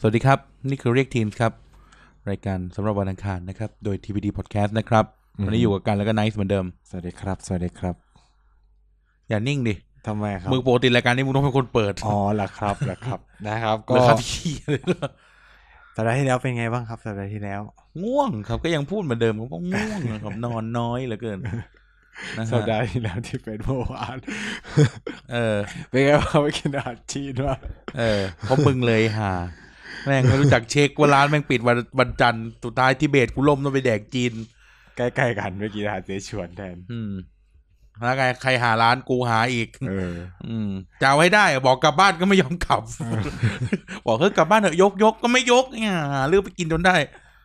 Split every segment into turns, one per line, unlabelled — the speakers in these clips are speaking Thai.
สวัสดีครับ นี่คือเรียกทีมครับ รายการสำหรับวันอังคารนะครับ โดย TPD Podcast นะครับ วันนี้อยู่กับกันแล้วก็ไนท์เหมือนเดิม
สวัสดีครับ สวัสดีครับ
อย่านิ่งดิ
ทำไมครับ
มึงปกติรายการนี้มึงต้องเป็นคนเปิด
อ๋อเหรอครับเหรอครับ นะครับ ก็
แล้วครับพี่เลยเหรอ
สัปดาห์ที่แล้วเป็นไงบ้างครับสัปดาห์ที่แล้ว
ง่วงครับก็ยังพูดเหมือนเดิมผมก็ง่วงนะครับ นอนน้อยเหลือเกินนะ
สัป
ฮะ
ดาห์ที่แล้วที่เป็นเมื่อวาน
เออ
เป็นไงบ้างไปกินอาหารจีนมา
เออเพราะมึงเลยห่าแม่งไม่รู้จักเช็คว่าร้านแม่งปิดวันวันจันทร์สุดท้ายที่เบตกูล่มต้องไปแดกจีน
ใกล้ๆกันไปกินอาหารเสฉวนแทน
อืมแล้วไงใครหาร้านกูหาอีก
เออ
อืมจะเอาให้ได้อะบอกกลับบ้านก็ไม่ยอมก ลับ บอกเฮ้ยกลับบ้านเถอะยกยกก็ไม่ยกเนี่ยเลือกไปกินจนได้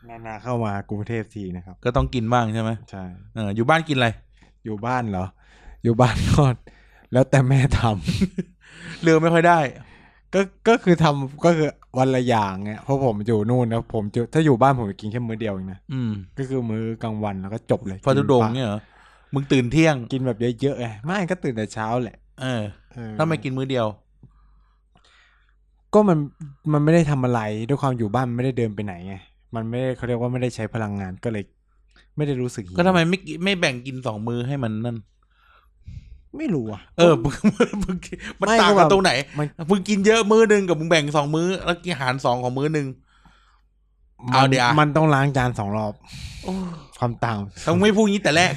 นานๆเข้ามากรุงเทพทีนะครับ
ก็ต้องกินบ้างใช่ไหม
ใช่
เอออยู่บ้านกินอะไร
อยู่บ้านเหรอ อยู่บ้านก็แล้วแต่แม่ทำ
เลือกไม่ค่อยได้
ก็ก็คือทำก็คือวันละอย่างไงเพราะผมอยู่นู่นนะผมจะถ้าอยู่บ้านผมจะกินแค่มื้อเดียวเองนะ
อืม
ก็คือมื้อกลางวันแล้วก็จบเลย
ฟาตุดง
กิปลา
เนี่ยเหรอมึงตื่นเที่ยง
กินแบบเยอะๆไงไม่ก็ตื่นแต่เช้าแหละ
เออ
เออ
ถ้าไม่กินมื้อเดียว
ก็มันมันไม่ได้ทำอะไรด้วยความอยู่บ้านมันไม่ได้เดินไปไหนไงมันไม่ได้เขาเรียกว่าไม่ได้ใช้พลังงานก็เลย ไม่ได้รู้สึกหิว
ก็ทำไมไม่กินไม่แบ่งกินสองมื้อให้มันนั่น
ไม่รู้อ่ะ
เออมึง มึงมัน
ไม่
ต่าง
ก็
กั
แบ
น
บ
ตรงไหน
มัน
มึงกินเยอะมื้อหนึ่งกับมึงแบ่งสองมื้อ แล้วกินอาหารสองของมื้อหนึ่ง เอา
มัน
เดี๋ยว
มันต้องล้างจานสองรอบ
โอ้
ความต่าง
ต้องไม่พูดงี้แต่แรก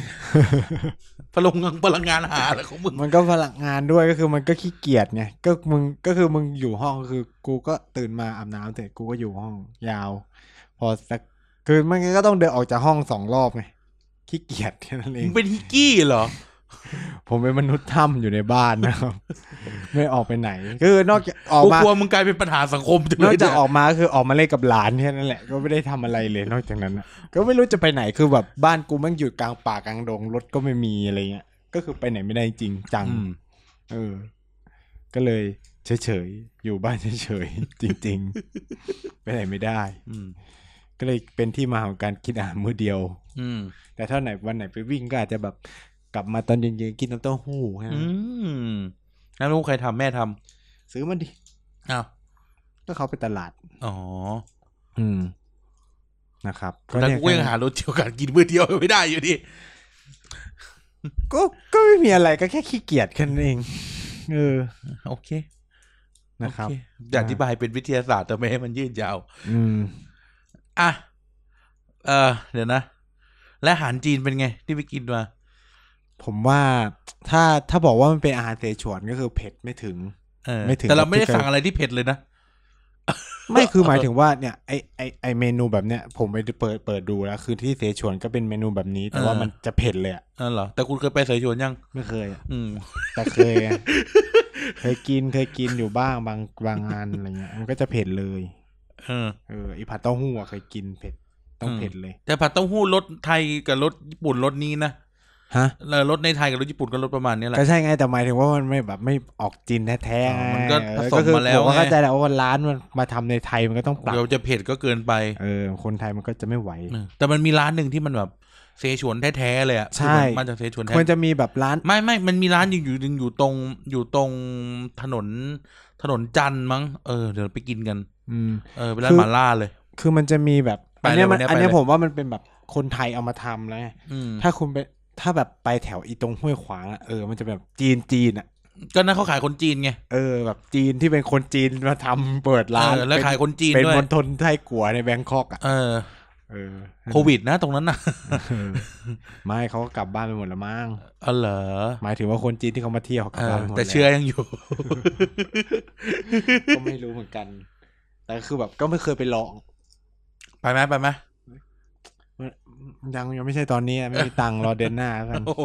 พลังงานพลังงานหาอะไรของมึง
มันก็พลังงานด้วยก็คือมันก็ขี้เกียจไงก็มึงก็คือมึงอยู่ห้องคือ กูก็ตื่นมาอาบน้ำเสร็จกูก็อยู่ห้องยาว พอสักคือมันก็ต้องเดินออกจากห้องสองรอบไงขี้เกียจแค่นั้นเอ
มึ
ง
งเป็นฮิกกี้เหรอ
ผมเป็นมนุษย์ถ้ำอยู่ในบ้านนะครับ ไม่ออกไปไหนก็คือนอกจากออก
กู
มาก
ลัวมึงกลายเป็นปัญหาสังคมจัง
น
เล
อก
ย
จาก
เนี่ย
ออกมาก็คือออกมาเล่นกับหลานแค่นั้นแหละ ก็ไม่ได้ทำอะไรเลยนอกจากนั้นน่ะก็ไม่รู้จะไปไหนคือแบบบ้านกูแมันอยู่กลางป่ากลางดงรถก็ไม่มีอะไรเงี้ยก็คือไปไหนไม่ได้จริงจัง
อืม
เออ ก็เลยเฉยๆ อยู่บ้านเฉยๆ จริงๆ ไปไหนไม่ได้
อืม
ก็เลยเป็นที่มาของการกินอาหารมื้อเดียว
อืม
แต่ถ้าไหนวันไหนไปวิ่งก็อาจจะแบบกลับมาตอนเย็นๆ กินน้ำเต้าหู้ฮะ
อืมแล้วลูกใครทำแม่ทำ
ซื้อมันดิ
อ้าว
ก็เขาไปตลาด
อ๋อ
อืม นะครับ
แต่
เนี่ย
กูยังหารถเที่ยวกันกินมื้อเดียวไม่ได้อยู่ดิ
ก็ก็ไม่มีอะไรก็แค่ขี้เกียจแค่นั้นเอง เออ
โอเค
นะครับ
โอเคอยากอธิบายเป็นวิทยาศาสตร์แต่ไม่ให้มันยืดยาว
อืม
อ่ะ เออเดี๋ยวนะ และอาหารจีนเป็นไง ที่ไปกินมา
ผมว่าถ้าถ้าบอกว่ามันเป็นอาหารเสฉวนก็คือเผ็ดไม่ถึง
เออ
ไม่ถึง
แต่เราไม่ได้สั่งอะไรที่เผ็ดเลยนะ
ไม่คือหมายถึงว่าเนี่ยไอไอไอเมนูแบบเนี้ยผมไปเปิดเปิดดูแล้วคือที่เสฉวนก็เป็นเมนูแบบนี้ แต่ว่า
เออ
มันจะเผ็ดเลยอะ
เออเหรอ แต่คุณเคยไปเสยชวนยัง
ไม่เคยอะ
อืม
แต่เคย ไง เคยกินเคยกินอยู่บ้างบางบางงานอะไรเงี้ยมันก็จะเผ็ดเลย
เออ
เออไอผัดเต้าหู้อะเคยกินเผ็ดต้องเผ็ดเลย
แต่ผัดเต้าหู้รสไทยกับรสญี่ปุ่นรสนี้นะ
ฮะ
แล้วรสในไทยกับรสญี่ปุ่นก็รสประมาณนี้แหละ
ก็ใช่ไงแต่หมายถึงว่ามันไม่แบบไม่ออกจีนแท้
อ๋อ
ๆ
มันก็
ไง
ผสม
เออคือ
มาแล้ว
ผก็เข้า
ไง
ใจแหล้วว่าร้านมันมาทำในไทยมันก็ต้องปรับ
เดี๋ยวจะเผ็ดก็เกินไป
เออคนไทยมันก็จะไม่ไหว
เออแต่มันมีร้านหนึ่งที่มันแบบเสฉวนแท้ๆเลยอ่ะ
ใช่
คือมันมาจากเสฉวนแท้
ควรจะมีแบบร้าน
ไม่ไม่มันมีร้านอยู่อยู่หนึ่งอยู่ตรงอยู่ตรงถนนถนนจันทร์มั้งเออเดี๋ยวไปกินกัน
อืม
เออเป็นร้าน
คือ
หมาล่าเลย
คือมันจะมีแบบ
ไป
อันเนี้ยมัน
เลยวันเนี้ย
อันเนี้ย
ไปเลย
ผมว่ามันเป็นแบบคนไทยเอามาทำแล้วไง
อืม
ถ้าคุณไปถ้าแบบไปแถวอีตรงห้วยขวางอะเออมันจะแบบจีนจีนอ่ะ
ก็นั่นเขาขายคนจีนไง
เออแบบจีนที่เป็นคนจีนมาทำเปิดร้าน
เออแล้วขายคนจีน
เป็น
ด้วย
มณฑลไทยกัวในแบงคอกอ่ะ
เออ
เออ
โควิดนะตรงนั้นน่ะ
เออ ไม่เขาก็กลับบ้านไปหมดแล้วมั้ง
เออเหรอ
หมายถึงว่าคนจีนที่เขามาเที่ยวเขาก
เอ
ลับ
อ
บ้า
น
ไปหมด
แต่
ล้ว
เชื้อยัง อยู่
ก็ไม่รู้เหมือนกัน แต่คือแบบก็ไม่เคยไปลอง
ไปไหมไปไหม
ยังยังไม่ใช่ตอนนี้อะไม่มีตังค์รอเดือนหน้าแล้วกัน
โอ้โห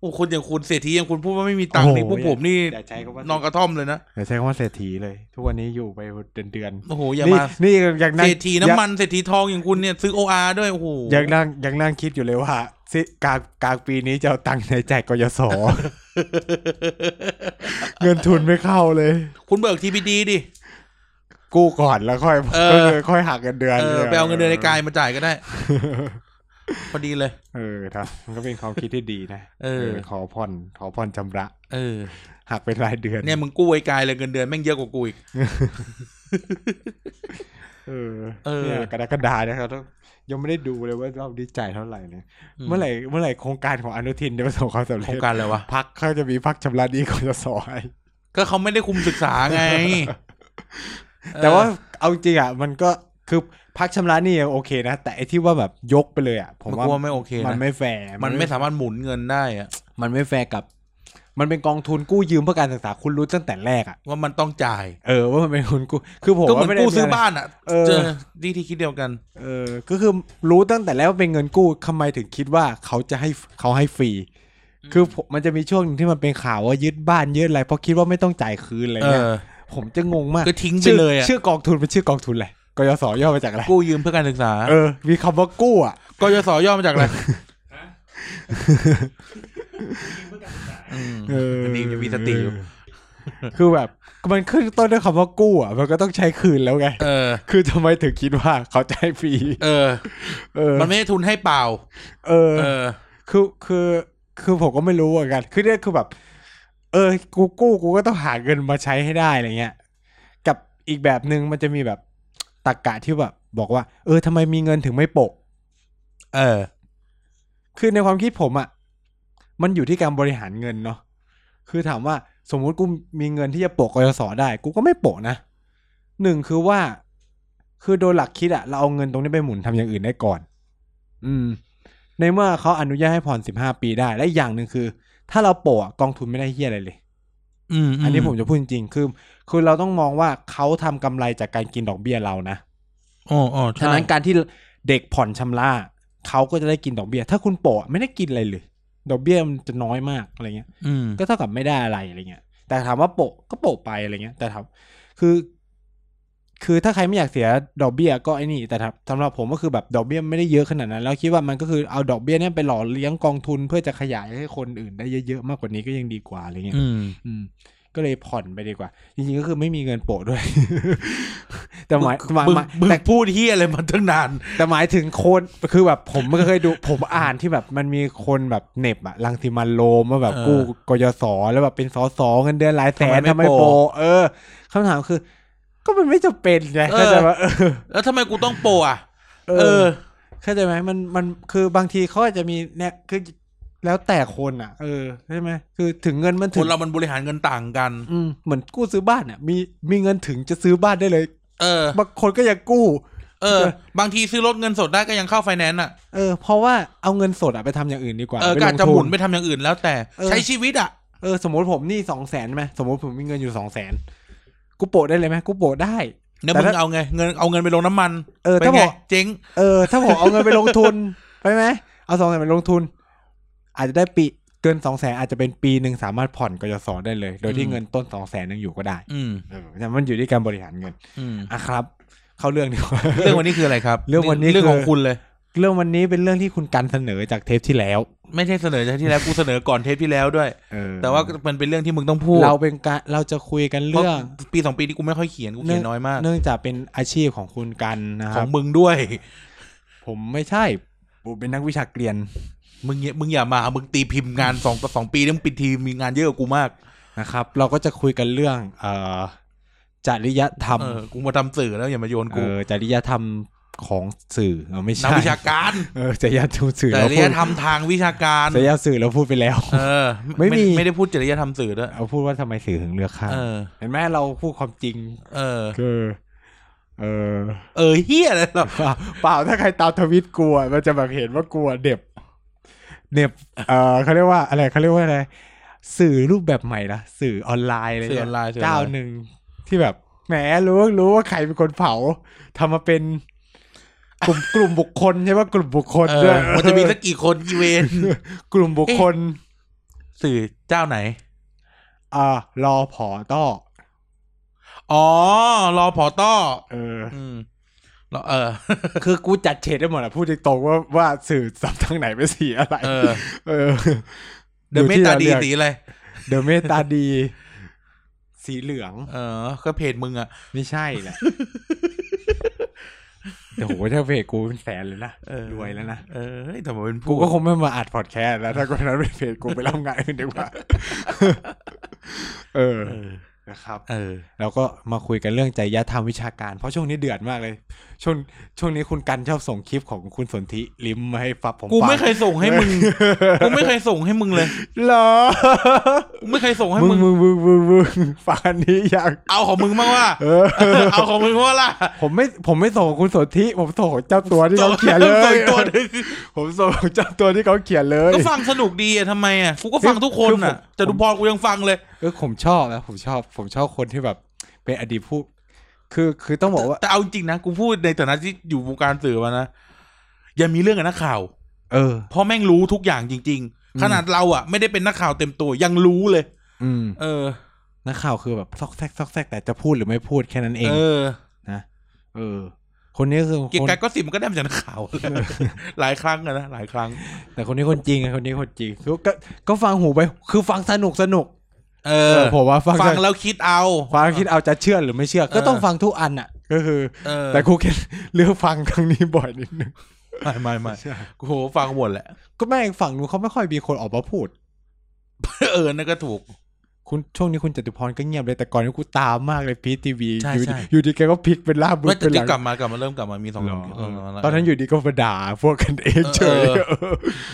โอ้คนอย่างคุณเศรษฐีอย่างคุณพูดว่าไม่มีตังค์นี่
โอ้
พ
โห
วกผมนี่
อย่าใช้คำว่า
นอนกระท่อมเลยนะ
อย่าใช้คำว่าเศรษฐีเลย ทุกวันนี้อยู่ไปเดือนๆ
โอ้โหอย่า
นี่
มา
นี่ยังนั่ง
เศรษฐีน้ำมันเศรษฐีทองอย่างคุณเนี่ยซื้อโออาด้วยโอ้โห
ยังนั่งยังนั่งคิดอยู่เลยว่าสิกลางกลางปีนี้จะเอาตังค์ไหนแจกกย ศ เงินทุนไม่เข้าเลย
คุณเบิกทีพีดีดิ
กู้ก่อนแล้วค่อย
เออ
ก็คือค่อยหักเงินเดือน
เออไปเอาเงินเดือนในกายมาจ่าย ก็ได้ พอดีเลย
เออครับมันก็เป็นความคิดที่ดีนะ
เออ
ขอผ่อนขอผ่อนชำระ
เออ
หักเป็นรายเดือน
เนี่ยมึงกู้ไอ้กายเลยเงินเดือนแม่งเยอะกว่ากูอีก
เออ
เออ
เนี่ยกระดากระดาเนี่ยครับต้องยังไม่ได้ดูเลยว่ารอบนี้จ่ายเท่าไหร่เนี่ยเมื่อไหร่เมื่อไหร่โครงการของอนุทินจะประสบความสำ
โคร
เร็จ
งการอะไรวะ
พักเขาจะมีพักชำระหนี้ก สศให้
ก็เขาไม่ได้คุมศึกษาไง
แต่ว่าเอาจริงอ่ะมันก็คือพักชำระหนี่ยังโอเคนะ แต่ไอ้ที่ว่าแบบยกไปเลยอ่ะ ผ
ผม ม
ว่า
ว่าไม่โอเค
มัน
นะ
ไม่แฟร์
มันไม่สามารถหมุนเงินได้อะ
มันไม่แฟร์กับ มันเป็นกองทุนกู้ยืมเพื่อการศึกษาคุณรู้ตั้งแต่แรกอ่ะ
ว่ามันต้องจ่าย
เออว่ามันเป็นคุณกู้คือผม
ก็เหมื
ว่า
อ
ไม่
น
ได้
กู้ซื้อ
มีะไร
บ้านอ่ะ
เออ
เจอที่ที่คิดเดียวกัน
เออก็คือรู้ตั้งแต่แล้วว่าเป็นเงินกู้ทำไมถึงคิดว่าเขาจะให้เขาให้ฟรีคือผมมันจะมีช่วงหนึ่งที่มันเป็นข่าวว่ายึดบ้านยึดอะไรเพราะคิดว่าไม่ต้องจ่ายคืนอะไร
เอ
เงี้ย
อ
ผมจะงงมาก
ก็ทิ้งไปเลยอ่ะ
ชื่อกองทุนเป็นชื่อกองทุนอะไรกยศย่อมาจากอะไร
กู้ยืมเพื่อการศึกษา
เออมีคำว่ากู้อ่ะ
กยศย่อมาจากอะไรอืม
เออ
นี่ยังมีสติอยู่
คือแบบมันขึ้นต้นด้วยคำว่ากู้อ่ะ มันก็ต้องใช้คืนแล้วไง
เออ
คือทำไมถึงคิดว่าเขาจะให้ฟรี
เออ
เออ
มันไม่ให้ทุนให้เปล่า
เออ
เออ
คือ คือ คือผมก็ไม่รู้เหมือนกัน คือเนี่ยคือแบบ เออ กูกู้ กูก็ต้องหาเงินมาใช้ให้ได้อะไรเงี้ย กับอีกแบบหนึ่งมันจะมีแบบตรกกะที่แบบบอกว่า เออทำไมมีเงินถึงไม่โปะ
เออ
คือในความคิดผมอะ่ะ มันอยู่ที่การบริหารเงินเนาะ คือถามว่าสมมุติกูมีเงินที่จะโปะกยศได้ กูก็ไม่โปะนะ หนึ่งคือว่า คือโดยหลักคิดอะเราเอาเงินตรงนี้ไปหมุนทำอย่างอื่นได้ก่อน อืม ในเมื่อเขาอนุญาตให้ผ่อนสิบห้าปีได้ และอีกอย่างหนึ่งคือ ถ้าเราโปะอะกองทุนไม่ได้เฮียอะไรเลย
อืม
อันนี้ผมจะพูดจริงๆ คือ คือเราต้องมองว่าเขาทำกำไรจากการกินดอกเบี้ยเรานะ
อ๋ออ๋อ
ฉะ
ใช่
นั้นการที่เด็กผ่อนชำระเขาก็จะได้กินดอกเบี้ย ถ้าคุณโปะไม่ได้กินอะไรเลย ดอกเบี้ยมันจะน้อยมากอะไรเงี้ย
อืม
ก็เท่ากับไม่ได้อะไรอะไรเงี้ย แต่ถามว่าโปะก็โปะไปอะไรเงี้ย แต่ถามคือ คือถ้าใครไม่อยากเสียดอกเบี้ยก็ไอ้นี่ แต่ถามสำหรับผมก็คือแบบดอกเบี้ยไม่ได้เยอะขนาดนั้น แล้วคิดว่ามันก็คือเอาดอกเบี้ยเนี่ยไปหล่อเลี้ยงกองทุนเพื่อจะขยายให้คนอื่นได้เยอะๆมากกว่านี้ก็ยังดีกว่าอะไรเงี้ย
อืม
อืมก็เลยผ่อนไปดีกว่า จริงๆก็คือไม่มีเงินโปะด้วย แต่หมายหมาย
มึง
หมาย
มึง
แต่
พูดเฮียอะไรมาตั้งนาน
แต่หมายถึงคนคือแบบผมไม่เคยดูผมอ่านที่แบบมันมีคนแบบเหน็บอะลังสิมันโลมว่าแบบ
เออ
กู้กยศแล้วแบบเป็นสอสอเงินเดือนหลายแสน
ทำ
ทำ
ไม
ไม
ไม่โปร
โปรเออคำถามคือ ก็มันไม่จำเป็นไง
เออ
เข้าใจไหมเออ
แล้วทำไมกูต้องโปะอ่ะ
เออ
เออ
เข้าใจไหมมันมันคือบางทีเขาอาจจะมีเนี่ยคือแล้วแต่คนอะเออใช่ไหมคือถึงเงินมัน
ค
ถึ
น
ง
เรามันบริหารเงินต่างกัน
อืมเหมือนกู้ซื้อบ้านอะมีมีเงินถึงจะซื้อบ้านได้เลย
เออ
บางคนก็ยังกู้
เออ บางทีซื้อรถเงินสดได้ก็ยังเข้าไฟแนนซ์อ่ะ
เออ เพราะว่าเอาเงินสดอะไปทำอย่างอื่นดีกว่า
เออ
ไป
ก็
ล
อาจ
ง
จะห
ทุ
มุ
น
นไปทำอย่างอื่นแล้วแต่
เออ
ใช้ชีวิตอ่ะ
เออสมมติผมหนี่สองแสนไหมสมมติผมมีเงินอยู่สองแสนกูโปะได้เลยไหมกูโปะได้
เนี่ย
แต่
มึง
ถ้า
เอาไงเงินเอาเงินไปลงน้ำมัน
เออ
เป็น
ถ้า
ไง
บอก
เจ๊ง
เออ ถ้าผมเอาเงินไปลงทุน ไปไหมเอาสองแสนไปลงทุน อาจจะได้ปีเกินสองแสนอาจจะเป็นปีหนึ่งสามารถผ่อนกยศได้เลย โดยที่
อืม
เงินต้นสองแสนยังอยู่ก็ได้
อืม
เออแต่มันอยู่ที่การบริหารเงิน
อืม
อ่ะครับ เข้าเรื่องดีกว่า
เรื่องวันนี้คืออะไรครับ
เรื่องวันนี้
เรื่อง
คือ
ของคุณเลย
เรื่องวันนี้เป็นเรื่องที่คุณกันเสนอจากเทปที่แล้ว
ไม่ใช่เสนอจากที่แล้วกูเสนอก่อนเทปที่แล้วด้วย
เออ
แต่ว่ามันเป็นเรื่องที่มึงต้องพูด
เราเป็นการเราจะคุยกัน
เพราะ
เรื่อง
ปีสองปีที่กูไม่ค่อยเขียนกูเขียนน้อยมาก
เนื่องจากเป็นอาชีพของคุณกันนะค
ข
รั
อบ งมึงด้วย
ผมไม่ใช่ ผมเป็นนักวิชาเกียน
มึงเนี่ยมึงอย่ามามึงตีพิมพ์งานสองสองปีต้องปิดทีมมีงานเยอะกว่ากูมาก
นะครับ เราก็จะคุยกันเรื่อง เอ่อจริยธรรม
เออกูมาทำสื่อแล้วอย่ามาโยน
เอ
กู
อจริยธรรมของสื่อเออไม่
นัก
ใช่
วิชาการ
เออจริยธรรมสื่อ
แต่
เรา
จริ
พู
ย
ด
ธรรมทางวิชาการ
จริยสื่อเราพูดไปแล้ว
เออ
ไม่มี
ไม่ได้พูดจริยธรรมสื่อด้วย
เอาพูดว่าทำไมสื่อถึงเลือกข้าง
เออ
เห็นไหมเราพูดความจริง
เออ
คือเออ
เออเฮียอะไรหรอ
เปล่าถ้าใครตามทวิตกลัวมันจะแบบเห็นว่ากลัวเด็บเด็บเออเขาเรียกว่าอะไรเขาเรียกว่าอะไร สื่อรูปแบบใหม่นะสื่อออนไลน์เลย
สื่อออนไลน์สื่อออนไลน์
เจ้าหนึ่งที่แบบแหมรู้รู้ว่าใครเป็นคนเผาทำมาเป็นกลุ่ม กลุ่มบุคคลใช่ปะกลุ่มบุคคล
เอ
ด้ว
อย มันจะมีสักกี่คนกี่เวน
กลุ่มบุคคล
สื่อเจ้าไหน
อ่ารอผอต้อ
อ๋อ รอพอต้อ
เออ
อืมรอเออ
คือกูจัดเฉดได้หมดอะพูดตรงๆว่าว่าสื่อสับทางไหนเป็นสีอะไร
เออ
เออ
เดอะเมตตาดี
สี
สีอะไร
เดอะเมตตาดี สีเหลือง
เออ ก็เพจมึงอ่ะ
ไม่ใช่แหละ โอ้โหถ้าเพจกูเป็นแสนเลยนะ
เออ
รวยแล้วนะ
เออแต่ผมเป็น
กู
ผู้
ก็คงไม่มาอัดพอดแคสต์แล้ว ถ้าคนนั้นเป็นเพจกูไปรับงานอื่นดีกว่า เออ
เออ
เ นะครับ
เออ
เราก็มาคุยกันเรื่องจริยธรรมวิชาการ เพราะช่วงนี้เดือดมากเลย ช่วงช่วงนี้คุณกันชอบส่งคลิปของคุณสนธิลิมมาให้ฟับผม
กู
ฟัง
ไม่เคยส่งให้มึง กูไม่เคยส่งให้มึงเลย
เหรอ
กูไม่เคยส่งให้
มึง
มึง
มึงมึงมึงมึงฟังอันนี้ยัง
เอาของมึงบ้างว่า
เออ
เอาของมึงบ้างล่ะ
ผมไม่ผมไม่ส่งคุณสนธิผมส่งเจ้าตัวที่เขาเขียนเล
ส่ง
ย
ตัวหนึ่ง
ผมส่งเจ้าตัวที่เขาเขียนเลย
ก็ฟังสนุกดีอะทำไมอะกูก็ฟังทุกคนอะจตุพรกูยังฟังเลย
เออผมชอบนะผมชอบ ผมชอบคนที่แบบ เป็นอดีตผู้คือคือต้องบอกว่า
แต่เอาจริงๆนะกูพูดในฐานะที่อยู่วงการสื่อมานะอย่ามีเรื่องกับนักข่าว
เออ
เพราะแม่งรู้ทุกอย่างจริง
อืม
ๆ ขนาดเราอะไม่ได้เป็นนักข่าวเต็มตัวยังรู้เลย
อืม
เออ
นักข่าวคือแบบซอกแซกซอกแซกแต่จะพูดหรือไม่พูดแค่นั้นเอง
เออ
นะเออ คนนี้คือ
เกียรติ
คน
กายก็สิบมันก็ได้มาจากนักข่าว หลายครั้งอะนะหลายครั้ง
แต่คนนี้คนจริงไงคนนี้คนจริงคือก็ก็ฟังหูไป คือฟังสนุกสนุก
เอ
เอ
อ
อผมว่าฟัง
ฟัง
สนุก
แล้วคิดเอา
ความคิดเอาจะเชื่อหรือไม่เชื่อ ก็
เออ
ต้องฟังทุกอันอ่ะ ก็คือ
เออ
แต่ครูเคน เลือกฟังครั้งนี้บ่อยนิดนึง
ไม่ไม่ไม่กูโหฟังหมดแหละ
ก็แม่งฝั่งนู้นเขาไม่ค่อยมีคนออกมาพูด
เออนั่นก็ถูก
คุณช่วงนี้คุณจตุพรก็เงียบเลยแต่ก่อนนี้กูตามมากเลยพีทีวี
ใช่
อยู่
ใช่
ดีอยู่ดีแกก็พลิกเป็นลาบบุญ
ไม่แต่
เป็นห
ที่
ลัง
กลับมากลับมาเริ่มกลับมามีสอง
เหรอ
สงสาม
ตอนนั้นอยู่ดีก็มาด่าพวกกันเองเฉย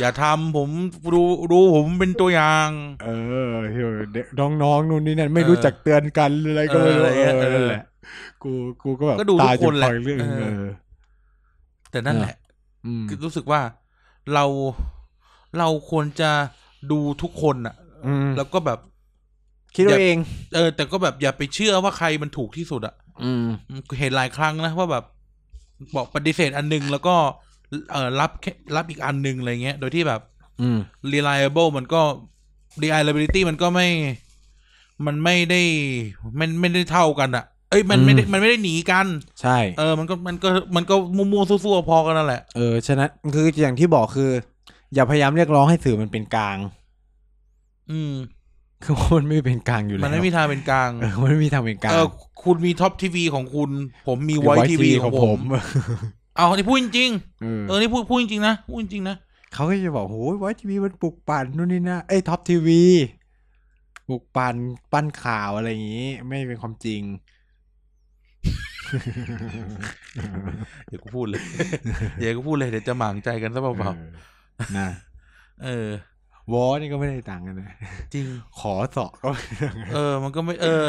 อย่าทำผมรู้รู้ผมเป็นตัวอย่าง
เออเฮ้ยเด็กน้องๆนู่นนี่นั่นไม่รู้จักเตือนกันอะไรก็ไม่รู้
เอออะไรเงี้ย
เออนั่นแหละ กูกูก็แบบ
ก็ดูทุก
ตาจะ
คนแหละ
ฟังเรื่อง
เออ
เออ
แต่นั่นแหละ
อืม
คือรู้สึกว่าเราเราควรจะดูทุกคนอะ
อืม
แล้วก็แบบ
คิดเอาเอง
เออ แต่ก็แบบอย่าไปเชื่อว่าใครมันถูกที่สุดอะ
อืม
อืมเห็นหลายครั้งนะว่าแบบ บอกปฏิเสธอันหนึงแล้วก็เออรับแค่รับอีกอันหนึงอะไรเงี้ย โดยที่แบบ
อืม
reliable มันก็ reliability มันก็ไม่ มันไม่ได้ มันไม่ได้เท่ากันอะเอ้ยมันไม่ได้
อืม
มันไม่ได้หนีกัน
ใช่
เออ มันก็มันก็มันก็มั่วๆซั่วๆพอกันนั่นแหละ
เออ ฉะนั้นคืออย่างที่บอกคือ อย่าพยายามเรียกร้องให้สื่อมันเป็นกลาง
อืม
คือว่ามันไม่เป็นกลางอยู่แล้ว
มันไม่มีทางเป็นกลาง
เออมันไม่มีทางเป็นกลาง
เออ คุณมีท็อปทีวีของคุณ ผมมี
หรือ
ไว
White
ทีวีของ ผม เอานี่พูดจริง
เออ
ๆเออ นี่พูดพูดจริงๆนะ พูดจริงๆนะ
เขาก็จะบอกโอ้ยไวทีวีมันปลุกปั่นนู่นนี่นะเอ้ยท็อปทีวีปลุกปั่นปั้นข่าวอะไรอย่างนี้ ไม่เป็นความจริง
เดี๋ยวกูพูด เลย เดี๋ยวกูพูดเลย เดี๋ยวจะหมางใจกันซะเปล่า
เออนะ
ๆเออ
วอนี่ก็ไม่ได้ต่างกันนะ
จริง
ขอเสาะก็ไม่ต่างกัน
เออ มันก็ไม่ เออ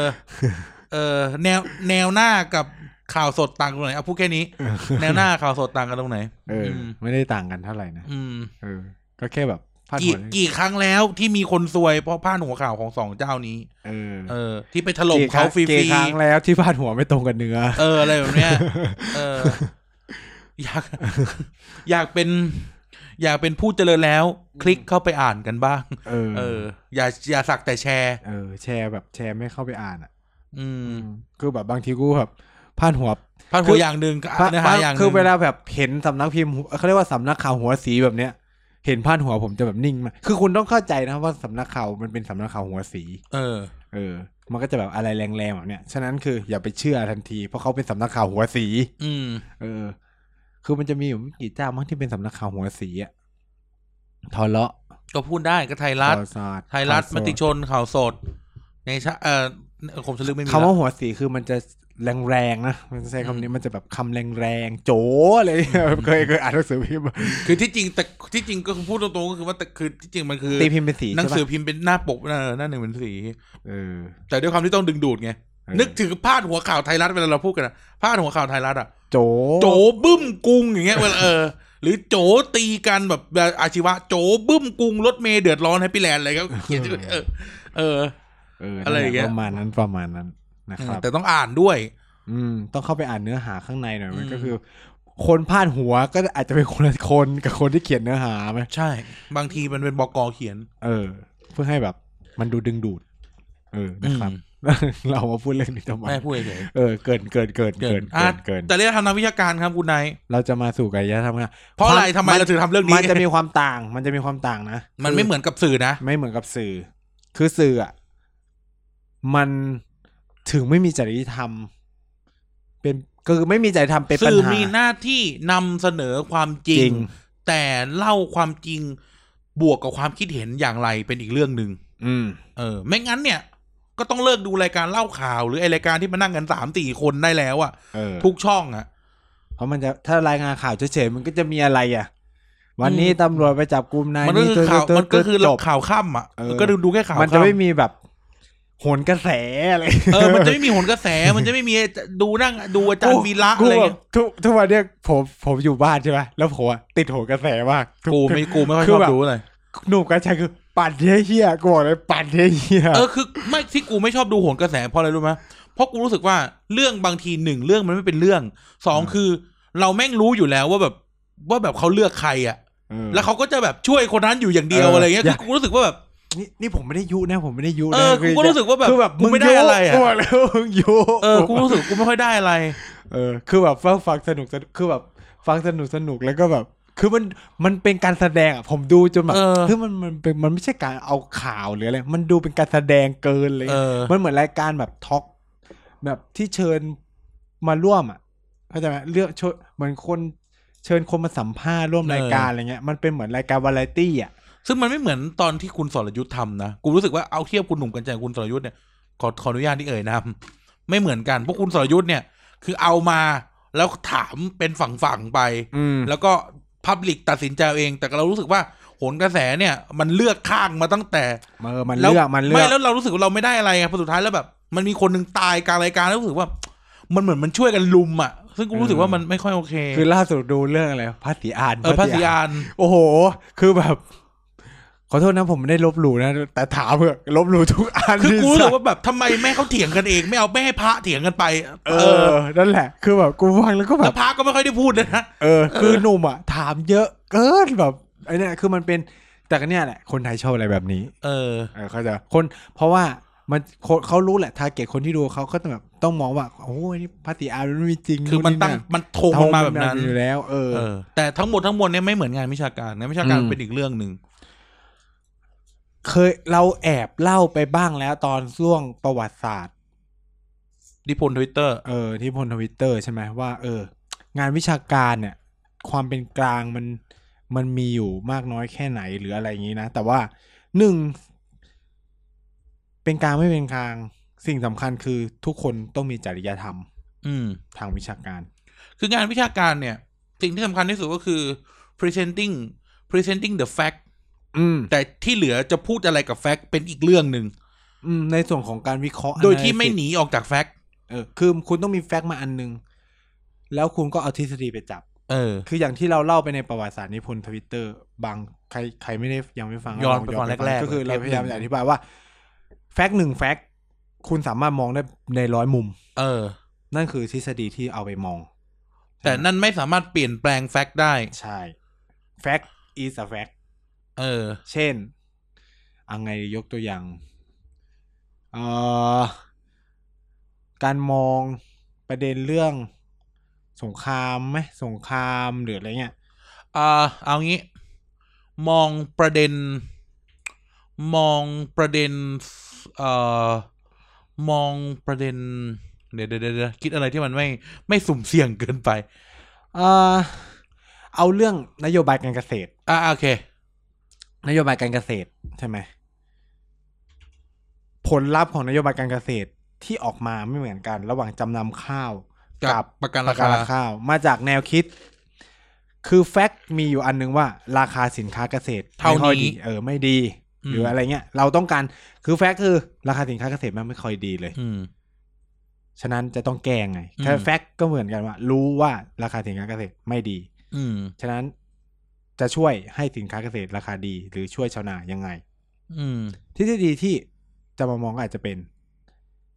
เออ แนว แนวหน้ากับข่าวสดต่างกันตรงไหนเอาพูดแค่นี้ แนวหน้าข่าวสดต่างกันตรงไหน
เอออ
ม
ไม่ได้ต่างกันเท่าไหร่นะ
อืม
เออ ก็แค่แบบพาด
กี่
หัว
กี่ครั้งแล้วที่มีคนซวยเพราะพลาดหัวข่าวของสองเจ้านี้
เออ
เออ ที่ไปถล่มเขาฟ
กี่
รี
ครั้ง
ๆ
แล้วที่พาดหัวไม่ตรงกับเนื้อ
เออ อะไรแบบเนี้ย เอ อ อยาก อยากเป็น อยากเป็นผู้เจริญแล้ว คลิกเข้าไปอ่านกันบ้าง
เออ
เออ อย่าอย่าสักแต่แชร์
เออ แชร์แบบแชร์ไม่เข้าไปอ่านอ่ะ
อืม
คือแบบบางทีกูแบบพาดหัว
พาด
คื
หัว
อ
อ
อ
ย่างหนึ่งก็
พาด
เนื้อหาอย่างห
คือ
นึ่ง
เวลาแบบเห็นสำนักพิมพ์เขาเรียกว่าสำนักข่าวหัวสีแบบเนี้ย เห็นพาดหัวผมจะแบบนิ่งมากคือคุณต้องเข้าใจนะว่าสำนักข่าวมันเป็นสำนักข่าวหัวสี
เออ
เออ มันก็จะแบบอะไรแรงๆแบบเนี้ย ฉะนั้นคืออย่าไปเชื่อทันที เพราะเขาเป็นสำนักข่าวหัวสี
อืม
เออ คือมันจะมีอยู่ไม่กี่เจ้ามั้งที่เป็นสำนักข่าวหัวสีอะทอเลาะ
ก็พูดได้ก็ไทยรัฐ
ข่าวสาด
ไทยรัฐ
ข่าวสด
มติชนข่าวสด ในชะเออคมสลึกไม่มี
คำว่า
ละ
หัวสีคือมันจะแรงๆนะ มันจะใช้คำนี้มันจะแบบคำแรงๆโจ๋เลย เคยเคยอ่านหนังสือพิมพ์
คือที่จริงแต่ที่จริงก็พูดตรงๆก็คือว่าแต่คือที่จริงมันคือ
ตีพิมพ์เป็นสี
หนัง
ใช่
สือ
ปะ
พิมพ์เป็นหน้าปกเออหน้าหนึ่งเป็นสี
เออ
แต่ด้วยความที่ต้องดึงดูดไง
เออ
นึกถึงพาดหัวข่าวไทยรัฐเวลาเราพูดกันอะพาดหัวข่าวไทยรัฐอะ
โจ
โจบึ้มกรุงอย่างเงี้ยเวลาเออ หรือโจตีกันแบบแบบอาชีวะ โจบึ้มกรุงรถเมย์เดือดร้อนแฮปปี้แลนด์อะไรก็เขียนชื่อเออ เออ
เออ
อะ
อะไร ไร
อย่างเงี้ย
ประมาณนั้นประมาณนั้นนะครับ
แต่ต้องอ่านด้วย
อืม ต้องเข้าไปอ่านเนื้อหาข้างในหน่อยมั
อื
น
ม
ก็คือ คนพาดหัวก็อาจจะเป็นคนละคนกับคนที่เขียนเนื้อหาไหม
ใช่ บางทีมันเป็นบกเขียน
เออ เพื่อให้แบบ มันดูดึงดูด เออนะครับ เรามาพูดเรื่องนี้ทำไม
ไม่พูดเฉย
เออ เกินเกินเกิน
ๆ
เกิน
อ่ะ
เกินเกิน
แต่เรื่องทางนักวิชาการครับคุณนาย
เราจะมาสู่กายธรรมนะ
เพราะอะไร
คว
ทำไมเราถึงทำเรื่อง
มั
นี้
นจะมีความต่าง มันจะมีความต่างนะ
มันไม่เหมือนกับสื่อนะ
ไม่เหมือนกับสื่อ คือสื่ออ่ะมันถึงไม่มีจริยธรรม เป็นก็คือไม่มีจริยธรรมเป็นปัญ
สื่อ
หา
มีหน้าที่นำเสนอความจริง แต่เล่าความจริงบวกกับความคิดเห็นอย่างไรเป็นอีกเรื่องหนึ่ง
อืม
เออ ไม่งั้นเนี่ย ก็ต้องเลิกดูรายการเล่าข่าวหรือไอรายการที่มานั่งกันสามสี่คนได้แล้วอะ
เออ
ทุกช่องอะ
เพราะมันจะถ้ารายงานข่าวเฉยๆมันก็จะมีอะไรอ่ะ วันนี้
อืม
ตำรวจไปจับกลุ่มนาย
มันก็คือข่าว
ตัวๆๆๆ
มันก็คือ
จบ
ข่าวค่ำอะ
เออ
ก็ดูดูแค่ข่าว
มันจะ
ค่ำ
ไม่มีแบบโหนกระแสอะไร
เออ มันจะไม่มีหนกระแส มันจะไม่มีดูนั่งดูอาจารย์วีระ
กู
อะไร
แบบ
เงี้ย
ทุกทุกวันเนี้ยผมผมอยู่บ้านใช่ไหมแล้วผมอะติดโหนกระแสมากทุ
กูไม่กูไม่ค่อยช
คือ
อบ
แบบ
ดูเลย
หนุ่มกัญชัยคือปั่นเฮี้ยๆกูบอกเลยปั่นเฮี้ยๆ
เออ คือไม่ที่กูไม่ชอบดูหนกระแสเพราะอะไรรู้ไหมเพราะกูรู้สึกว่าเรื่องบางทีหนึ่งเรื่องมันไม่เป็นเรื่องสอง
อ่า
คือ เราแม่งรู้อยู่แล้วว่าแบบว่าแบบเขาเลือกใครอ่ะ
เออ
แล้วเขาก็จะแบบช่วยคนนั้นอยู่อย่างเดียว
เอออ
อะไรเงี้ย
อ
คือ
ยา
ก กูรู้สึกว่าแบบ
นี่นี่ผมไม่ได้ยุนะผมไม่ได้ยุนะ
เออกูก็
คือ
รู้สึกว่าแบบ
คือแบบ
กูไม่ได้
ยุ
อะไรอ่ะ
กูบกเลยว่ามึงยุ
เออกูรู้สึกกูไม่ค่อยได้อะไร
เออคือแบบฟังฟังสนุกสนุกคือแบบฟังสนุกสนุกแล้วก็แบบ คือมันมันเป็นการแสดงอ่ะผมดูจนแบบ
เออ
คือมันมันเป็นมันไม่ใช่การเอาข่าวหรืออะไรมันดูเป็นการแสดงเกินเลย
เออ
มันเหมือนรายการแบบท็อกแบบที่เชิญมาร่วมอ่ะเข้าใจไหมเลือกเชญเหมือนคนเชิญคนมาสัมภาษณ์ร่วม
เออ
รายการอะไรเงี้ยมันเป็นเหมือนรายการวาไรตี้อ่ะ
ซึ่งมันไม่เหมือนตอนที่คุณสรยุทธ์ทำนะ กูรู้สึกว่าเอาเทียบคุณหนุ่มกัญชัยกับคุณสรยุทธ์เนี่ยขอขออนุญาตที่เอ่ยนามไม่เหมือนกันเพราะคุณสรยุทธ์เนี่ย คือเอามาแล้วถามเป็นฝั่งฝั่งๆไป
อืม
แล้วก็พับลิกตัดสินใจเอาเอง แต่เรารู้สึกว่าโหนกระแสเนี่ย มันเลือกข้างมาตั้งแต่
เออมัน
แล้ว
เลือกมันเลื
ไม่
อก
แล้วเรารู้สึกว่าเราไม่ได้อะไรไงพอสุดท้ายแล้วแบบ มันมีคนหนึ่งตายกลางรายการแล้วรู้สึกว่า มันเหมือนมันช่วยกันลุมอ่ะซึ่งกูรู้สึกว่ามันไม่ค่อยโอเค
คือล่าสุดดูเรื่องอะไรพระศรีอาน
เออพระศรีอาน
โอ้โห คือแบบ ขอโทษนะผมไม่ได้ลบหลู่นะ แต่ถามเถอะลบหลู่ทุกอัน
คือกูรู้สึก
ที่
ว่าแบบทำไมแม่เขาเถียงกันเอง ไม่เอาไม่ให้พระเถียงกันไป
เออ นั่นแหละ คือแบบกูฟังแล้วก็แบ
แล้
บ
วพระก็ไม่ค่อยได้พูดด้วยนะ
เออ คือหนุ่มอ่ะ ถามเยอะเกินแบบไอ้เนี่ยคือมันเป็นแต่ก็เนี่ยแหละ คนไทยชอบอะไรแบบนี้
เออ
เออเขาใจะคนเพราะว่ามันคนเขารู้แหละทาร์เก็ตคนที่ดูเขาก็ต้องแบบต้องมองว่าโอ้ยนี่พระศรีอานมันไม่มีจริง
คือมันตั้งมันทงมันมาแบบนั้น
อยู่แล้ว เออ
เออ แต่ทั้งหมดทั้งมวลเนี่ยไม่เหมือนงานวิชาการงานวิชาการ
อืม
เป็นอีกเรื่องหนึ่ง
เคยเราแอบเล่าไปบ้างแล้วตอนช่วงประวัติศาสตร์
ดิพนทวิตเตอร์
เออ ที่พลทวิตเตอร์ใช่ไหมว่า เออ งานวิชาการเนี่ย ความเป็นกลางมันมันมีอยู่มากน้อยแค่ไหนหรืออะไรอย่างนี้นะ แต่ว่าหนึ่ง เป็นกลางไม่เป็นกลาง สิ่งสำคัญคือทุกคนต้องมีจริยธรรม
อืม
ทางวิชาการ
คืองานวิชาการเนี่ย สิ่งที่สำคัญที่สุดก็คือ presenting presenting the fact
อืม
แต่ที่เหลือจะพูดอะไรกับ fact เป็นอีกเรื่องหนึ่ง
อืม ในส่วนของการวิเคราะห์
โดยที่ไม่
ห
ห
นี
นีออกจาก fact
เออ คือคุณต้องมีแฟกต์มาอันหนึง แล้วคุณก็เอาทฤษฎีไปจับ
เออ
คืออย่างที่เราเล่าไปในประวัติศาสตร์นิพนธ์ทวิตเตอร์บางใครใครไม่ได้ยังไม่ฟัง
ย้อน
ลง
ไปฟังแรกๆ
ก็คือ
เลย
เราพยายาม
เทปหนึ่ง
จะอธิบายว่า แฟกต์หนึ่งแฟกต์คุณสามารถมองได้ในร้อยมุม
เออ
นั่นคือทฤษฎีที่เอาไปมอง
แต่นั่นไม่สามารถเปลี่ยนแปลง fact ได้
ใช่แฟกต์ is a fact
เออ
เช่นเอังไงยกตัวอย่างเอ่อการมองประเด็นเรื่องสงครามไหมสงครามหรืออะไรเงี้ย
อ่าเอางี้ มองประเด็น มองประเด็นเอ่อมองประเด็น เดี๋ยวเดี๋ยวเดี๋ยวเดี๋ยวคิดอะไรที่มันไม่ไม่สุ่มเสี่ยงเกินไป
เอ่อเอาเรื่องนโยบายการเกษตร
อ่าโอเคน
โยบายการเกษตรใช่ไหมผลลัพธ์ของนโยบายการเกษตรที่ออกมาไม่เหมือนกัน ระหว่างจำนำข้าว
กับประกัน
ป
รา
ระกัน
คา
ราคามาจากแนวคิด คือแฟกต์มีอยู่อันนึงว่า ราคาสินค้าเกษตร
เท่านี้
ไม่ค่อยดีเออไม่ดี
อืม
หรืออะไรเงี้ย เราต้องการคือแฟกต์คือ ราคาสินค้าเกษตรมันไม่ค่อยดีเลย
อืม
ฉะนั้นจะต้องแก้ไง
อืม
แต่แฟกต์ก็เหมือนกันว่า รู้ว่าราคาสินค้าเกษตรไม่ดี
อืม
ฉะนั้นจะช่วยให้สินค้าเกษตรราคาดี หรือช่วยชาวนายังไง
อืม
ทฤษฎีที่จะมามองก็อาจจะเป็น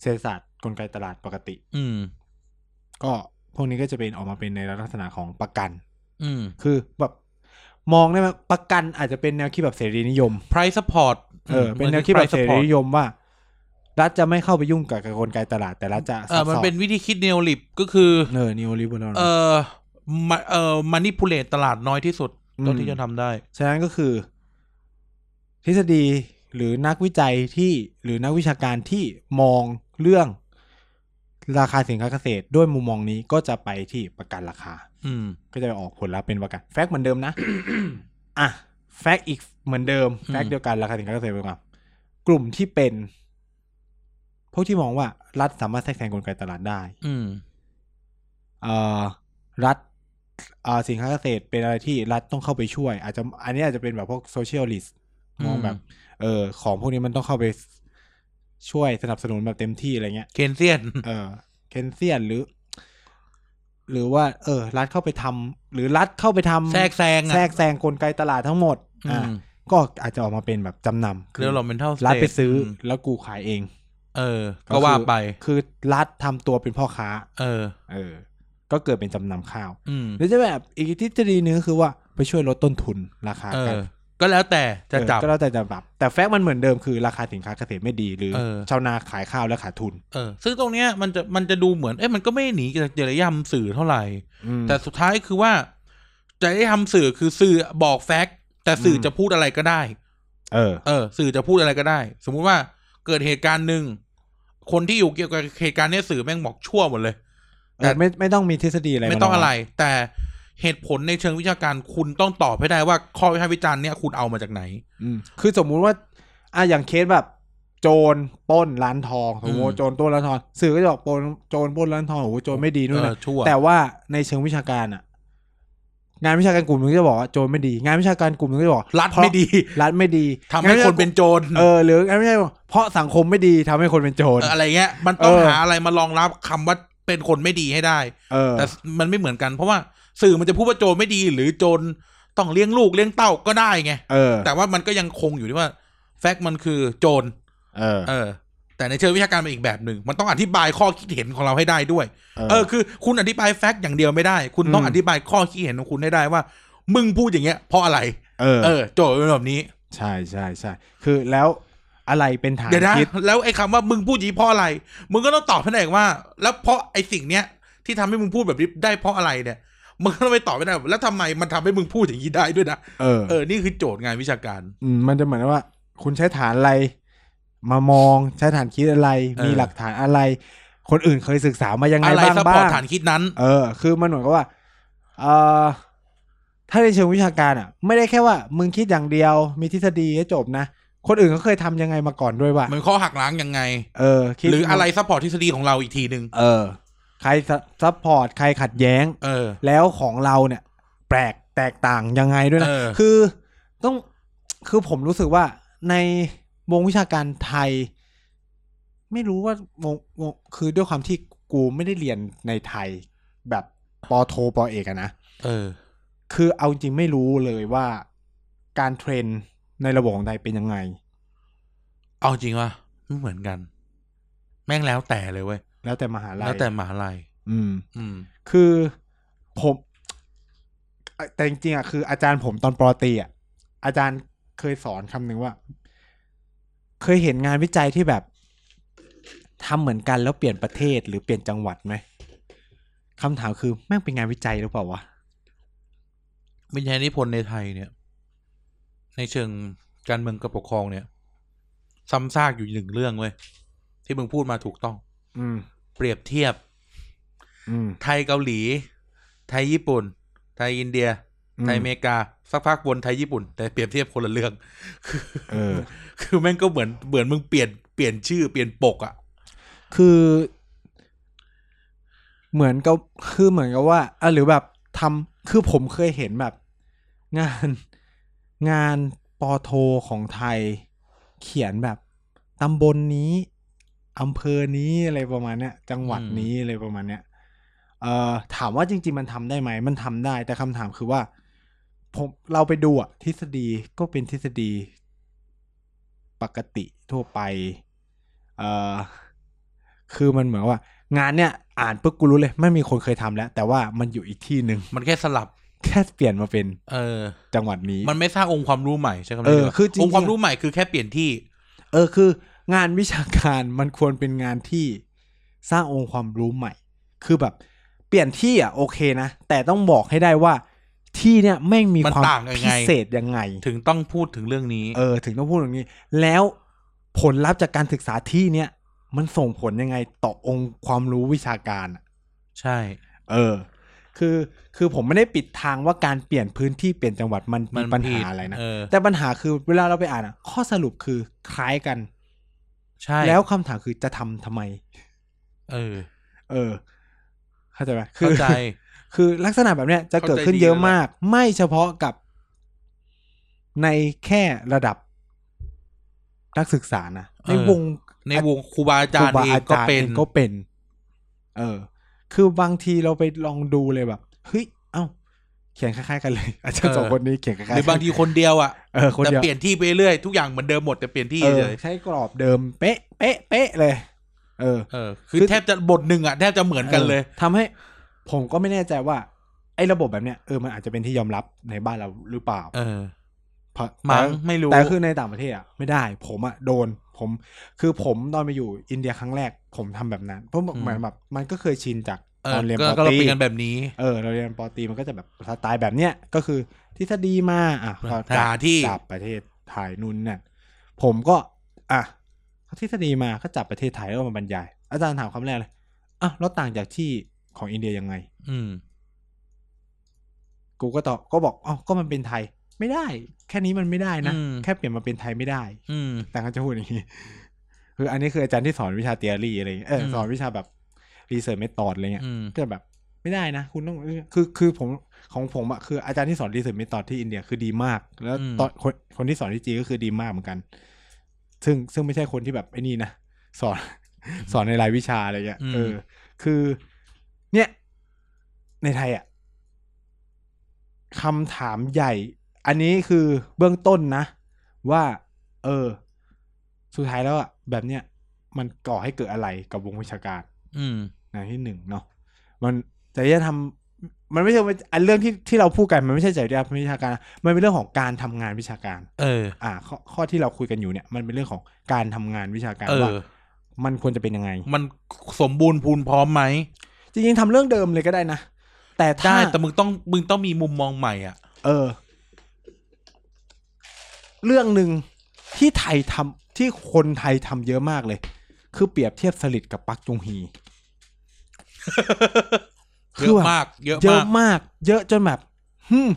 เศรษฐศาสตร์กลไกตลาดปกติ
อืม
ก็พวกนี้ก็จะเป็นออกมาเป็นในลักษณะของประกัน
อืม
คือแบบมองได้ไหมประกันอาจจะเป็นแนวคิดแบบเสรีนิยม
price support
เออเป็นแนวคิดแบบเสรีนิยมว่า รัฐจะไม่เข้าไปยุ่งกับกลไกตลาดแต่รัฐจะ
เอ
ซั
อบ มัน
ซ้อน
เป็นวิธีคิดเนโอลิบก็คือ
เนอนิโอลิเบอรัล
เออมาเออมานิพูเลตตลาดน้อยที่สุด
อืม
เท่าที่จะทำได้
ฉะนั้นก็คือ ทฤษฎีหรือนักวิจัยที่หรือนักวิชาการที่มองเรื่องราคาสินค้าเกษตร ด้วยมุมมองนี้ก็จะไปที่ประกันราคา
อืม
ก็จะออกผลลัพธ์เป็นประกัน แฟกต์เหมือนเดิมนะ อ่ะ แฟกต์อีกเหมือนเดิม แฟก
อืม
ต์เดียวกันราคาสินค้าเกษตรเหมือนกันกลุ่มที่เป็น พวกที่มองว่ารัฐสามารถแทรกแซงกลไกตลาดได้
อืม
เอ่อรัฐเอ่อสินค้าเกษตรเป็นอะไรที่รัฐต้องเข้าไปช่วย อาจจะอันนี้อาจจะเป็นแบบพวกโซเชียลลิสต์มองแบบ
อืม
เออของพวกนี้มันต้องเข้าไปช่วยสนับสนุนแบบเต็มที่อะไรเงี้ย
เคนเซียน
เออเคนเซียนหรือ หรือว่า เออ รัฐเข้าไปทำหรือรัฐเข้าไปทำ
แทรกแซง
แทร
อ่ะ
กแซงกลไกตลาดทั้งหมด
อื
อ่าม ก็อาจจะออกมาเป็นแบบจำนำคื
เรียกเราเป็นเท่า
รัฐไปซื้ออแล้วกูขายเอง
เออ
ก็
ก็
คือ
ว่าไป
คือรัฐทำตัวเป็นพ่อค้า
เออ
เออ ก็เกิดเป็นจำนำข้าว
อืม
หรือจะแบบอีกทฤษฎีหนึงก็คือว่าไปช่วยลดต้นทุนราคา
เอ
กัน
อ ก็แล้วแต่จะจับ
เออก็แล้วแต่จะปรับ แต่แฟกต์มันเหมือนเดิมคือราคาสินค้าเกษตรไม่ดี หรือ
เออ
ชาวนาขายข้าวแล้วขาดทุน
เออ ซึ่งตรงเนี้ยมันจะมันจะดูเหมือน เอ๊ะมันก็ไม่หนีจากจริยธรรมสื่อเท่าไหร่
อืม
แต่สุดท้ายคือว่าจริยธรรมสื่อคือสื่อบอกแฟกต์แต่สื่ออ
ม
จะพูดอะไรก็ได้
เออ
เออ สื่อจะพูดอะไรก็ได้ สมมุติว่าเกิดเหตุการณ์หนึ่งคนที่อยู่เกี่ยวกับเหตุการณ์เนี้ยสื่อแม่งบอกชั่วหมดเลย
แต่ไม่ไม่ต้องมีทฤษฎีอะไร
ไม่ต้อง
าร
อะ
ง
ไร แต่เหตุผลในเชิงวิชาการคุณต้องตอบให้ได้ว่าข้อวิพากษ์วิจารณ์เนี่ยคุณเอามาจากไหน
อืมคือสมมุติว่าอ่ะอย่างเคสแบบ โจรปล้นร้านทองสมมติ
อืม
โจรปล้นร้านทองสื่อก็จะบอกโจรโจรปล้นร้านทองโอ้โหโจรไม่ดี
เอ
ด้วย
อ
นะ
ชั่ว
แต่ว่าในเชิงวิชาการอะงานวิชาการกลุ่มหนึงก็จะบอกว่าโจรไม่ดี งานวิชาการกลุ่มหนึงก็จะบอก
รัฐไม่ดี
รัฐไม่ดี
ทำให้คนเป็นโจร
เออหรือไม่ใช่เพราะสังคมไม่ดีทำให้คนเป็นโจร
เอออะไรเงี้ย มันต้อง
เออ
หาอะไรมารองรับคำว่าเป็นคนไม่ดีให้ได้
เออ
แต่มันไม่เหมือนกันเพราะว่าสื่อมันจะพูดว่าโจรไม่ดีหรือโจรต้องเลี้ยงลูกเลี้ยงเต้าก็ได้ไง
เออ
แต่ว่ามันก็ยังคงอยู่ที่ว่า แฟกต์มันคือโจร
เออ
เออ แต่ในเชิงวิชาการเป็นอีกแบบหนึ่งมันต้องอธิบายข้อคิดเห็นของเราให้ได้ด้วย เอ
เอ
อ
อ
คือคุณอธิบายแฟกต์อย่างเดียวไม่ได้ คุณต้อง
อืม
อธิบายข้อคิดเห็นของคุณให้ได้ว่า มึงพูดอย่างเงี้ยเพราะอะไร
เออ
เออ โจทย์เป็นแบบนี้
ใช่ใช่ใช่คือแล้วอะไรเป็นฐาน
เดี๋ยวนะ
คิด
แล้วไอ้คำว่ามึงพูดอย่างนี้เพราะอะไร มึงก็ต้องตอบให้ได้ว่า แล้วเพราะไอ้สิ่งเนี้ยที่ทำให้มึงพูดแบบนี้ได้เพราะอะไรเนี่ยมึงก็ต้องไปตอบไม่ได้แล้วทำไมมันทำให้มึงพูดอย่างนี้ได้ด้วยนะ
เออ
เออนี่คือโจทย์งานวิชาการ
อืมมันจะเหมือนว่า คุณใช้ฐานอะไร มามองใช้ฐานคิดอะไร
เออ
มีหลักฐานอะไร คนอื่นเคยศึกษามายังไง
อะไร
บ้าง
ซัพพ
บ้า
อร์ต
ง
ฐานคิดนั้น
เออ คือมันเหมือนกับว่าเออถ้าในเชิงวิชาการอ่ะ ไม่ได้แค่ว่า มึงคิดอย่างเดียว มีทฤษฎีให้จบนะ คนอื่นเขาเคยทำยังไงมาก่อนด้วยว่า
มันข้อหักล้างยังไง
เออคิด
หรืออะไรซัพพอร์ตทฤษฎีของเราอีกทีหนึ่ง
เออ ใครซัพพอร์ตใครขัดแย้ง
เออ
แล้วของเราเนี่ย แปลกแตกต่างยังไงด้วยนะ
เออ
คือต้องคือผมรู้สึกว่าในวงวิชาการไทย ไม่รู้ว่าวงวงคือด้วยความที่กูไม่ได้เรียนในไทยแบบปอโทปอเอกอะนะ
เออ
คือเอาจริงไม่รู้เลยว่าการเทรนในระบบของไทยเป็นยังไง
เอาจริงว่ะไม่เหมือนกัน แม่งแล้วแต่เลยเว้ย
แล้วแต่มหาลัย
แล้วแต่มหาลัย
อืม
อืม
คือผมเอ่อแต่จริงๆอ่ะคืออาจารย์ผมตอนปอตรีอ่ะอาจารย์เคยสอนคำหนึ่งว่า เคยเห็นงานวิจัยที่แบบทำเหมือนกันแล้วเปลี่ยนประเทศหรือเปลี่ยนจังหวัดไหมคำถามคือแม่งเป็นงานวิจัยหรือเปล่าวะ
วิญญาณนิพนธ์ในไทยเนี่ย ในเชิงการเมืองกับปกครองเนี่ยซ้ำซากอยู่หนึ่งเรื่องเว้ยที่มึงพูดมาถูกต้อง
อืม
เปรียบเทียบ
อืม
ไทยเกาหลี ไทยญี่ปุ่น ไทยอินเดีย ไทยอเมริกา สักพักวนไทยญี่ปุ่น แต่เปรียบเทียบคนละเรื่อง คือ
เออ
คือแม่งก็เหมือนเหมือนมึงเปลี่ยนเปลี่ยนชื่อเปลี่ยนปกอะ
คือเหมือนกับคือเหมือนกับว่าอ่ะหรือแบบทำคือผมเคยเห็นแบบ งานงานปอโทของไทย เขียนแบบตำบลนี้อำเภอนี้อะไรประมาณเนี้ย จังหวัดนี้อะไรประมาณเนี้ยเอ่อถามว่าจริง ๆ มันทำได้ไหมมันทำได้ แต่คำถามคือว่า ผมเราไปดูอะทฤษฎีก็เป็นทฤษฎี ปกติทั่วไป เอ่อ คือมันเหมือนว่า งานเนี่ยอ่านปุ๊บกูรู้เลยไม่มีคนเคยทำแล้ว แต่ว่ามันอยู่อีกที่หนึ่ง
มันแค่สลับ
แค่เปลี่ยนมาเป็น
เออ
จังหวัดนี้
มันไม่สร้างองค์ความรู้ใหม่ใช่คำ
เอ
นี้ดีก
อ
ว่า
คือจริง
อ
ๆ
งค์ความรู้ใหม่คือแค่เปลี่ยนที่
เออคือ งานวิชาการมันควรเป็นงานที่สร้างองค์ความรู้ใหม่ คือแบบเปลี่ยนที่อ่ะโอเคนะ แต่ต้องบอกให้ได้ว่าที่เนี่ยแม่งมี
มัน
ความ
ต่างยัง
พิ
ไง
เศษยังไง
ถึงต้องพูดถึงเรื่องนี้
เออถึงต้องพูดอย่างนี้ แล้วผลลัพธ์จากการศึกษาที่เนี่ยมันส่งผลยังไงต่อองค์ความรู้วิชาการอะ
ใช่
เออ คือ คือผมไม่ได้ปิดทางว่าการเปลี่ยนพื้นที่เปลี่ยนจังหวัดมัน
มั
มี
น
ปัญ
ผิ
หา
ด
อะไรนะ
เออ
แต่ปัญหาคือเวลาเราไปอ่านอะข้อสรุปคือคล้ายกัน
ใช่
แล้วคำถามคือจะทำทำไม
เออ
เออ เข้าใจไหมคื
เข้า
อ
ใจ
คือลักษณะแบบเนี้ยจะเกิดขึ้นเยอะมาก ไม่เฉพาะกับในแค่ระดับนักศึกษานะ
เอ
ใน
อ
วง
ในวงครูบาอาจารย์
คบ
เองก็เป็น
องก็เป็น เออ คือบางทีเราไปลองดูเลยแบบเฮ้ยเอ้า เขียนคล้ายๆกันเลย อาจารย์
เออ
สองคนนี้เขียนคล้าย
ห
ๆกัน
รือบางทีคนเดียวอ่ะ
เออคน
แต่
เดียว
เปลี่ยนที่ไปเรื่อยทุกอย่างเหมือนเดิมหมดแต่เปลี่ยนที่
เออ
เลย
ใช้กรอบเดิม เป๊ะเป๊ะเป๊ะเลย เออ
เออ คือแทบจะบทหนึ่งอ่ะแทบจะเหมือนกันเลย
ออทำให้ผมก็ไม่แน่ใจว่า ไอ้ระบบแบบเนี้ยเออมันอาจจะเป็นที่ยอมรับในบ้านเราหรือเปล่า
เออ
เพราะ
มั้ง
แต่
ไม่รู้
แต่คือในต่างประเทศอ่ะไม่ได้ ผมอ่ะโดน ผม คือผมตอนไปอยู่อินเดียครั้งแรก ผมทำแบบนั้น เพราะเหมือนแบบ มันก็เคยชินจาก
เอ
ต
อ
อนเรียน
ก็
ปอ
ก็เรา
ตรี
เป็นกันแบบนี้
เออเราเรียนปอตรีมันก็จะแบบสไตล์แบบเนี้ยก็คือทฤษฎีมาอ่ะก็
สถานที่
จับประเทศไทยนู่นนั่นผมก็ อ่ะทฤษฎีมาก็จับประเทศไทยแล้วก็มาบรรยาย อาจารย์ถามคำแรกเลยอ่ะแล้วต่างจากที่ของอินเดียยังไง
อืม
กูก็ตอบก็บอกอ๋อก็มันเป็นไทย ไม่ได้ แค่นี้มันไม่ได้นะ
อืม
แค่เปลี่ยนมาเป็นไทยไม่ได้
อืม
แต่เขาจะพูดอย่างนี้ คืออันนี้คืออาจารย์ที่สอนวิชาเตียรี่อะไรอย่างเงี้ยเอออ
ม
สอนวิชาแบบรีเสิร์ชเมธอดอะไรเงี้ย
อืม
ก็แบบไม่ได้นะ คุณต้องคือคือผมของผมอะคืออาจารย์ที่สอนรีเสิร์ชเมธอดที่อินเดียคือดีมาก แล้ว
อืม
ตอนคนคนที่สอนที่จีนก็คือดีมากเหมือนกัน ซึ่งซึ่งไม่ใช่คนที่แบบไอ้นี่นะสอน สอนในรายวิชาอะไรเงี้ย
อืม
เออ คือ เนี่ย ในไทยอะ คำถามใหญ่ อันนี้คือเบื้องต้นนะ ว่า เออ สุดท้ายแล้วอะแบบเนี้ยมันก่อให้เกิดอะไรกับวงวิชาการ
อืม
นะที่หนึ่งเนาะมันจริยธรรมมันไม่ใช่ว่าอันเรื่องที่ที่เราพูดกันมันไม่ใช่จริยธรรมวิชาการนะมันเป็นเรื่องของการทำงานวิชาการ
เออ
อ่าข้อข้อที่เราคุยกันอยู่เนี่ย มันเป็นเรื่องของการทำงานวิชาการ
เอ
ว่า
อ
มันควรจะเป็นยังไง
มันสมบูรณ์พูนพร้อมไหม
จริงๆทำเรื่องเดิมเลยก็ได้นะ แต่ถ้า
ได้แต่มึงต้องมึงต้องมีมุมมองใหม่อ่ะ
เออ เรื่องหนึ่งที่ไทยทำที่คนไทยทำเยอะมากเลย คือเปรียบเทียบสลิดกับปักจุงฮี คื
เยอะ
แบบ
มาก เยอะ
เย
มา
อะ
ก
มาก เยอะจนแบบฮึม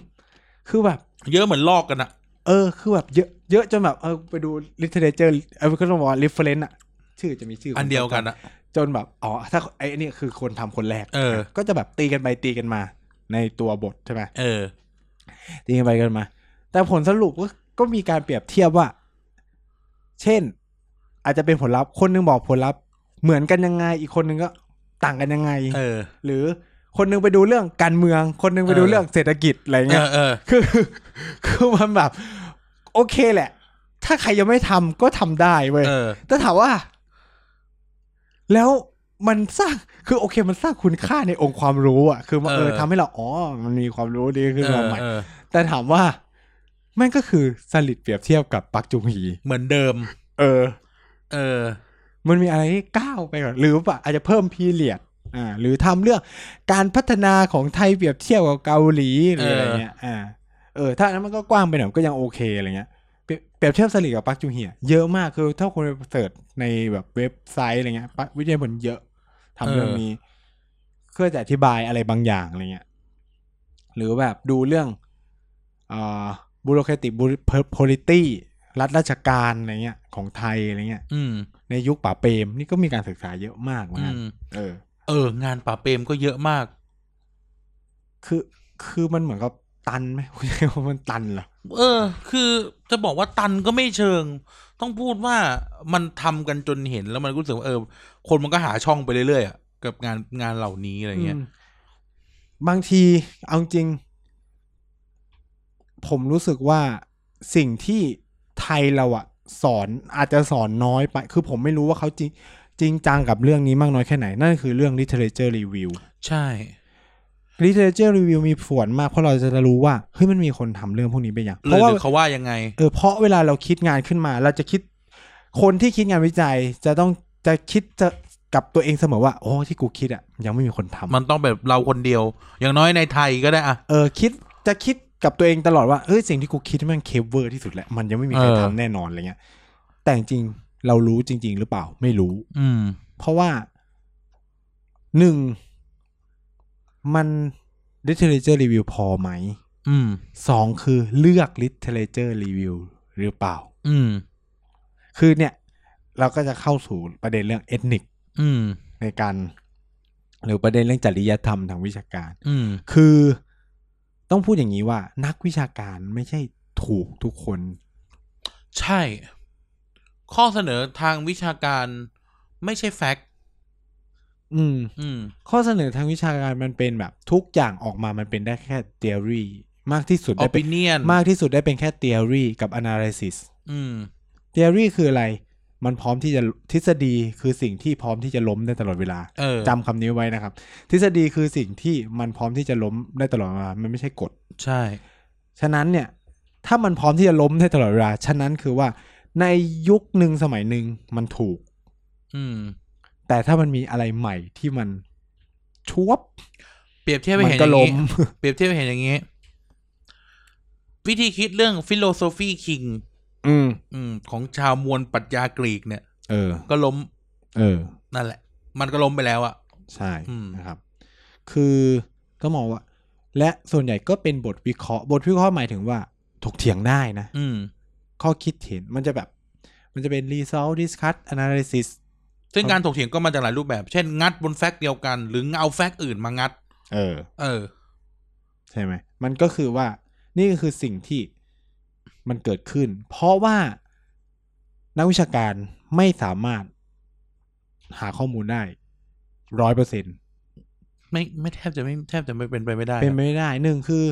คือแบบ
เยอะเหมือนลอกกันอ่ะ
เออ คือแบบเยอะเยอะจนแบบเออไปดู literature เออก็ต้องบอกว่า reference อะชื่อจะมีชื่อค
อันเดียวกันอ่ะ
จนแบบอ๋อถ้าไอ้นี่คือคนทำคนแรก
เออ
ก็จะแบบตีกันไปตีกันมา ในตัวบทใช่ไหม
เออ
ตีกันไปกันมา แต่ผลสรุปก็ก็มีการเปรียบเทียบว่า เช่น อาจจะเป็นผลลัพธ์คนหนึงบอกผลลัพธ์เหมือนกันยังไง อีกคนหนึงก็ต่างกันยังไง
เออ
หรือคนหนึงไปดูเรื่องการเมือง คนหนึงไปดู
เออ
เรื่องเศรษฐกิจอะไร
เอ
เงี้ย
อเออ
คือ คือมันแบบ โอเคแหละ ถ้าใครยังไม่ทำก็ทำได้เว้ย
เออ
แต่ถามว่า แล้วมันสร้างคือโอเค มันสร้างคุณค่าในองค์ความรู้อ่ะคือมันเออ
เออ
ทำให้เราอ๋อมันมีความรู้ดีขึ้น
เอ
มา
อ
ใหม่
เออ
แต่ถามว่าแม่งก็คือสลิดเปรียบเทียบกับปักจุงฮี
เหมือนเดิม
เออ
เออ
มันมีอะไรที่ก้าวไปก่อนหรือว่าอาจจะเพิ่มพีเรียดอ่าหรือทำเรื่องการพัฒนาของไทยเปรียบเทียบกับเกาหลีหรืออะไรเงี้ยอ่าเออ ถ้าอันนั้นมันก็กว้างไปหน่อยมันก็ยังโอเคอะไรเงี้ยเปรียบเปรียบเทียบสลิดกับปักจุงฮีอะเยอะมากคือถ้าคนไปเสิร์ชในแบบเว็บไซต์อะไรเงี้ยปักวิทยาผลเยอะทำเรื่องนี้เพื่อจะอธิบายอะไรบางอย่างอะไรเงี้ยหรือแบบดูเรื่องอ่าบูโรแคติบูโพลิตี้รัฐราชการอะไรเงี้ยของไทยอะไรเงี้ย
อืม
ในยุคป่าเปรมนี่ก็มีการศึกษาเยอะมากเหมือน
อื
กัน
ม
เออ
เออ งานป่าเปรมก็เยอะมาก
คือคือมันเหมือนกับตันไหม คุณใช้ว่ามันตันเหรอ
เออ คือจะบอกว่าตันก็ไม่เชิง ต้องพูดว่ามันทำกันจนเห็นแล้วมันรู้สึกว่าเออ คนมันก็หาช่องไปเรื่อยๆอะกับงานงานเหล่านี้อะไรเงี้ย
อืมบางทีเอาจริง ผมรู้สึกว่าสิ่งที่ไทยเราอะสอนอาจจะสอนน้อยไป คือผมไม่รู้ว่าเขาจริง จริงจังกับเรื่องนี้มากน้อยแค่ไหน นั่นคือเรื่อง literature review
ใช่
literature review มีส่วนมากเพราะเราจะรู้ว่าเฮ้ยมันมีคนทำเรื่องพวกนี้ไปยัง
ห
เพ
รือ
ราะ
ห
ว่า
รือเขาว่ายังไง
เออเพราะเวลาเราคิดงานขึ้นมา เราจะคิดคนที่คิดงานวิจัยจะต้องจะคิดจะกับตัวเองเสมอว่าโอ้ที่กูคิดอ่ะยังไม่มีคนทำ
มันต้องแบบเราคนเดียว อย่างน้อยในไทยก็ได้อะ
เออคิดจะคิดกับตัวเองตลอดว่าเอ้ยสิ่งที่กูคิดมันเคเวอร์ที่สุดแหละมันยังไม่มีใคร
เออ
ทำแน่นอนอะไรเงี้ย แต่จริงๆเรารู้จริง ๆ หรือเปล่าไม่รู้
อืม
เพราะว่าหนึ่งมัน literature review พอไหม
อืม
สองคือเลือก literature review หรือเปล่า
อืม
คือเนี่ย เราก็จะเข้าสู่ประเด็นเรื่องเอทนิก
อืม
ในการ หรือประเด็นเรื่องจริยธรรมทางวิชาการ
อืม
คือต้องพูดอย่างนี้ว่า นักวิชาการไม่ใช่ถูกทุกคน
ใช่ ข้อเสนอทางวิชาการไม่ใช่แฟกต์
อืม
อืม
ข้อเสนอทางวิชาการมันเป็นแบบทุกอย่างออกมามันเป็นได้แค่ theory มากที่สุดได้เป็น
opinion
มากที่สุดได้เป็นแค่ theory กับ analysis
อืม
theory คืออะไร มันพร้อมที่จะทฤษฎีคือสิ่งที่พร้อมที่จะล้มได้ตลอดเวลา
เออ
จำคำนี้ไว้นะครับ ทฤษฎีคือสิ่งที่มันพร้อมที่จะล้มได้ตลอดเวลามันไม่ใช่กฎ
ใช่
ฉะนั้นเนี่ย ถ้ามันพร้อมที่จะล้มได้ตลอดเวลา ฉะนั้นคือว่าในยุคหนึ่งสมัยหนึ่งมันถูก
อืม
แต่ถ้ามันมีอะไรใหม่ที่มันชวบ
เปรียบเทียบไป
มั
เห็นอ
ก็
ย่าง
ล้
นี้
ม
เปรียบเทียบไปเห็นอย่างนี้ วิธีคิดเรื่องฟิโลโซฟีคิง
อืม
อืม ของชาวมวลปรัชญากรีกเนี่ย
เออ
ก็ล้ม
เออ
นั่นแหละ มันก็ล้มไปแล้วอะ
ใช่
อืม
นะครับ คือก็มองว่า และส่วนใหญ่ก็เป็นบทวิเคราะห์ บทวิเคราะห์หมายถึงว่าถกเถียงได้นะ
อืม
ข้อคิดเห็นมันจะแบบ มันจะเป็น result discuss analysis
ซึ่งการถกเถียงก็มาจากหลายรูปแบบ เช่น งัดบนแฟกต์เดียวกัน หรือเอาแฟกต์อื่นมางัด
เออ
เออ
ใช่ไหม มันก็คือว่า นี่ก็คือสิ่งที่มันเกิดขึ้น เพราะว่านักวิชาการไม่สามารถหาข้อมูลได้ร้อยเปอร์เซ็น
ไม่ไม่แทบจะไม่แทบจะไม่เป็นไปไม่ได้
เป็นไปไม่ได้หนึ่งคือ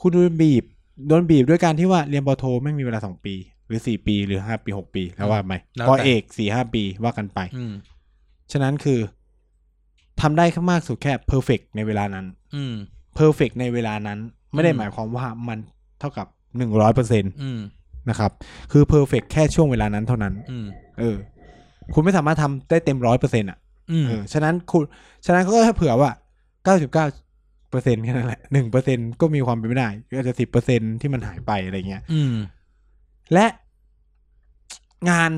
คุณโดนบีบ โดนบีบด้วยการที่ว่าเรียนปอโท ไม่มีเวลาสองปี หรือสี่ปี หรือห้าปีหกปี แล้วว่าไป
แล้ว
ปอ
แต่
เอกสี่ห้าปีว่ากันไป
อืม
ฉะนั้นคือทำได้แค่มากสุดแค่เพอร์เฟกในเวลานั้น
อืม
เพอร์เฟกในเวลานั้น ไม่ได้หมายความว่ามันเท่ากับหนึ่งร้อยเปอร์เซ็นต
อืม
นะครับคือเพอร์เฟกแค่ช่วงเวลานั้นเท่านั้น
อืม
เออ คุณไม่สามารถทำได้เต็มร้อยเปอร์เซ็นต์อ่ะ
อืม
เออฉะนั้นคุณฉะนั้นเขาก็ให้เผื่อว่าเก้าสิบเก้าเปอร์เซ็นต์แค่นั้นแหละหนึ่งเปอร์เซ็นก็มีความเป็นไม่ได้ก็อาจจะสิบเปอร์เซ็นที่มันหายไปอะไรเงี้ย
อืม
และงาน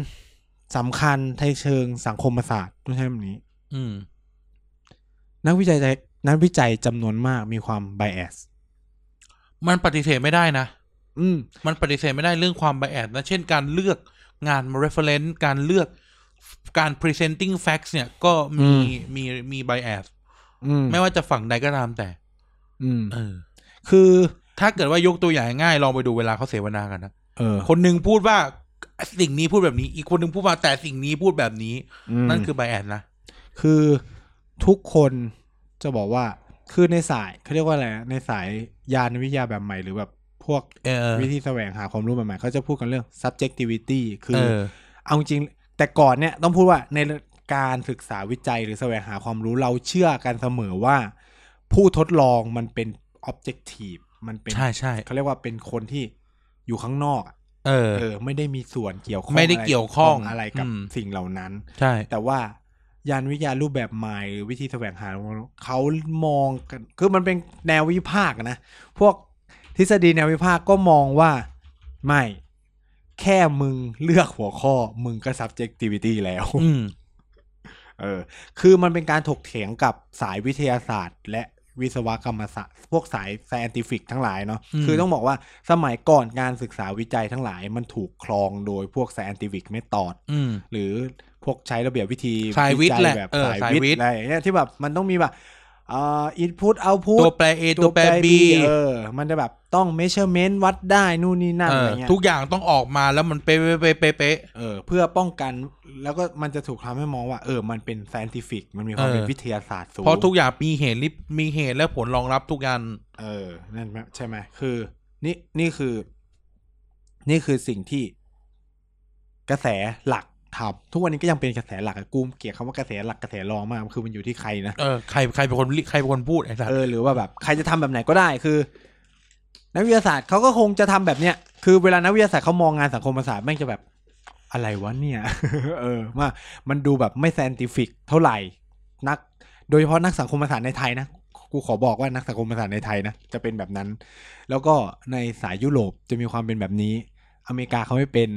สำคัญในเชิงสังคมศาสตร์ต้องใช้คำนี้
อืม
นักวิจัยใจนักวิจัยจำนวนมากมีความไบแอส
มันปฏิเสธไม่ได้นะ
อืม
มันปฏิเสธไม่ได้เรื่องความ b i แอดนะ เช่นการเลือกงานมา reference การเลือกการ presenting facts เนี่ย ก็มี
อืม
มีมี b i แอด
อืม
ไม่ว่าจะฝั่งใดก็ตามแต่
อืม
เออ
คือ
ถ้าเกิดว่ายกตัวอย่างง่ายๆลองไปดูเวลาเขาเสวนากันนะ
เออ
คนหนึ่งพูดว่าสิ่งนี้พูดแบบนี้ อีกคนหนึ่งพูดว่าแต่สิ่งนี้พูดแบบนี้
ม
นั่นคือ b i แอดนะ
คือทุกคนจะบอกว่าคือในสายเขาเรียกว่าอะไรนะในสายยานวิทยาแบบใหม่ หรือแบบพวก
เออ
วิธีแสวงหาความรู้แบบใหม่เขาจะพูดกันเรื่อง subjectivity คือ
เออ
เอาจริงแต่ก่อนเนี่ยต้องพูดว่าในการศึกษาวิจัยหรือแสวงหาความรู้เราเชื่อกันเสมอว่า ผู้ทดลองมันเป็น objective มันเป็น
ใช่ใช่
เขาเรียกว่าเป็นคนที่อยู่ข้างนอกอะ
เออ
เออ ไม่ได้มีส่วนเกี่ยวข้อง
ไม่ได้
อะร
เกี่ยวข้อง
อะไรกับ
อืม
สิ่งเหล่านั้น
ใช่
แต่ว่ายานวิทยารูปแบบใหม่หรือวิธีแสวงหาเขามองกันคือมันเป็นแนววิพากษ์อะนะ พวกทฤษฎีแนววิพากษ์ก็มองว่าไม่ แค่มึงเลือกหัวข้อมึงก็ subjectivity แล้ว
อืม
เออ คือมันเป็นการถกเถียงกับสายวิทยาศาสตร์ และวิศวกรรมศาสตร์ พวกสาย scientific ทั้งหลายเนาะ
อืม
คือต้องบอกว่าสมัยก่อนการศึกษาวิจัยทั้งหลาย มันถูกคลองโดยพวก scientific method
อืม
หรือพวกใช้ระเบียบวิธี
สายวิทย์
จั
แหละ
แบบ
เออ
สาย
สายวิ
วิ
ท
ท
ย์
ย์อะไรอย่างเงี้ยที่แบบมันต้องมีแบบอ่าอินพุตเอาพุต
ตัวแปร A ตัวแปร B
เออ มันจะแบบต้องเม s เ r อร์เมนต์วัดได้นู่นนี่นั่น
เอ
อะไร
อ
เงี้ย
ทุกอย่างต้องออกมาแล้วมันเป๊ะเป๊ะเป๊ะเป๊ะเป๊ะ
เออเพื่อป้องกันแล้วก็มันจะถูกทำให้มองว่า เออ มันเป็น scientific มันมีความเป็น
เออ
วิทยาศาสตร์สูง
เพราะทุกอย่างมีเหตุลิมีเหตุและผลรองรับทุกอย่าง
เออนั่นไหมใช่ไหมคือ นี่นี่คือ นี่คือสิ่งที่กระแสหลักทำทุกวันนี้ก็ยังเป็นกระแสหลักอะกูเกลียดคำว่ากระแสหลักกระแสรองมากคือมันอยู่ที่ใครนะ
เออใครใครเป็นคนใครเป็นคนพูดไอ้สัส
เออหรือว่าแบบใครจะทำแบบไหนก็ได้คือ นักวิทยาศาสตร์เขาก็คงจะทำแบบเนี้ยคือเวลานักวิทยาศาสตร์เขามองงานสังคมศาสตร์แม่งจะแบบอะไรวะเนี่ย เออมามันดูแบบไม่ scientific เท่าไหร่นัก โดยเฉพาะนักสังคมศาสตร์ในไทยนะกูขอบอกว่านักสังคมศาสตร์ในไทยนะจะเป็นแบบนั้น แล้วก็ในสายยุโรปจะมีความเป็นแบบนี้ อเมริกาเขาไม่เป็น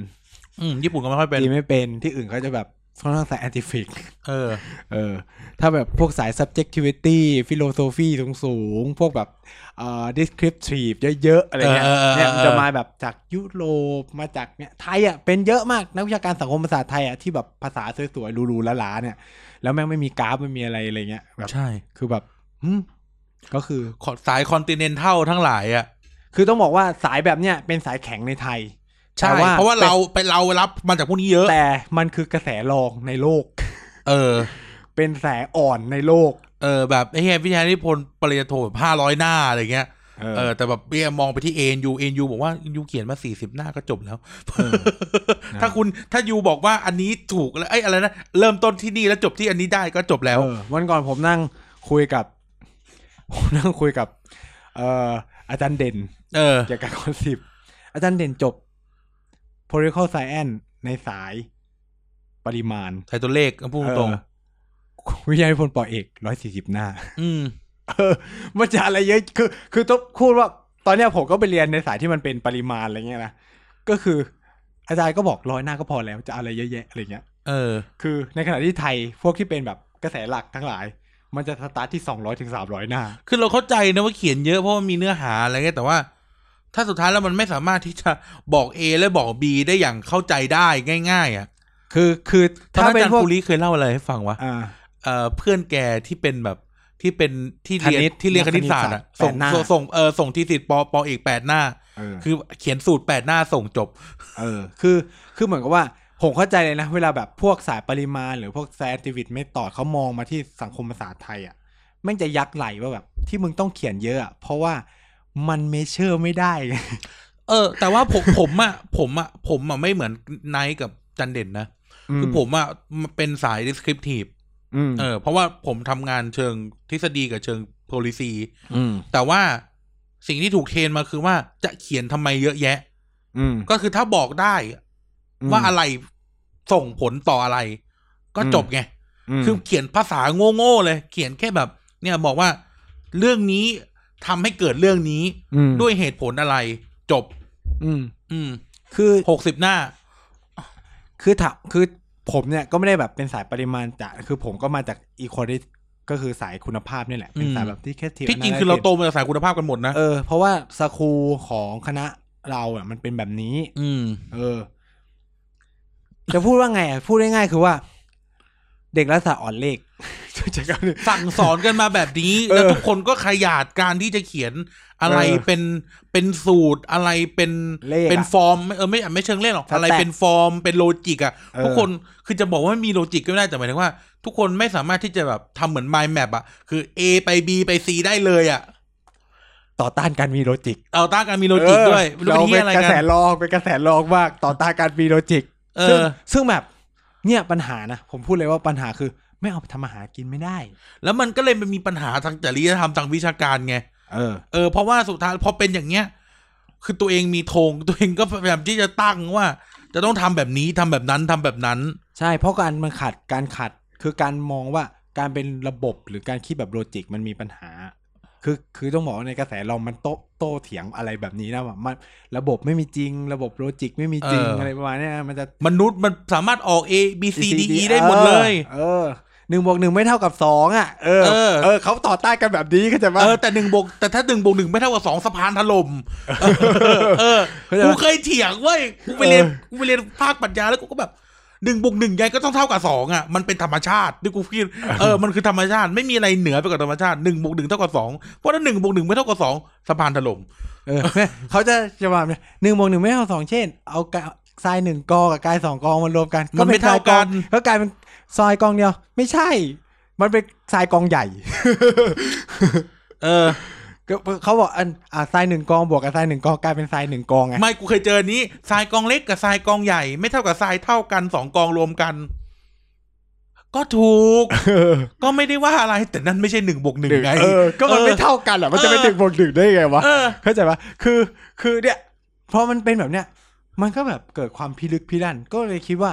อืมญี่ปุ่นก็ไม่ค่อยเป็น
จีนไม่เป็นที่อื่นเขาจะแบบ ค่อนข้าง scientific
เออ
เออ ถ้าแบบพวกสาย subjectivity philosophy สูงๆ พวกแบบเอ่อ descriptive เยอะๆ อะไรเงี้ย
เออเออเออ
เนี่ยมัน
เออ
จะมาแบบจากยุโรป มาจากเนี่ยไทยอ่ะ เป็นเยอะมาก นักวิชาการสังคมศาสตร์ไทยอ่ะ ที่แบบภาษาสวยๆหรูๆล้าๆเนี่ย แล้วแม่งไม่มีกราฟ ไม่มีอะไรอะไรเงี้ยแบบ
ใช่
คือแบบหึก็คือ
ขอสายคอนติเนนทัลทั้งหลายอ่ะ
คือต้องบอกว่าสายแบบเนี้ยเป็นสายแข็งในไทย
ใช่
แต่
เพราะว่าเราไปเรารับมาจากพวกนี้เยอะ
แต่มันคือกระแสรองในโลก
เออ
เป็นแสอ่อนในโลก
เออแบบไอ้เฮียวิทยานิพนธ์ปริญญาโทแบบห้าร้อยหน้าอะไรเงี้ย
เออ
เออแต่แบบเบี้ยมองไปที่เอ็นยูเอ็นยูบอกว่ายูเขียนมาสี่สิบหน้าก็จบแล้ว ถ้าคุณถ้ายูบอกว่าอันนี้ถูกแล้วไอ้ยอะไรนะเริ่มต้นที่นี่แล้วจบที่อันนี้ได้ก็จบแล้ว
เออวันก่อนผมนั่งคุยกับ ผมนั่งคุยกับ เอ่ออาจารย์เด่น
เออ
เกี่ยวกับคอนเซปต์อาจารย์เด่นจบ political science ในสายปริมาณ
ใช้ตัวเลขพูดตรง
เออวิทยานิพนธ์ปอเอกร้อยสี่สิบหน้า
ๆืม
เออมันจะอะไรเยอะ คือ คือต้องพูดว่า ตอนเนี้ยผมก็ไปเรียนในสายที่มันเป็นปริมาณอะไรเงี้ยนะก็คือ อาจารย์ก็บอกร้อยหน้าก็พอแล้วจะอะไรเยอะแยะอะไรเงี้ย
เออ
คือในขณะที่ไทยพวกที่เป็นแบบกระแสหลักทั้งหลาย มันจะสตาร์ทที่สองร้อยถึงสามร้อยหน้า
คือเราเข้าใจนะว่าเขียนเยอะเพราะมันมีเนื้อหาอะไรเงี้ยแต่ว่า ถ้าสุดท้ายแล้วมันไม่สามารถที่จะบอก A และบอก B ได้อย่างเข้าใจได้ง่าย ๆ อ่ะ
คือคือ
ตอนนั้น
เป็
อาน จาร
พ
ย์
วก
ภูริเคยเล่าอะไรให้ฟังวะ
อ่า
เอ่อเพื่อนแกที่เป็นแบบที่เป็นที่เรียน
คณิต
ที่เรียนคณิตศาสตร์อะ
คณิตศาส
ส่
ตร์
ง
แปดหน้า
ส่งส่งเออส่งทีสิทธิ์ปอปอเอกแปดหน้า
เออ
คือเขียนสูตรแปดหน้าส่งจบ
เออ คือคือเหมือนกับว่า ผมเข้าใจเลยนะ เวลาแบบพวกสายปริมาณ หรือพวก scientific method เขามองมาที่สังคมศาสตร์ไทยอ่ะแม่งจะยักไหลว่าแบบ ที่มึงต้องเขียนเยอะอะเพราะว่ามันเมเชอร์ไม่ได้
เออ แต่ว่า ผม ผมอ่ะผมอ่ะผมอ่ะไม่เหมือนไนท์กับจันเด่นนะคือผมอ่ะเป็นสาย descriptive
อืม
เออเพราะว่าผมทำงานเชิงทฤษฎีกับเชิง policy
อืม
แต่ว่าสิ่งที่ถูกเทรนมาคือว่าจะเขียนทำไมเยอะแยะ
อืม
ก็คือถ้าบอกได้ว่าอะไรส่งผลต่ออะไร ก็จบไง
ม
คือเขียนภาษาโง่ๆเลย เขียนแค่แบบ เนี่ยบอกว่าเรื่องนี้ทำให้เกิดเรื่องนี้
ม
ด้วยเหตุผลอะไร จบ
อืม
อืม
คือ
หกสิบหน้า
คือถามคือผมเนี่ยก็ไม่ได้แบบเป็นสายปริมาณจะคือผมก็มาจากอีควอลิก็คือสายคุณภาพนี่แหละ เป็นสายแบบที่แค่ที
ที่จริงคือเราโตมาจากสายคุณภาพกันหมดนะ
เออ เพราะว่าสครูของคณะเราอ่ะมันเป็นแบบนี้
อืม
เออ จะพูดว่าไงอ่ะ พูดง่ายๆคือว่า เด็กรัฐศาสตร์อ่อนเลข จะกันเลย
สั่งสอนกันมาแบบนี้
เออ
แล้วทุกคนก็ขยาดการที่จะเขียนอะไร
เออ
เป็นเป็นสูตรอะไรเป็น
เลขอะ
นฟอร์มเออไม่ไม่เชิงเลขหรอก
สแตท
อะไรเป็นฟอร์มเป็นโลจิกอ่ะ
เออ
ทุกคนคือจะบอกว่าไม่มีโลจิกก็ไม่ได้แต่หมายถึงว่า ทุกคนไม่สามารถที่จะแบบทำเหมือน mind map อ่ะคือ A ไป B ไป C ได้เลยอ่ะ
ต่อต้านการมีโลจิก
เอาต้านการมีโลจิกด้วย
เออ
รู้
เรา
เป็นที่
เป็น
อะไร
กระ
กั
แส
น
รองเป็นกระแสรองมากต่อต้านการมีโลจิก
เอ
ซึ่ง
อ
ซึ่งแบบเนี่ยปัญหานะ ผมพูดเลยว่าปัญหาคือ ไม่เอาไปทำอาหารกินไม่ได้
แล้วมันก็เลยมันมีปัญหาทางจริยธรรมทางวิชาการไง
เออ
เออเพราะว่าสุดท้ายพอเป็นอย่างเงี้ย คือตัวเองมีธงตัวเองก็พยายามที่จะตั้งว่า จะต้องทำแบบนี้ทำแบบนั้นทำแบบนั้น
ใช่เพราะการมันขัดการขัดคือการมองว่าการเป็นระบบหรือการคิดแบบโลจิกมันมีปัญหา คือคือต้องบอกว่าในกระแสเรามันโต้โต้เถียงอะไรแบบนี้นะว่ามันระบบไม่มีจริง ระบบโลจิกไม่มีจริง
เอออ
อะไรประมาณเนี้ยนะมันจะ
มนุษย์มันสามารถออก A B C D
ECD
E ได้หมดเลย
เออหนึ่งบวกหนึ่งไม่เท่ากับสองอ่ะเออ
เออ
เออเขาต่อต้านกันแบบนี้เข้าใจปะ
เออแต่หนึ่งบวกแต่ถ้าหนึ่งบวกหนึ่งไม่เท่ากับสองสะพานถล่มเออ
เข้าใจ
กู
ปะ
เคยเถียงเว้ยกูไปเรียน
เออ
กูไปเรียนภาคปรัชญาแล้วกูก็แบบหนึ่งบวกหนึ่งยังไงก็ต้องเท่ากับสองอ่ะมันเป็นธรรมชาติที่กูคิดเออ มันคือธรรมชาติไม่มีอะไรเหนือไปกว่าธรรมชาติหนึ่งบวกหนึ่งเท่ากับสองเพราะถ้าหนึ่งบวกหนึ่งไม่เท่ากับสองสะพานถล่ม
เออเขาจะจะว่าเนี่ยหนึ่งบวกหนึ่งไม่เท่าสองเช่น เอากายทรายหนึ่งกองกับกายสองกองมารวมกัน
มันไม่
ป็ทรย
เท่ากัน
องก็กลายเป็นซอยกองเดียว ไม่ใช่ มันเป็นทรายกองใหญ่
เออ
ก็เขาบอกอันอ่ะทรายหนึ่งกองบวกกับทรายหนึ่งกองกลายเป็นทรายหนึ่งกองไง
ไม่กูเคยเจอนี้ทรายกองเล็กกับทรายกองใหญ่ ไม่เท่ากับทรายเท่ากันสองกองรวมกัน ก็ถูก
เออ
ก็ไม่ได้ว่าอะไร แต่นั่นไม่ใช่หนึ่งบวกหนึ่งไง
เออก็มัน
เออ
ไม่เท่ากันอ่ะมันจะเป็นหนึ่งบวกหนึ่งได้ไงวะ
เออ
เข้าใจปะคือคือเนี่ยพอมันเป็นแบบเนี้ยมันก็แบบเกิดความพิลึกพิลั่นก็เลยคิดว่า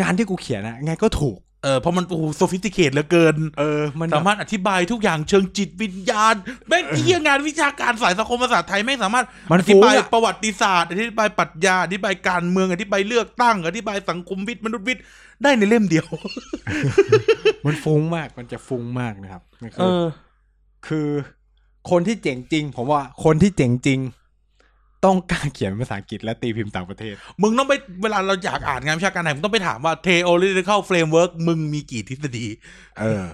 งานที่กูเขียนอะไงก็ถูก
เ ออเพราะมันโอ้โหโซฟิสติเคทเหลือเกิน
เออ มัน
สามารถอธิบายทุกอย่างเชิงจิตวิญญาณแม่งเยี่ยงานวิชาการสายสังคมศาสตร์ไทยแม่งสามารถ
มัน
อธิ
ฟุ้ง
บาย
อะ
ประวัติศาสตร์อธิบายปรัชญาอธิบายการเมืองอธิบายเลือกตั้งอธิบายสังคมวิทย์มนุษยวิทย์ได้ในเล่มเดียว
มันฟุ้งมาก มันจะฟุ้งมากนะครับมันคือคือคนที่เจ๋งจริง ผมว่าคนที่เจ๋งจริง ต้องกล้าเขียนภาษาอังกฤษและตีพิมพ์ต่างประเทศ
มึงต้องไปเวลาเราอยากอ่านงานวิชาการไหนมึงต้องไปถามว่า theoretical framework มึงมีกี่ทฤษฎี
เออ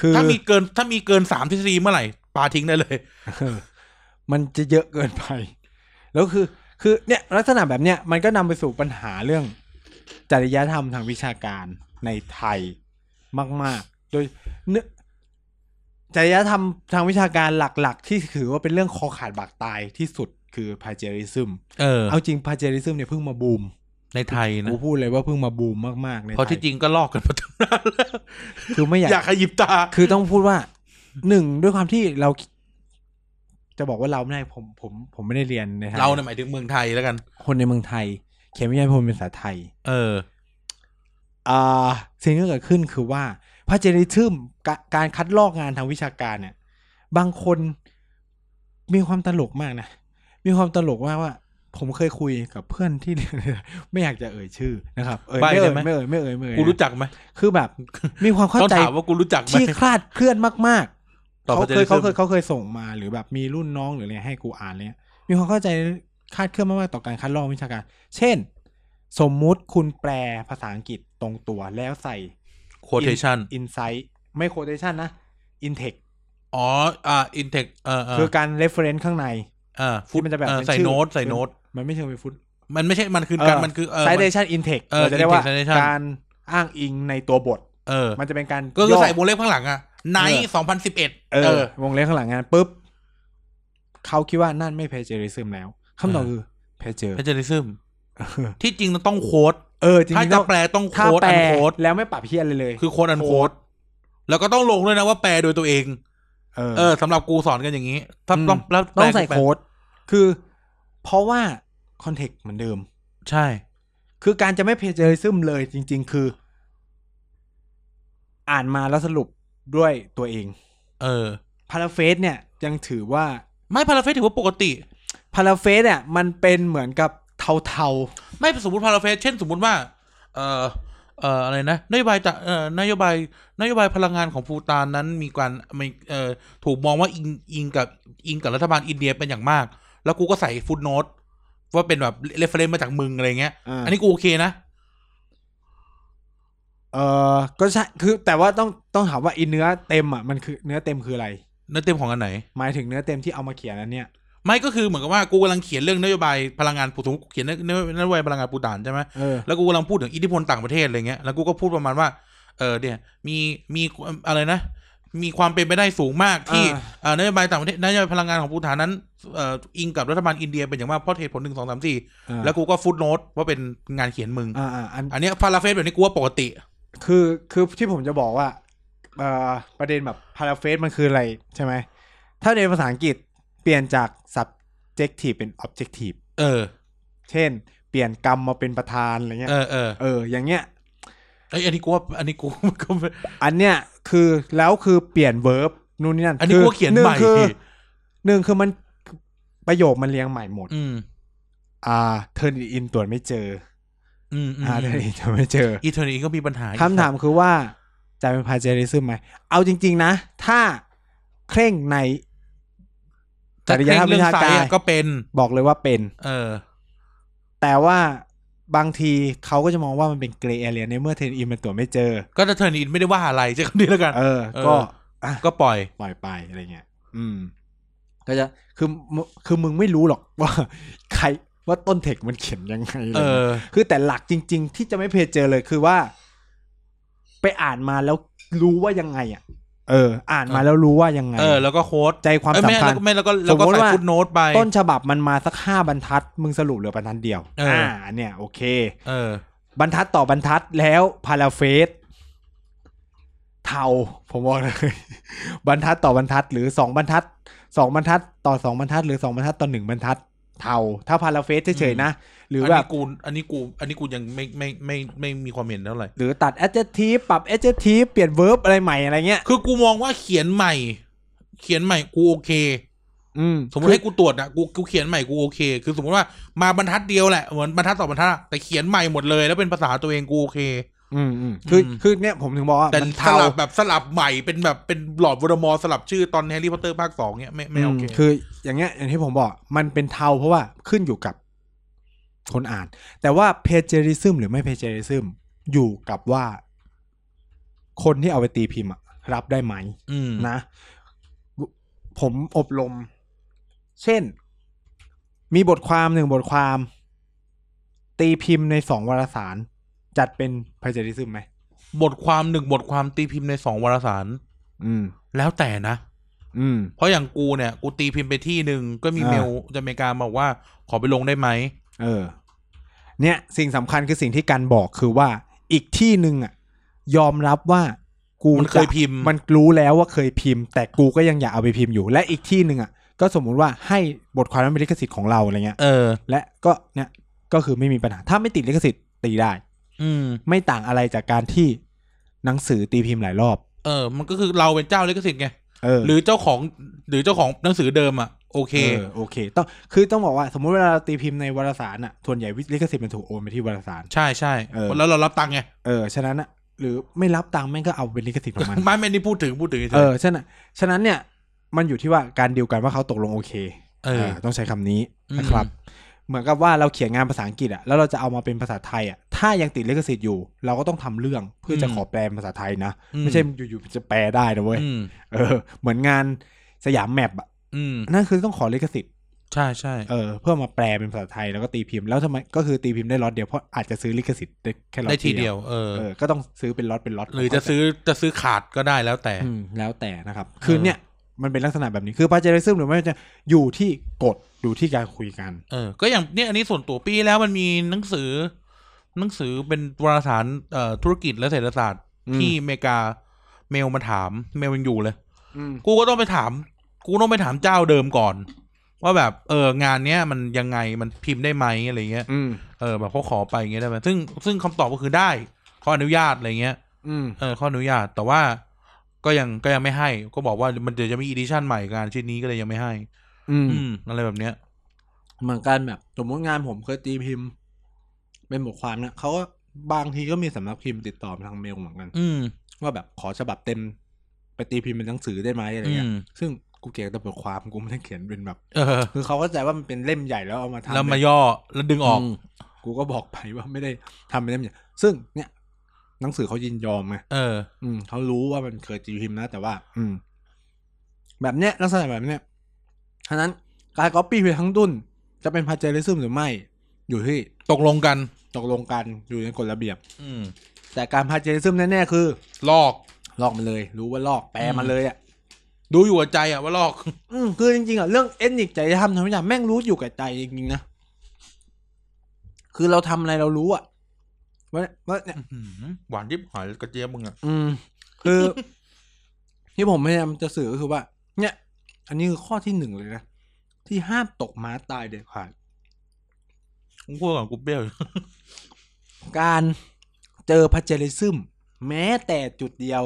คือ
ถ้ามีเกินถ้ามีเกินสามทฤษฎีเมื่อไหร่ปาทิ้งได้เลย
เออมันจะเยอะเกินไป แล้วคือ คือเนี่ยลักษณะแบบเนี้ยมันก็นำไปสู่ปัญหาเรื่อง จริยธรรมทางวิชาการในไทยมาก ๆ โดยเนื้อจริยธรรมทางวิชาการหลัก ๆ ที่ถือว่าเป็นเรื่องคอขาดบากตายที่สุดคือพาเจริซึม
เออ
เอาจริงพาเจริซึมเนี่ยเพิ่งมาบูม
ในไทยนะ
กูพูดเลยว่าเพิ่งมาบูมมากๆใน
เพราะ
ไทย
ที่จริงก็ลอกกันมาตั้งนานแล้ว
คือไม่อยาก
อยากขยิบตา
คือต้องพูดว่าหนึ่งด้วยความที่เรา จะบอกว่าเราไม่ได้ผมผมผมไม่ได้เรียนในไทย
เราเนี่ยหมายถึงเมืองไทยแล้วกัน
คนในเมืองไทย เขียนวิทยานิพนธ์เป็นภาษาไทย
เออ
อ่าสิ่งที่เกิดขึ้นคือว่าพาเจริทึมกะการคัดลอกงานทางวิชาการเนี่ย บางคนมีความตลกมากนะ มีความตลกมากว่า ผมเคยคุยกับเพื่อนที่ ไม่อยากจะเอ่ยชื่อนะครับเอ่ย
ใบ้
ไม่
ได้
เอ่ย
ไหม
ไม่เอ่ยไม่เอ่ยไม่เอ่ย
กูรู้จักไหม
คือแบบ มีความเข้า
ต้อง
ใจ
ถามว่ากูรู้จักไหม
ที่คลาดเคลื่อนมากๆ
ต่อ
เขาเคย
plagiarism
เขาเคยเขาเคยส่งมาหรือแบบมีรุ่นน้องหรืออะไรให้กูอ่านอะไรเลยมีความเข้าใจคลาดเคลื่อนมากๆต่อการคัดลอกวิชาการ เช่น สมมุติคุณแปลภาษาอังกฤษตรงตัวแล้วใส่
quotation
อินไซต์ไม่โคเ a ชันนะอินเทค
อ๋อ อ่า intake เออเอ
คือ
อ
การเรฟเฟรนซ์ข้างใน
อ่าฟุต
ที่มันจะแบบ
เออ
เป็น
ใส่
ชื่อ
โน้ตใส่โน้ต
มันไม่เชิงเป็นฟุต
มันไม่ใช่ มันคือการมันคือเออ
ไซ
มัน
เดชันอินเทค
เออ
เราจะเรียกว่า
intake citation
การอ้างอิงในตัวบท
เออ
มันจะเป็นการ
ก็คือ
อ
ใส่วงเล็บข้างหลังอะไน
เออ
สองพันสิบเอ็ด
เอ
เอ
อ
อ
วงเล็บข้างหลังงานปุ๊บเขาคิดว่านั่นไม่เพเจอริซึมแล้วคำตอบ
เออ
คือเพเจอ
plagiarism
เออ
ที่จริงต้องโค้ด
เออจริง
ถ้าจะ
ๆต้อง
แปลต้อง
ถ้า
โค้ด
แปล
อันโค้ด
แล้วไม่ปรับเพี้ยนเลยเลย
คือโค้ดอันโค้ดแล้วก็ต้องลงด้วยนะว่าแปลโดยตัวเอง
เออ
เออสำหรับกูสอนกันอย่างนี้ถ้า
อืม
ต้องแล้ว
ต้องใส่
แปล
โค้ดคือ เพราะว่าคอนเทกต์เหมือนเดิม
ใช่
คือการจะไม่เพเจอริซึมเลยจริง ๆ คือ อ่านมาแล้วสรุปด้วยตัวเอง
เออ
พาราเฟสเนี่ยยังถือว่า
ไม่พาราเฟสถือว่าปกติ
พาราเฟสเนี่ยมันเป็นเหมือนกับเทา
ไม่สมมติพาราเฟสเช่นสมมติว่า เอ่อเอ่ออะไรนะนโยบายจะเอ่อนโยบายนโยบายพลังงานของภูตานนั้นมีการมีเอ่อถูกมองว่าอิงอิงกับอิงกับรัฐบาลอินเดียเป็นอย่างมาก แล้วกูก็ใส่ฟุตโนตว่าเป็นแบบเรฟเฟรนมาจากมึงอะไรเงี้ย
ๆอ่า
อันนี้กูโอเคนะ
เออก็ใช่ คือแต่ว่าต้องต้องถามว่าไอีเนื้อเต็มอ่ะมันคือเนื้อเต็มคืออะไร
เนื้อเต็มของอันไหน
หมายถึงเนื้อเต็มที่เอามาเขียนนั้นเนี่ย
ไม่ก็คือเหมือนกับว่ากูกำลังเขียนเรื่องนโยบายพลังงานภูสมมติกูเขียนเรื่องนโยบายพลังงานภูตานใช่ไหม
เออ
แล้วกูกำลังพูดถึงอิทธิพลต่างประเทศอะไรเงี้ย แล้วกูก็พูดประมาณว่า เออเนี่ย มีมีอะไรนะ มีความเป็นไปได้สูงมากที่
อ่า
เอ่อนโยบายต่างประเทศนโยบายพลังงานของภูฐานนั้นเอ่ออิงกับรัฐบาลอินเดียเป็นอย่างมากเพราะเหตุผลหนึ่งสองสามสี่แล้วกูก็ฟุตโนตว่าเป็นงานเขียนมึง
อ่าอ่าอัน
อันเนี้ยพาราเฟสแบบนี้กูว่าปกติ
คือคือที่ผมจะบอกว่าเอ่อประเด็นแบบพาราเฟสมันคืออะไรใช่ไหม ถ้าในภาษาอังกฤษเปลี่ยนจาก subjective เป็น objective
เออ
เช่น เปลี่ยนกรรมมาเป็นประธานอะไรเงี้ย
เออเออ
เอออย่างเงี้ย
เอ้ยอันนี้กูว่าอันนี้กู ก็ไม่
อันเนี้ยคือแล้วคือเปลี่ยน verb นู่นนี่นั่น
อันนี้
คื
กูเขียน
หนึ่ง
ใหม่
คือ
พี่
หนึ่งคือมันประโยคมันเรียงใหม่หมด
อืม
อ่าเทอร์นอินตรวจไม่เจอ
อืมอืม
อ่าเทอร์นอินตรวจไม่เจ อ
อีเทอร์นีก็มีปัญหา
คำถามคือว่าจะเป็นพาเจริซึมไหม เอาจริง ๆ นะ ถ้าเคร่งในจ
แต่
ริย
เรื่อง
ธรรม
เรื่อ
วิ
ง
ชา
สาย
การ
อะก็เป็น
บอกเลยว่าเป็น
เออ
แต่ว่าบางทีเขาก็จะมองว่ามันเป็นเกรย์แอเรียในเมื่อเทนอินมันตรวจไม่เจอ
ก็จะเทอร์นีไม่ได้ว่าอะไร ใช่คำนี้แล้วกัน
เออ
เออ
ก็อ่ะ
ก็ปล่อย
ปล่อยไปอะไรเงี้ยอืม ก็จะคือมึงคือมึงไม่รู้หรอก ว่า ใครว่าต้นเทคมันเขียนยังไงอะไร
เอ
เงี้ย
อ
คือแต่หลักจริง ๆ ที่จะไม่เพจเจอเลยคือว่า ไปอ่านมาแล้วรู้ว่ายังไง อ่ะ เออ อ่านมาแล้วรู้ว่ายังไง
เออ แล้วก็โค้ด
ใจความ
เอ้ย
สำคัญ
ไม่แล้วก็ไม่แล้วก็
สมมุ
แล้วก็
ติ
ใส่
ว่า
ฟุตโน้ตไป
ต้นฉบับมันมาสักห้าบรรทัด มึงสรุปเหลือบรรทัดเดียว
เอออ่
นเนี่ย โอเค
เออบ
รรทัดต่อบรรทัดแล้วพาราเฟสเทาผมบอกเลย บรรทัดต่อบรรทัดหรือสองบรรทัดสองบรรทัดต่อสองบรรทัด หรือสองบรรทัดต่อหนึ่งบรรทัด เทาถ้าพาราเฟสเฉยๆนะ หรือ
อัน
แบ
นี้
บ
กูอันนี้กูอันนี้กูยังไม่ไม่ไม่ไม่ไม่มีความเห็นเท่าไหร่
หรือตัด adjective ปรับ adjective เปลี่ยน verb อะไรใหม่อะไรเงี้ย
คือกูมองว่าเขียนใหม่ เขียนใหม่กูโอเค
อืม
สมมติให้กูตรวจอะกูกูเขียนใหม่กูโอเค คือสมมติว่ามาบรรทัดเดียวแหละเหมือนบรรทัดต่อบรรทัดอะแต่เขียนใหม่หมดเลย แล้วเป็นภาษาตัวเองกูโอเค
อืมอืมคือ
อืม
คือเนี่ยผมถึงบอกว่า
แต่
มัน
ส
เทา
ลับแบบสลับใหม่เป็นแบบเป็นหลอดวอร์มอร์สลับชื่อตอนแฮร์รี่พอตเตอร์ภาคสองเนี่ยไม่ไม่โอเค
อืมคืออย่างเงี้ยอย่างที่ผมบอกมันเป็นเทาเพราะว่าขึ้นอยู่กับคนอ่าน แต่ว่า plagiarism หรือไม่ plagiarism อยู่กับว่า คนที่เอาไปตีพิมพ์อะรับได้ไหม
อืม
นะ ผมอบรม เช่น มีบทความหนึ่งบทความ ตีพิมพ์ในสองวารสาร จัดเป็นพจริซึมไหม
บทความหนึ่งบทความตีพิมพ์ในสองวารสาร
อืม
แล้วแต่นะ
อืม
เพราะอย่างกูเนี่ย กูตีพิมพ์ไปที่หนึ่งก็มี
อ่า
เมลจากอเมริกาบอกว่าขอไปลงได้ไหม
เออ เนี่ย สิ่งสำคัญคือสิ่งที่การบอกคือว่า อีกที่หนึ่งอ่ะ ยอมรับว่ากู
มันเคยพิมพ์
จะมันรู้แล้วว่าเคยพิมพ์ แต่กูก็ยังอยากเอาไปพิมพ์อยู่ และอีกที่หนึ่งอ่ะ ก็สมมุติว่าให้บทความนั้นเป็นลิขสิทธิ์ของเราอะไรเงี้ย
เออ
และก็เนี่ยก็คือไม่มีปัญหา ถ้าไม่ติดลิขสิทธิ์ตีได้
อืม
ไม่ต่างอะไรจากการที่หนังสือตีพิมพ์หลายรอบ
เออ มันก็คือเราเป็นเจ้าลิขสิทธิ์ไง
เออ
หรือเจ้าของหรือเจ้าของหนังสือเดิมอ่ะโอเค
เออโอเค ต้องคือต้องบอกว่า สมมุติเวลาเราตีพิมพ์ในวารสารน่ะส่วนใหญ่ลิขสิทธิ์มันถูกโอนไปที่วารสาร
ใช่ใช่
เออ
แล้วเรารับตังค์ไง
เออฉะนั้นน่ะหรือไม่รับตังค์แม่งก็เอาเป็นลิขสิทธิ์ของ มัน
ไม่ไม่ได้พูดถึงพูดถึงเฉยๆ
เออฉะนั้นฉะนั้นเนี่ยมันอยู่ที่ว่าการดีลกันว่าเขาตกลงโอเค
เออ
ต้องใช้คำนี้
อืม
นะครับ เหมือนกับว่าเราเขียนงานภาษาอังกฤษอะแล้วเราจะเอามาเป็นภาษาไทยอะถ้ายังติดลิขสิทธิ์อยู่ เราก็ต้องทำเรื่องเพื่อจะขอแปลเป็นภาษาไทยนะ ไม่ใช่อยู่ๆจะแปลได้นะเว้ย
อืม
เออ เหมือนงานสยามแมปอ่ะ
อืม
นั่นคือต้องขอลิขสิทธิ์
ใช่ใช่
เออ เพื่อมาแปลเป็นภาษาไทยแล้วก็ตีพิมพ์ แล้วทำไม ก็คือตีพิมพ์ได้ล็อตเดียว เพราะอาจจะซื้อลิขสิทธิ์ได้แค่ล็อต
ได้ทีเดียว เออ
เออ ก็ต้องซื้อเป็นล็อตเป็นล็อต
หรือจะซื้อจะซื้อขาดก็ได้แล้วแต่
มแล้วแต่นะครับ คือเนี่ย มันเป็นลักษณะแบบนี้ คือพาเจริซึมหรือไม่จะอยู่ที่กฎอยู่ที่การคุยกัน
เออ ก็อย่างเนี่ยอันนี้ส่วนตัวปีแล้วมันมีหนังสือ หนังสือเป็นวารสารเอ่อธุรกิจและเศรษฐศาสตร์
อืม
ที่อเมริกาเมลมาถาม เมลยังอยู่เลย
อืม
กูก็ต้องไปถาม กูต้องไปถามเจ้าเดิมก่อน ว่าแบบเอองานเนี้ยมันยังไงมันพิมพ์ได้ไหมอะไรเงี้ย
อืม
เออแบบเขาขอไปอย่างเงี้ยได้ไหมซึ่งซึ่งคำตอบก็คือได้เขาอนุญาตอะไรเงี้ย
อืม
เออข้ออนุญาตแต่ว่าก็ยังก็ยังไม่ให้ ก็บอกว่ามันเดี๋ยวจะมีอีดิชั่นใหม่งานชิ้นนี้ก็เลยยังไม่ให้
อืม
อืมอะไรแบบเนี้ย
เหมือนกันแบบสมมติงานผมเคยตีพิมพ์ เป็นบทความนะเขาก็บางทีก็มีสำนักพิมพ์ติดต่อมาทางเมลเหมือนกัน
อืม
ว่าแบบขอฉบับเต็มไปตีพิมพ์เป็นหนังสือได้ไหมอะไรเงี้
อื
ย
ม
ซึ่งกูเขียนแต่บทความกูไม่ได้เขียนเป็นแบบ
เออ
คือเขาเข้าใจว่ามันเป็นเล่มใหญ่แล้วเอามาทำ
แล้วมา
เป็น
ย่อแล้วดึงออก
มกูก็บอกไปว่าไม่ได้ทำเป็นเล่มใหญ่ ซึ่งเนี่ยหนังสือเขายินยอมไง
เออ
อืมเขารู้ว่ามันเคยตีพิมพ์นะ แต่ว่า อืม แบบเนี้ยลักษณะแบบเนี้ยฉะนั้นการก๊อปปี้ไปทั้งดุนจะเป็นพาเจริซึมหรือไม่ อยู่ที่
ตกลงกัน
ตกลงกันอยู่ในกฎระเบียบ
อืม
แต่การพาเจริซึมแน่ๆคือ
ลอก
ลอกมันเลย รู้ว่าลอกแปลมันเลยอ่ะ
ดูอยู่กับใจอ่ะว่าลอก
อืมคือจริงๆอ่ะเรื่องเอ็นนิกใจทำทำทุกอย่างแม่งรู้อยู่กับใจจริงๆนะ คือเราทำอะไรเรารู้อ่ะว่าว่าเนี่ย
อื้อหือหวานยิบหายกระเจี๊ยบมึงอ่ะ
อืม คือ ที่ผมพยายามจะสื่อก็คือว่า เนี่ย อันนี้คือข้อที่หนึ่งเลยนะ ที่ห้ามตกม้าตายเด็ดขาด
กูพูดก่อนกูเปรี้ยวอยู่
การเจอพัจเจริซึมแม้แต่จุดเดียว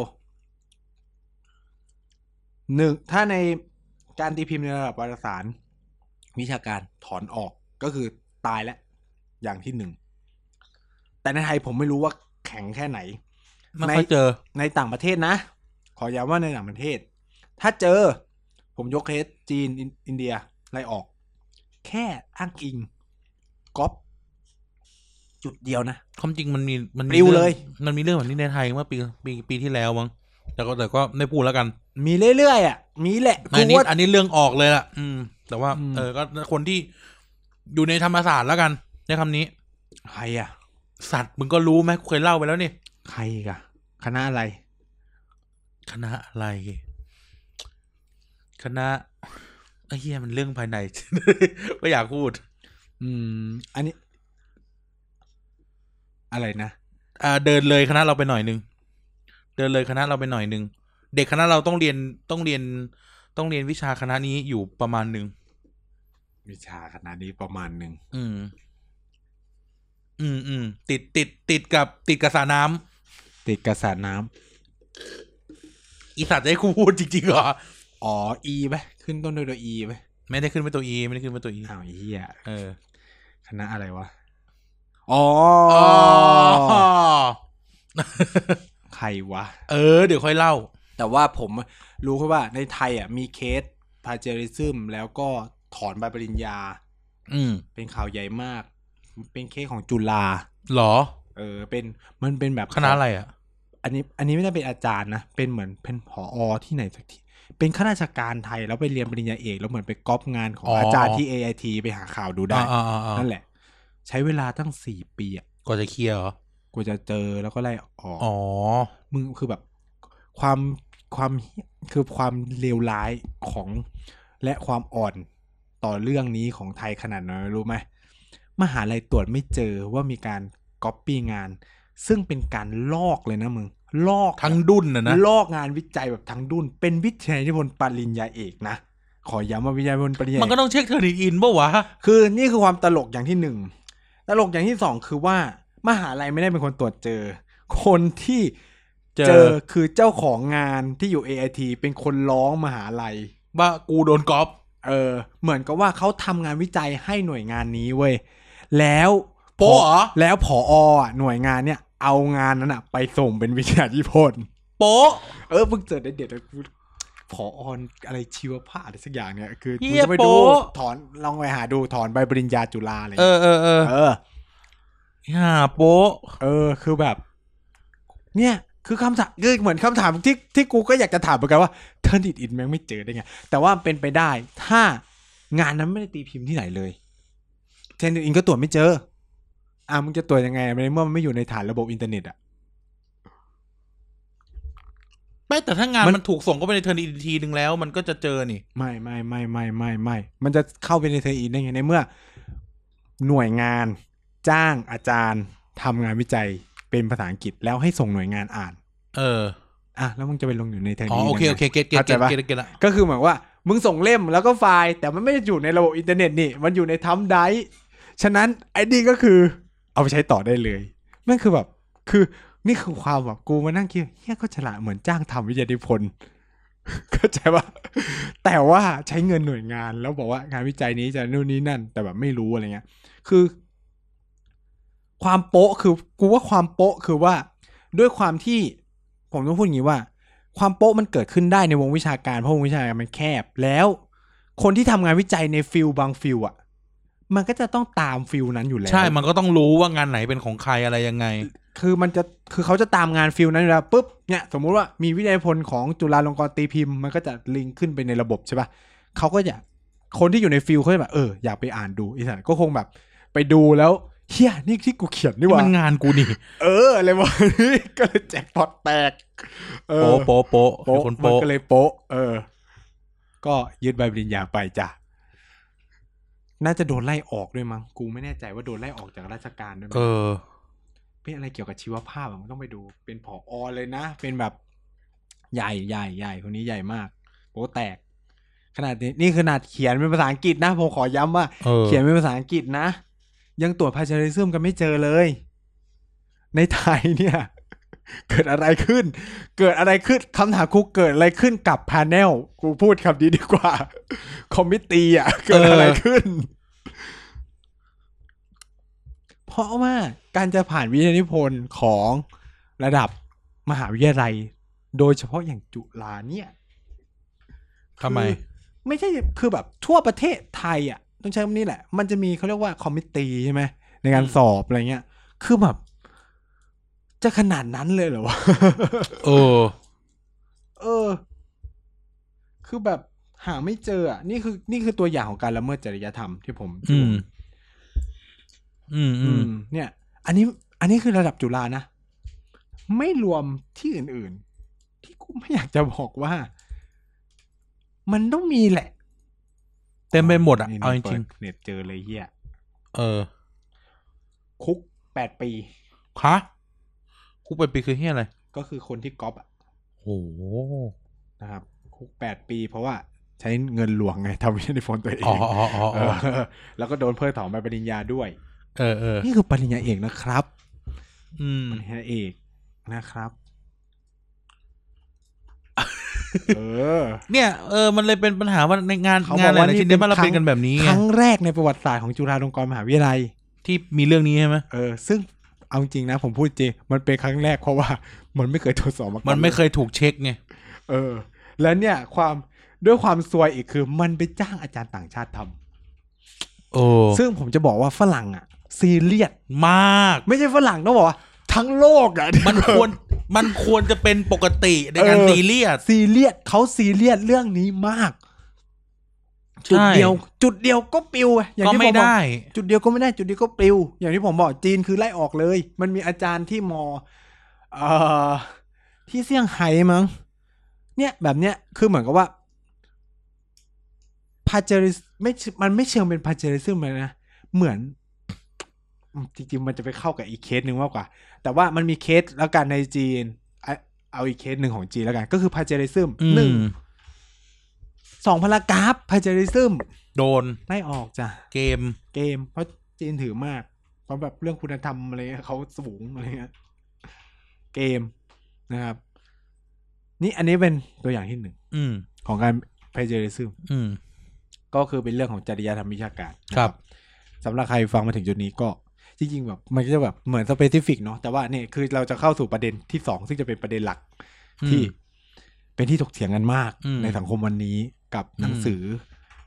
หนึ่งถ้าในการตีพิมพ์ในระดับวารสาร วิชาการถอนออกก็คือตายแล้ว อย่างที่หนึ่ง แต่ในไทยผมไม่รู้ว่าแข็งแค่ไหน
ไม่ค่อยเจอ
ในต่างประเทศนะ ขอย้ำว่าในต่างประเทศ ถ้าเจอ ผมยกเคสจีนอินอินเดียไล่ออก แค่อ้างอิงก๊อปจุดเดียวนะ
ความจริงมันมีมันมี
ปลิวเลย
รื่องมันมีเรื่องแบบนี้ในไทยเมื่อปีปีปีที่แล้วมั้งแต่ก็แต่ก็ไม่พูดแล้วกัน
มีเรื่อยๆอ่ะ มีแหละ
อันนี้
ว่า
อันนี้เรื่องออกเลยล่ะ อืม แต่ว่า
อืม
เออ ก็คนที่อยู่ในธรรมศาสตร์แล้วกันใช้คำนี้
ใครอ่ะ
สัตว์มึงก็รู้ไหมกูเคยเล่าไปแล้วนี่
ใครอีกอ่ะ คณะอะไร
คณะอะไร คณะไอ้เหี้ยมันเรื่องภายใน ไม่อยากพูด
อืม อันนี้ อะไรนะ
อ่าเดินเลยคณะเราไปหน่อยหนึงเดินเลยคณะเราไปหน่อยหนึงเด็กคณะเราต้องเรียนต้องเรียน ต้องเรียนวิชาคณะนี้อยู่ประมาณหนึ่ง
วิชาคณะนี้ประมาณหนึ่ง
อืม อืมอืมติดติดติดกับติดกับสระน้ำ
ติดกระสาน้ำ
อีสัตว์จะให้กูพูดจริงๆเหรอ
อ๋ออีไหมขึ้นต้นด้วยตัวอีไหม
ไม่ได้ขึ้นเป็นตัวอีไม่ได้ขึ้นเป็นตัวอี
อ้าวไอ้เฮีย
เออ
คณะอะไรวะอ๋อ
อ๋อ
ใครวะ
เออ เดี๋ยวค่อยเล่า
แต่ว่าผมรู้แค่ว่าในไทยอ่ะมีเคสพาเจริซึมแล้วก็ถอนใบปริญญา
อืม
เป็นข่าวใหญ่มาก เป็นเคสของจุฬา
เหรอ
เออเป็นมันเป็นแบบ
คณะอะไรอ่ะ
อันนี้อันนี้ไม่ได้เป็นอาจารย์นะ เป็นเหมือนเป็นผออที่ไหนสักที่เป็นข้าราชการไทยแล้วไปเรียนปริญญาเอก แล้วเหมือนไปก๊อปงานของ
อ๋ออ
อาจารย์ที่ AIT ไปหาข่าวดูได้
อ่าอ่าอ่า
นั่นแหละ ใช้เวลาตั้งสี่ปีอะ
ก็จะเคลียร์เหรอก
ว่าจะเจอแล้วก็ไล่ออก
อ๋อ
มึงคือแบบความความคือความเลวร้ายของและความอ่อนต่อเรื่องนี้ของไทยขนาดไหนรู้ไหมมหาลัยตรวจไม่เจอว่ามีการก๊อปปี้งาน ซึ่งเป็นการลอกเลยนะมึง ลอก
ทั้งดุนนะนะ
ลอกงานวิจัยแบบทั้งดุนเป็นวิทยานิพนธ์ปริญญาเอกนะ ขอย้ำว่าวิทยานิพนธ์ปริญญาเอ
มัน
ก
ก็ต้องเช็คเทอร์นิตอินป่าวะ
คือนี่คือความตลกอย่างที่หนึ่งตลกอย่างที่สองคือว่า มหาลัยไม่ได้เป็นคนตรวจเจอ คนที่
เจอ
เจอคือเจ้าของงานที่อยู่ AIT เป็นคนร้องมหาลัย
ว่ากูโดนก๊อป
เออ เหมือนกับว่าเขาทำงานวิจัยให้หน่วยงานนี้เว้ยแล้ว
โป้เหรอ
แล้วผออ่ะหน่วยงานเนี่ย เอางานนั้นอ่ะ ไปส่งเป็นวิทยานิพนธ์
โป้
เออมึงเจอเด็ดเด็ดผออนอะไรชีวภาพอะไรสักอย่างเนี่ยคือ
เฮี
มึง
ย
จะไป
โป้
ดูถอนลองไปหาดูถอนใบปริญญาจุฬาอะไรอย่าง
เอ
เงี้ย
อเออเออ
เออ
ฮ่าโป้
เออ คือแบบ เนี่ย คือคำถามคือเหมือนคำถามที่ที่กูก็อยากจะถามเหมือนกันว่าเทอร์นิตอินแม่งไม่เจอได้ไง แต่ว่าเป็นไปได้ ถ้างานนั้นไม่ได้ตีพิมพ์ที่ไหนเลยเทอร์นิตอินก็ตรวจไม่เจอ อ่ะมึงจะตรวจยังไงในเมื่อมันไม่อยู่ในฐานระบบอินเทอร์เน็ตอ่ะ
ไม่แต่ถ้างาน
มัน
มันถูกส่งเข้าไปในเทอร์นิตทีนึงแล้ว มันก็จะเจอนี่
ไม่ไม่ไม่ไม่ไม่ไม่ มันจะเข้าไปในเทอร์นิตอินได้ไงในเมื่อ หน่วยงานจ้างอาจารย์ทำงานวิจัยเป็นภาษาอังกฤษแล้วให้ส่งหน่วยงานอ่าน
เออ
อ่ะแล้วมึงจะไปลงอยู่ในเทอร์นิ
อ๋
ต
อ
อิน
โอเค
ยังไง
โอเคเก็ตเก็ต
เข้าใจ
เก็ต
ปะ
เก็ตเก็ตละ
ก็คือเหมือนว่ามึงส่งเล่มแล้วก็ไฟล์ แต่มันไม่ได้อยู่ในระบบอินเทอร์เน็ตนี่ มันอยู่ในทัมไดร์ฉะนั้นไอ้นี่ก็คือเอาไปใช้ต่อได้เลยนั่นคือแบบคือนี่คือความแบบกูมานั่งคิดเฮียก็ฉลาดเหมือนจ้างทำวิทยานิพนธ์ เข้าใจปะแต่ว่าใช้เงินหน่วยงานแล้วบอกว่างานวิจัยนี้จะนู่นนี่นั่น แต่แบบไม่รู้อะไรเงี้ย คือ ความโป๊ะคือกูว่าความโป๊ะคือว่า ด้วยความที่ผมต้องพูดอย่างนี้ว่า ความโป๊ะมันเกิดขึ้นได้ในวงวิชาการเพราะวงวิชาการมันแคบ แล้วคนที่ทำงานวิจัยในฟิลบางฟิลอ่ะ มันก็จะต้องตามฟิลนั้นอยู่แล้ว
ใช่มันก็ต้องรู้ว่างานไหนเป็นของใครอะไรยังไง
คือมันจะคือเขาจะตามงานฟิลนั้นอยู่แล้วปุ๊บเนี่ยสมมุติว่ามีวิทยาพลของจุฬาลงกรณ์ตีพิมพ์มันก็จะลิงก์ขึ้นไปในระบบใช่ปะเขาก็จะคนที่อยู่ในฟิลเขาจะแบบเอออยากไปอ่านดูอีสันก็คงแบบ ไปดูแล้วเฮียนี่ที่กูเขียนนี่หว่า
มันงานกูนี่
เอออะไรวะ นี่ก็เลยแจ็คพอตแตกเออ
โป้โป้โป้
โป๊ะ
คน
มัน
โป้
ก็เลยโป๊ะเออ ก็ยึดใบปริญญาไปจ้ะน่าจะโดนไล่ออกด้วยมั้งกูไม่แน่ใจว่าโดนไล่ออกจากราชการด้วยมั้
เอย อ
เป็นอะไรเกี่ยวกับชีวภาพอะมันต้องไปดู เป็นผออเลยนะ เป็นแบบใหญ่ใหญ่ใหญ่คนนี้ใหญ่มากโป๊ะแตก ขนาดนี้นี่ขนาดเขียนเป็นภาษาอังกฤษนะผมขอย้ำว่า
เออ
เขียนเป็นภาษาอังกฤษนะ ยังตรวจพาเชอริซึมกันไม่เจอเลย ในไทยเนี่ย เกิดอะไรขึ้น เกิดอะไรขึ้นคำถามกูเกิดอะไรขึ้นกับพาเนลกูพูดคำนี้ดีกว่า คอมมิตตีอ่ะ เกิดอะไรขึ้น เพราะว่าการจะผ่านวิทยานิพนธ์ของระดับมหาวิทยาลัย โดยเฉพาะอย่างจุฬาเนี่ย
ทำไม
คือไม่ใช่คือแบบทั่วประเทศไทยอ่ะต้องใช้คำนี้แหละ มันจะมีเขาเรียกว่าคอมมิตตีใช่ไหมในการ
อืม
สอบอะไรเงี้ย คือแบบ จะขนาดนั้นเลยเหรอวะ
เออ
เออ คือแบบหาไม่เจออ่ะนี่คือนี่คือตัวอย่างของการละเมิดจริยธรรมที่ผม
อืม อืมอื
อื
ม
มเนี่ย อันนี้ อันนี้คือระดับจุฬานะ ไม่รวมที่อื่น ๆ ที่กูไม่อยากจะบอกว่า มันต้องมีแหละ
เต็มไปหมดอ่ะ เอาจริง
ปิดเน็ตเจอเลยเฮีย
ๆเออ
คุกแปดปี
ฮะคุกไปดปีคือเฮียอะไร
ก็คือคนที่ก๊อปอะ
โอ้โห
นะครับ คุกแปดปี เพราะว่า ใช้เงินหลวงไงทำวินัยในฝนตัวเอ
อ๋อง อ๋ออ๋อ
เอ
อ๋อ
อแล้วก็โดนเพิกถอนใบปริญญาด้วย
เออเออ
นี่คือปริญญาเอกนะครับ
อืม
ปริญญาเอกนะครับ เออ
เนี่ยเออมันเลยเป็นปัญหาว่าในงาน
เขา
งาน
บอ
ห
กว่า
ลายๆ
นี่
ชิ้น
เป็
ได้
น
มาเรา
ครั้
เป็น
ง
กันแบบนี้
ค
ไง
รั้งแรกในประวัติศาสตร์ของจุฬาลงกรณ์มหาวิทยาลัย
ที่มีเรื่องนี้ใช่ไหม
เออ ซึ่งเอาจริงนะ ผมพูดจริง มันเป็นครั้งแรกเพราะว่า มันไม่เคยตรวจสอบมาก่อน
มันไม่
เลย
เคยถูกเช็คไง
เออ แล้วเนี่ยความด้วยความซวยอีกคือ มันไปจ้างอาจารย์ต่างชาติทำ
โอ้
ซึ่งผมจะบอกว่าฝรั่งอ่ะ ซีเรียส
มาก
ไม่ใช่ฝรั่งต้องบอกว่า ทั้งโลกอ่ะ
มันควรมันควรจะเป็นปกติในการ
เออ
ซีเรียส
ซีเรียสเขาซีเรียสเรื่องนี้มาก
ใช่
จุดเดียวจุดเดียวก็ปลิวอะอย่าง
ก็
ที่ผ
ไม่
มบอก
ได้
จุดเดียวก็ไม่ได้จุดเดียวก็ปลิว อย่างที่ผมบอกจีนคือไล่ออกเลย มันมีอาจารย์ที่มอเอ่อที่เซี่ยงไฮ้มั้งเนี่ยแบบเนี้ยคือเหมือนกับว่าพาเจริสไม่ใช่มันไม่เชิงเป็นพาเจริซึมเลยนะ เหมือน จริงๆ มันจะไปเข้ากับอีกเคสหนึ่งมากกว่า แต่ว่ามันมีเคสแล้วกันในจีนอ่ะเอาอีกเคสหนึ่งของจีนแล้วกัน ก็คือพาเจริซึม
อื
หนึ่ง
ม
สองพารากราฟพาเจริซึม
โดน
ไล่ออกจ้ะ
เกม
เกม เพราะจีนถือมาก เพราะแบบเรื่องคุณธรรมอะไรเงี้ยเขาสูงอะไรเงี้ยเกมนะครับ นี่อันนี้เป็นตัวอย่างที่หนึ่ง
อืม
ของการเพเจอริซึม
อืม
ก็คือเป็นเรื่องของจริยธรรมวิชาการนะครับ สำหรับใครฟังมาถึงจุดนี้ก็จริงๆแบบมันก็จะแบบเหมือนสเปซิฟิกเนาะแต่ว่าเนี่ยคือเราจะเข้าสู่ประเด็นที่สองซึ่งจะเป็นประเด็นหลัก
อื
ที่
ม
เป็นที่ถกเถียงกันมาก
อืม
ในสังคมวันนี้กับหนัง
อืม
สือ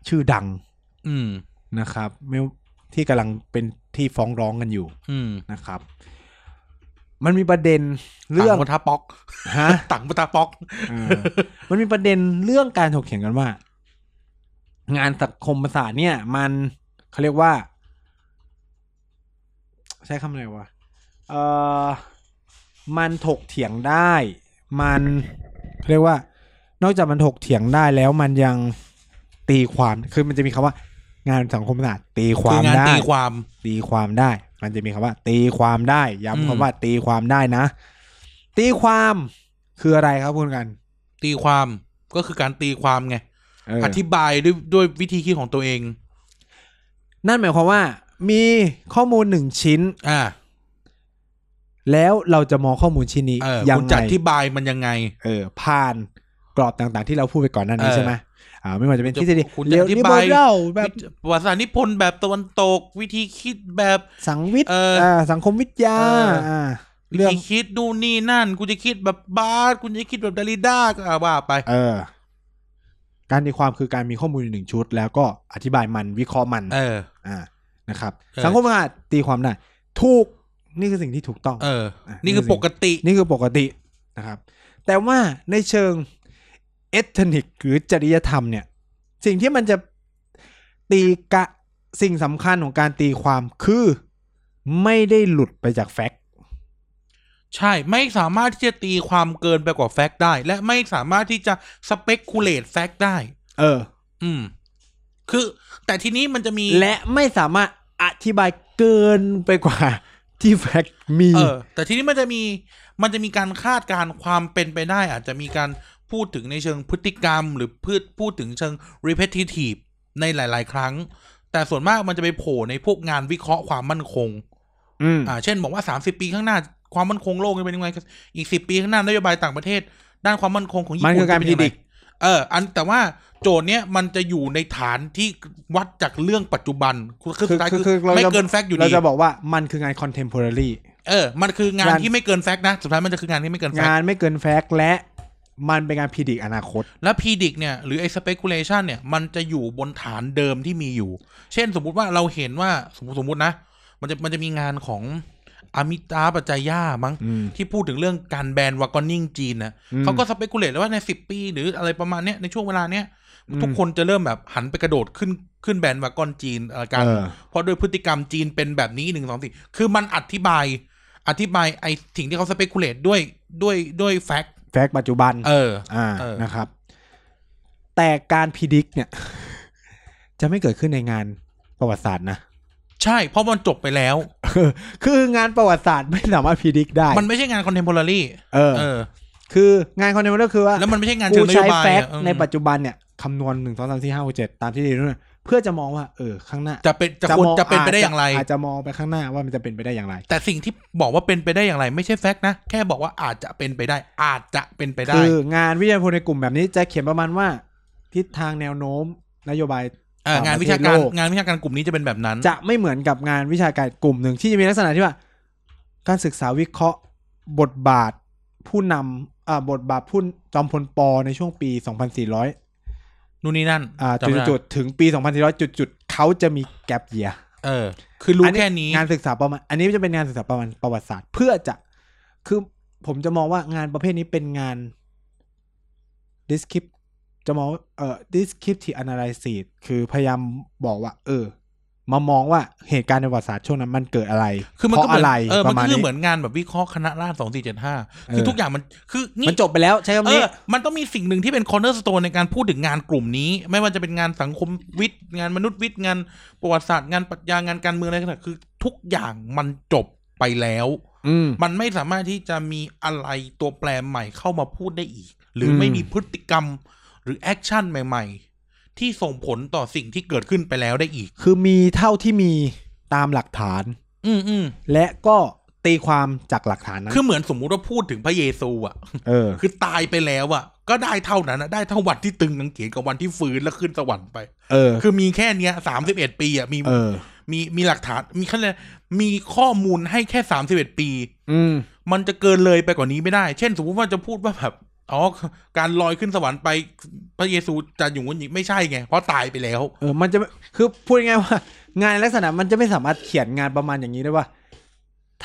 ชื่อดัง
อืม
นะครับไม่ที่กำลังเป็นที่ฟ้องร้องกันอยู่
อืม
นะครับ มันมีประเด็นเรื่อ
ต่า
ง
งปะทะป๊อก
ฮะ
ต่างปะทะป๊อก
เออมันมีประเด็นเรื่องการถกเถียงกันว่า งานสังคมศาสตร์เนี่ย มันเขาเรียกว่า ใช้คำอะไรวะเออมันถกเถียงได้ มันเขาเรียกว่า นอกจากมันถกเถียงได้แล้วมันยังตีความคือมันจะมีคำว่า งานสังคมศาสตร์ตีควา
คือ
ม
งาน
ได้
ตีความ
ตีความได้ มันจะมีคำว่า ตีความได้ ย้ำ
อืม
คำว่า ตีความได้นะ ตีความคืออะไรครับคุณกัน
ตีความก็คือการตีความไง
เออ
อธิบายด้วยด้วยวิธีคิดของตัวเอง
นั่นหมายความว่า มีข้อมูลหนึ่งชิ้น
อ่า
แล้วเราจะมองข้อมูลชิ้นนี้
เออ
ยัง
คุณ
ไง
จะอธิบายมันยังไง
เออผ่านกรอบต่างๆ ที่เราพูดไปก่อนหนั้านนี้
เออ
ใช่ไหมอ่า ไม่ว่าจะเป็นทฤษฎี
คุณจะ
เรีย
อธิ
ลิ
บาย
เบอรัลแบบ
ประวัติศาสตร์นิพนธ์แบบตะวันตก วิธีคิดแบบ
สังวิทย์
เออ
เออสังคมวิทยา
เอออ่
่า
วิ
เรื่อง
ธีคิดนู่นนี่นั่นกูจะคิดแบบบาสกูจะคิดแบบดาริด้าก็อ่ะว่าไป
เออ การตีความคือการมีข้อมูลอยู่หนึ่งชุด แล้วก็อธิบายมันวิเคราะห์มัน
เออ
อ่านะครับ
เออ
สังคมอาจตีความได้ถูกนี่คือสิ่งที่ถูกต้อง
เออ
อ่ะ
นี่คือปกติ
นี่คือปกตินะครับ แต่ว่าในเชิงเอทนิกหรือจริยธรรมเนี่ย สิ่งที่มันจะตีกะสิ่งสำคัญของการตีความคือ ไม่ได้หลุดไปจากแฟกต์
ใช่ไม่สามารถที่จะตีความเกินไปกว่าแฟกต์ได้ และไม่สามารถที่จะสเปกคูลเลตแฟกต์ได้
เออ
อืม คือ แต่ทีนี้มันจะมี
และไม่สามารถอธิบายเกินไปกว่า ที่แฟกต์มี
เออ แต่ทีนี้มันจะมี มันจะมีการคาดการณ์ความเป็นไปได้ อาจจะมีการพูดถึงในเชิงพฤติกรรม หรือพูดพูดถึงเชิง repetitive ในหลาย ๆ ครั้ง แต่ส่วนมากมันจะไปโผล่ในพวกงานวิเคราะห์ความมั่นคง
อืม
อ่า เช่น บอกว่า 30 ปีข้างหน้าความมั่นคงโลกจะเป็นยังไง อีก 10 ปีข้างหน้านโยบายต่างประเทศ ด้านความมั่นคงของญี่
มัน
ปุ่น
คือการ
จะเป็น
พิ
ยังไง
จิตร
เออ อันแต่ว่าโจทย์เนี้ยมันจะอยู่ในฐานที่วัดจากเรื่องปัจจุบัน คือคือสุดท้ายคือไม่เกินแฟกต์อยู่
เรา
ดี
จะบอกว่ามันคืองานคอนเทมพอร์รี
เออ มันคืองาน
งาน
ที่ไม่เกินแฟกต์นะ สุดท้ายมันจะคืองานที่ไม่เกินแฟก
งาน
ต์
ไม่เกินแฟกต์และมันเป็นการพิจิตรอนาคต
แล้วพีดิกเนี่ย หรือไอ้สเปกุเลชันเนี่ย มันจะอยู่บนฐานเดิมที่มีอยู่ เช่น สมมุติว่าเราเห็นว่าสมมติสมมตินะ มันจะมันจะมีงานของอามิตาปัจจายามั้ง
อืม
ที่พูดถึงเรื่องการแบนวากอนนิ่งจีนนะ
อืม
เขาก็สเปกุเลตแล้วว่าในสิบปีหรืออะไรประมาณเนี้ยในช่วงเวลาเนี้ยทุกคนจะเริ่มแบบหันไปกระโดดขึ้นขึ้นแบนวากอนจีนเอ่อกัน
เออ
เพราะด้วยพฤติกรรมจีนเป็นแบบนี้หนึ่งสองสี่คือมันอธิบาย อธิบายไอ้สิ่งที่เขาสเปกุเลตด้วยด้วยด้วยแฟกต์
แฟกต์ปัจจุบัน
เออ
อ่า
เออ
นะครับ แต่การพิดิกเนี่ย จะไม่เกิดขึ้นในงานประวัติศาสตร์นะ
ใช่ เพราะมันจบไปแล้ว
คืองานประวัติศาสตร์ไม่สามารถพิดิกได้
มันไม่ใช่งานคอนเทมพอร์รี่
เออ
เออ
คืองานคอนเทนต์ก็คือว่า
แล้วมันไม่ใช่งาน
กู
เชิงนโย
ใช้
บาย
แฟก
อะ
ต์
เออ
ในปัจจุบันเนี่ย คำนวณหนึ่งสองสามสี่ห้าหกเจ็ดตามที่ดีนู่นเพื่อจะมองว่าเออข้างหน้า
จะเป็นจะควร
มอง
จะเป็นไปได้อย่างไร
จจะอาจจะมองไปข้างหน้าว่ามันจะเป็นไปได้อย่างไร
แต่สิ่งที่บอกว่าเป็นไปได้อย่างไร ไม่ใช่แฟกต์นะ แค่บอกว่าอาจจะเป็นไปได้ อาจจะเป็นไปได้
คืองานวิทยาพลในกลุ่มแบบนี้จะเขียนประมาณว่า ทิศทางแนวโน้มนโยบาย
เอ่องานวิชาการงานวิชาการกลุ่มนี้จะเป็นแบบนั้น
จะไม่เหมือนกับงานวิชาการกลุ่มหนึ่งที่จะมีลักษณะที่ว่า การศึกษาวิเคราะห์บทบาทผู้นำอ่าบทบาทผู้จอมพลปอในช่วงปี 2,400
นู่นนี่นั่น
อ่า
จำไม่ไ
จุดๆถึงปี 2,400 จุดๆเขาจะมีแกลบเยีย
เออ คือรู้แค่นี้
งานศึกษาประมาณอันนี้จะเป็นงานศึกษาประมาณประวัติศาสตร์ เพื่อจะคือผมจะมองว่างานประเภทนี้เป็นงาน descript จะมองว่าเอ่อ descriptive analysis คือพยายามบอกว่า เออ มามองว่าเหตุการณ์ในประวัติศาสตร์ช่วงนั้นมันเกิดอะไร
คือมัน
เพ
ก็
ราะ
เหมื
อะ
น
ไร
เออ
ป
มัน
ระมาณ
ก็คือ
นี้
เหมือนงานแบบวิเคราะห์คณะราษฎรสองสี่เจ็ดห้า
เออ
คือทุกอย่างมันคือนี่
มันจบไปแล้วใช้คำ
เอ
นี้
อมันต้องมีสิ่งหนึ่งที่เป็นคอ r เนอร์สโตนในการพูดถึงงานกลุ่มนี้ ไม่ว่าจะเป็นงานสังคมวิทย์ งานมนุษยวิทย์งานประวัติศาสตร์งานปรัชญางานการเมืองอะไรก็ตามคือทุกอย่างมันจบไปแล้ว
อืม
มันไม่สามารถที่จะมีอะไรตัวแปรใหม่เข้ามาพูดได้อีก หรืออ
ม
ไม่มีพฤติกรรมหรือแอคชั่นใหม่ ๆ ที่ส่งผลต่อสิ่งที่เกิดขึ้นไปแล้วได้อีก
คือมีเท่าที่มีตามหลักฐาน
อืมอืม
และก็ตีความจากหลักฐานนั้น
คือเหมือนสมมุติว่าพูดถึงพระเยซูอะ
เออ
คือตายไปแล้วอะก็ได้เท่านั้นอะได้เท่าวันที่ตึงกังเขนกับวันที่ฟื้นแล้วขึ้นสวรรค์ไป
เออ
คือมีแค่เนี้ยสามสิบเอ็ดปีอะมี
เออ
มีมีหลักฐานมีแค่เลยมีข้อมูลให้แค่สามสิบเอ็ดปี
อืม
มันจะเกินเลยไปกว่านี้ไม่ได้ เช่น สมมติว่าจะพูดว่าแบบอ๋อการลอยขึ้นสวรรค์ไปพระเยซูจะอยู่วันนี้ไม่ใช่ไง เพราะตายไปแล้ว
เออ มันจะคือพูดง่ายๆว่า งานลักษณะมันจะไม่สามารถเขียนงานประมาณอย่างนี้ได้ว่า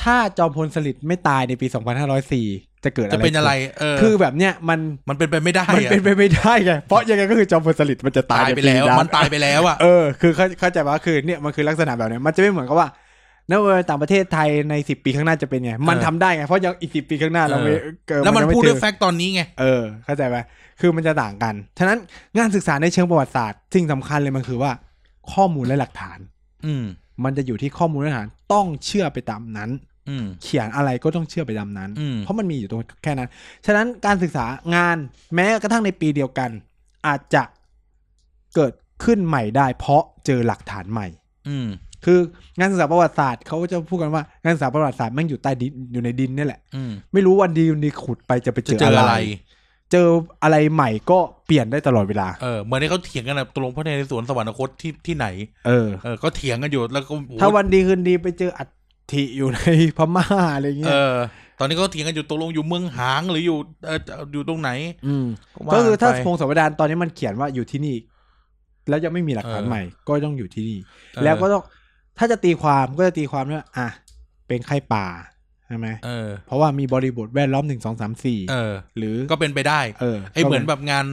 ถ้าจอมพลสฤษดิ์ไม่ตายในปี 2504 จะเกิดอะไร
จะเป็นอะไร เออ
คือแบบเนี้ยมัน
มันเป็นไปไม่ได้
มัน
อะ
เป็นไปไม่ได้ไงเพราะยังไงก็คือจอมพลสฤษดิ์มันจะตาย
ตายไป
ใน
แล้ว
นั้น
มันตายไปแล้วอะ
เออ คือเข้าเข้าใจว่าคือเนี่ยมันคือลักษณะแบบเนี้ยมันจะไม่เหมือนกับว่านักเวลาต่างประเทศไทยในสิบปีข้างหน้าจะเป็นไง มันทำได้ไง เพราะยังอีกสิบปีข้างหน้าเราไม่เกิด
แล้วมัน
ยังไ
พูดด้วย
ถึ
แฟกต์ตอนนี้ไง
เออ เข้าใจไหมคือมันจะต่างกัน ฉะนั้นงานศึกษาในเชิงประวัติศาสตร์สิ่งสำคัญเลยมันคือว่า ข้อมูลและหลักฐาน
อืม
มันจะอยู่ที่ข้อมูลและหลักฐานต้องเชื่อไปตามนั้น
อืม
เขียนอะไรก็ต้องเชื่อไปตามนั้น
อืม
เพราะมันมีอยู่ตรงแค่นั้น ฉะนั้นการศึกษางานแม้กระทั่งในปีเดียวกัน อาจจะเกิดขึ้นใหม่ได้ เพราะเจอหลักฐานใหม่
อืม
คืองานศึกษาประวัติศาสตร์เขาก็จะพูดกันว่างานศึกษาประวัติศาสตร์แม่งอยู่ใต้ดินอยู่ในดินเนี่ยแหละ
อืม
ไม่รู้วันดีวันดีขุดไปจะไป
จะ
เจอ
เจอ
อะ
อะไร
ไร เจออะไรใหม่ก็เปลี่ยนได้ตลอดเวลา
เออเหมือนที่เขาเถียงกันนะตกลงพระในสวนสวรรคตที่ที่ไหน
เออ
เออ ก็เถียงกันอยู่แล้วก็โอ้โห
ถ้าวันดีคืนดีไปเจออัฐิอยู่ใน พม่าอะไรเงี้
เอย อ ตอนนี้ก็เถียงกันอยู่ตกลงอยู่เมืองหางหรืออยู่เอออยู่ตรงไหน
อืม
ว่
ก็คือถ้า
ไป
พงศาวดารตอนนี้มันเขียนว่าอยู่ที่นี่ แล้วยังไม่มีหลักฐาน
เออ
ใหม่ ก็ต้องอยู่ที่นี่
เออ
แล้วก็ต้องถ้าจะตีความก็จะตีความว่าอ่ะเป็นไข้ป่าใช่ไหม
เออ
เพราะว่ามีบริบทแวดล้อมหนึ่งสองสามสี่
เออ
หรือ
ก็เป็นไปได้
เออ
ไอ้เหมือน
ก็
แบบงาน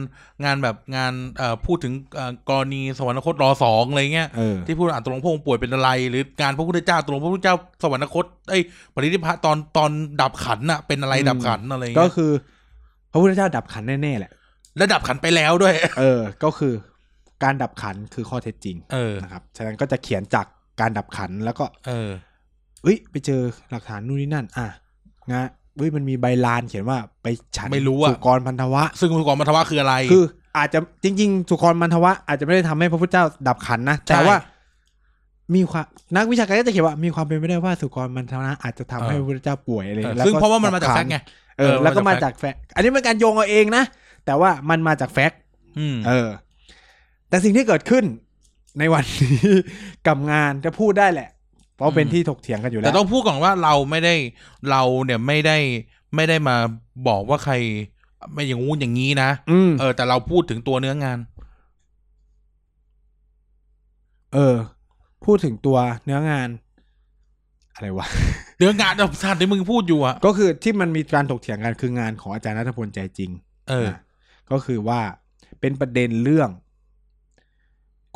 งานแบบงานเอ่อพูดถึงเอ่อกรณีสวรรคตรอสองอะไรเงี้ย
เออ
ที่พูดว่าอาจตกลงพระองค์ป่วยเป็นอะไร หรือการพระพุทธเจ้าตกลงพระพุทธเจ้าสวรรคตไอ้ยปรินิพพานตอนตอนดับขันน่ะเป็นอะไรดับขันอะไร
ก็
เงี้ย
คือ พระพุทธเจ้าดับขันแน่ๆแหละ
แล้วดับขันไปแล้วด้วย
เออ ก็คือการดับขันคือข้อเท็จจริง
เออ
นะครับฉะนั้นก็จะเขียนจากการดับขันแล้วก็
เออ
เอ้ยไปเจอหลักฐานนู่นนี่นั่น อ่ะงะเว้ยมันมีใบลานเขียนว่าไปฉัน
ไม่รู้อะ
สุกรพันธวะ
ซึ่งคุณกรมัทวะคืออะไร
คืออาจจะจริง ๆ สุกรมันทวะ อาจจะไม่ได้ทำให้พระพุทธเจ้าดับขันนะ
ใช่
แต่ว่ามีความนักวิชาการก็จะเขียนว่ามีความเป็นไปได้ว่าสุกรมันทวะอาจจะทำให้
เออ
พระพุทธเจ้าป่วยอะไร
เออ
แล้
ซึ่ง
ก็
เพราะว่ามันมาจากแฟกต์ไง
เออ
เออ
แล้วก็
มา
มา
จา
จาก ก
แฟ
แฟ
ก
ก
ต์
ต์อันนี้เป็นการโยงเอาเองนะ แต่ว่ามันมาจากแฟกต์
อืม
เออ แต่สิ่งที่เกิดขึ้นในวันนี้ กับงานจะพูดได้แหละ เพราะเป็น
อืม
ที่ถกเถียงกันอยู่แล้
แต่
ว
ต้องพูดก่อนว่าเราไม่ได้เราเนี่ยไม่ได้ไม่ได้มาบอกว่าใคร ไม่อย่างงู้นอย่างนี้นะ
อืม
เออ แต่เราพูดถึงตัวเนื้องาน
เออ พูดถึงตัวเนื้องาน อะไรวะ
เนื้องานแบบสัตว์ที่มึงพูดอยู่อ่ะ
ก็คือที่มันมีการถกเถียงกันคืองานของอาจารย์นัทพลใจจริง
เออ
นะก็คือว่าเป็นประเด็นเรื่อง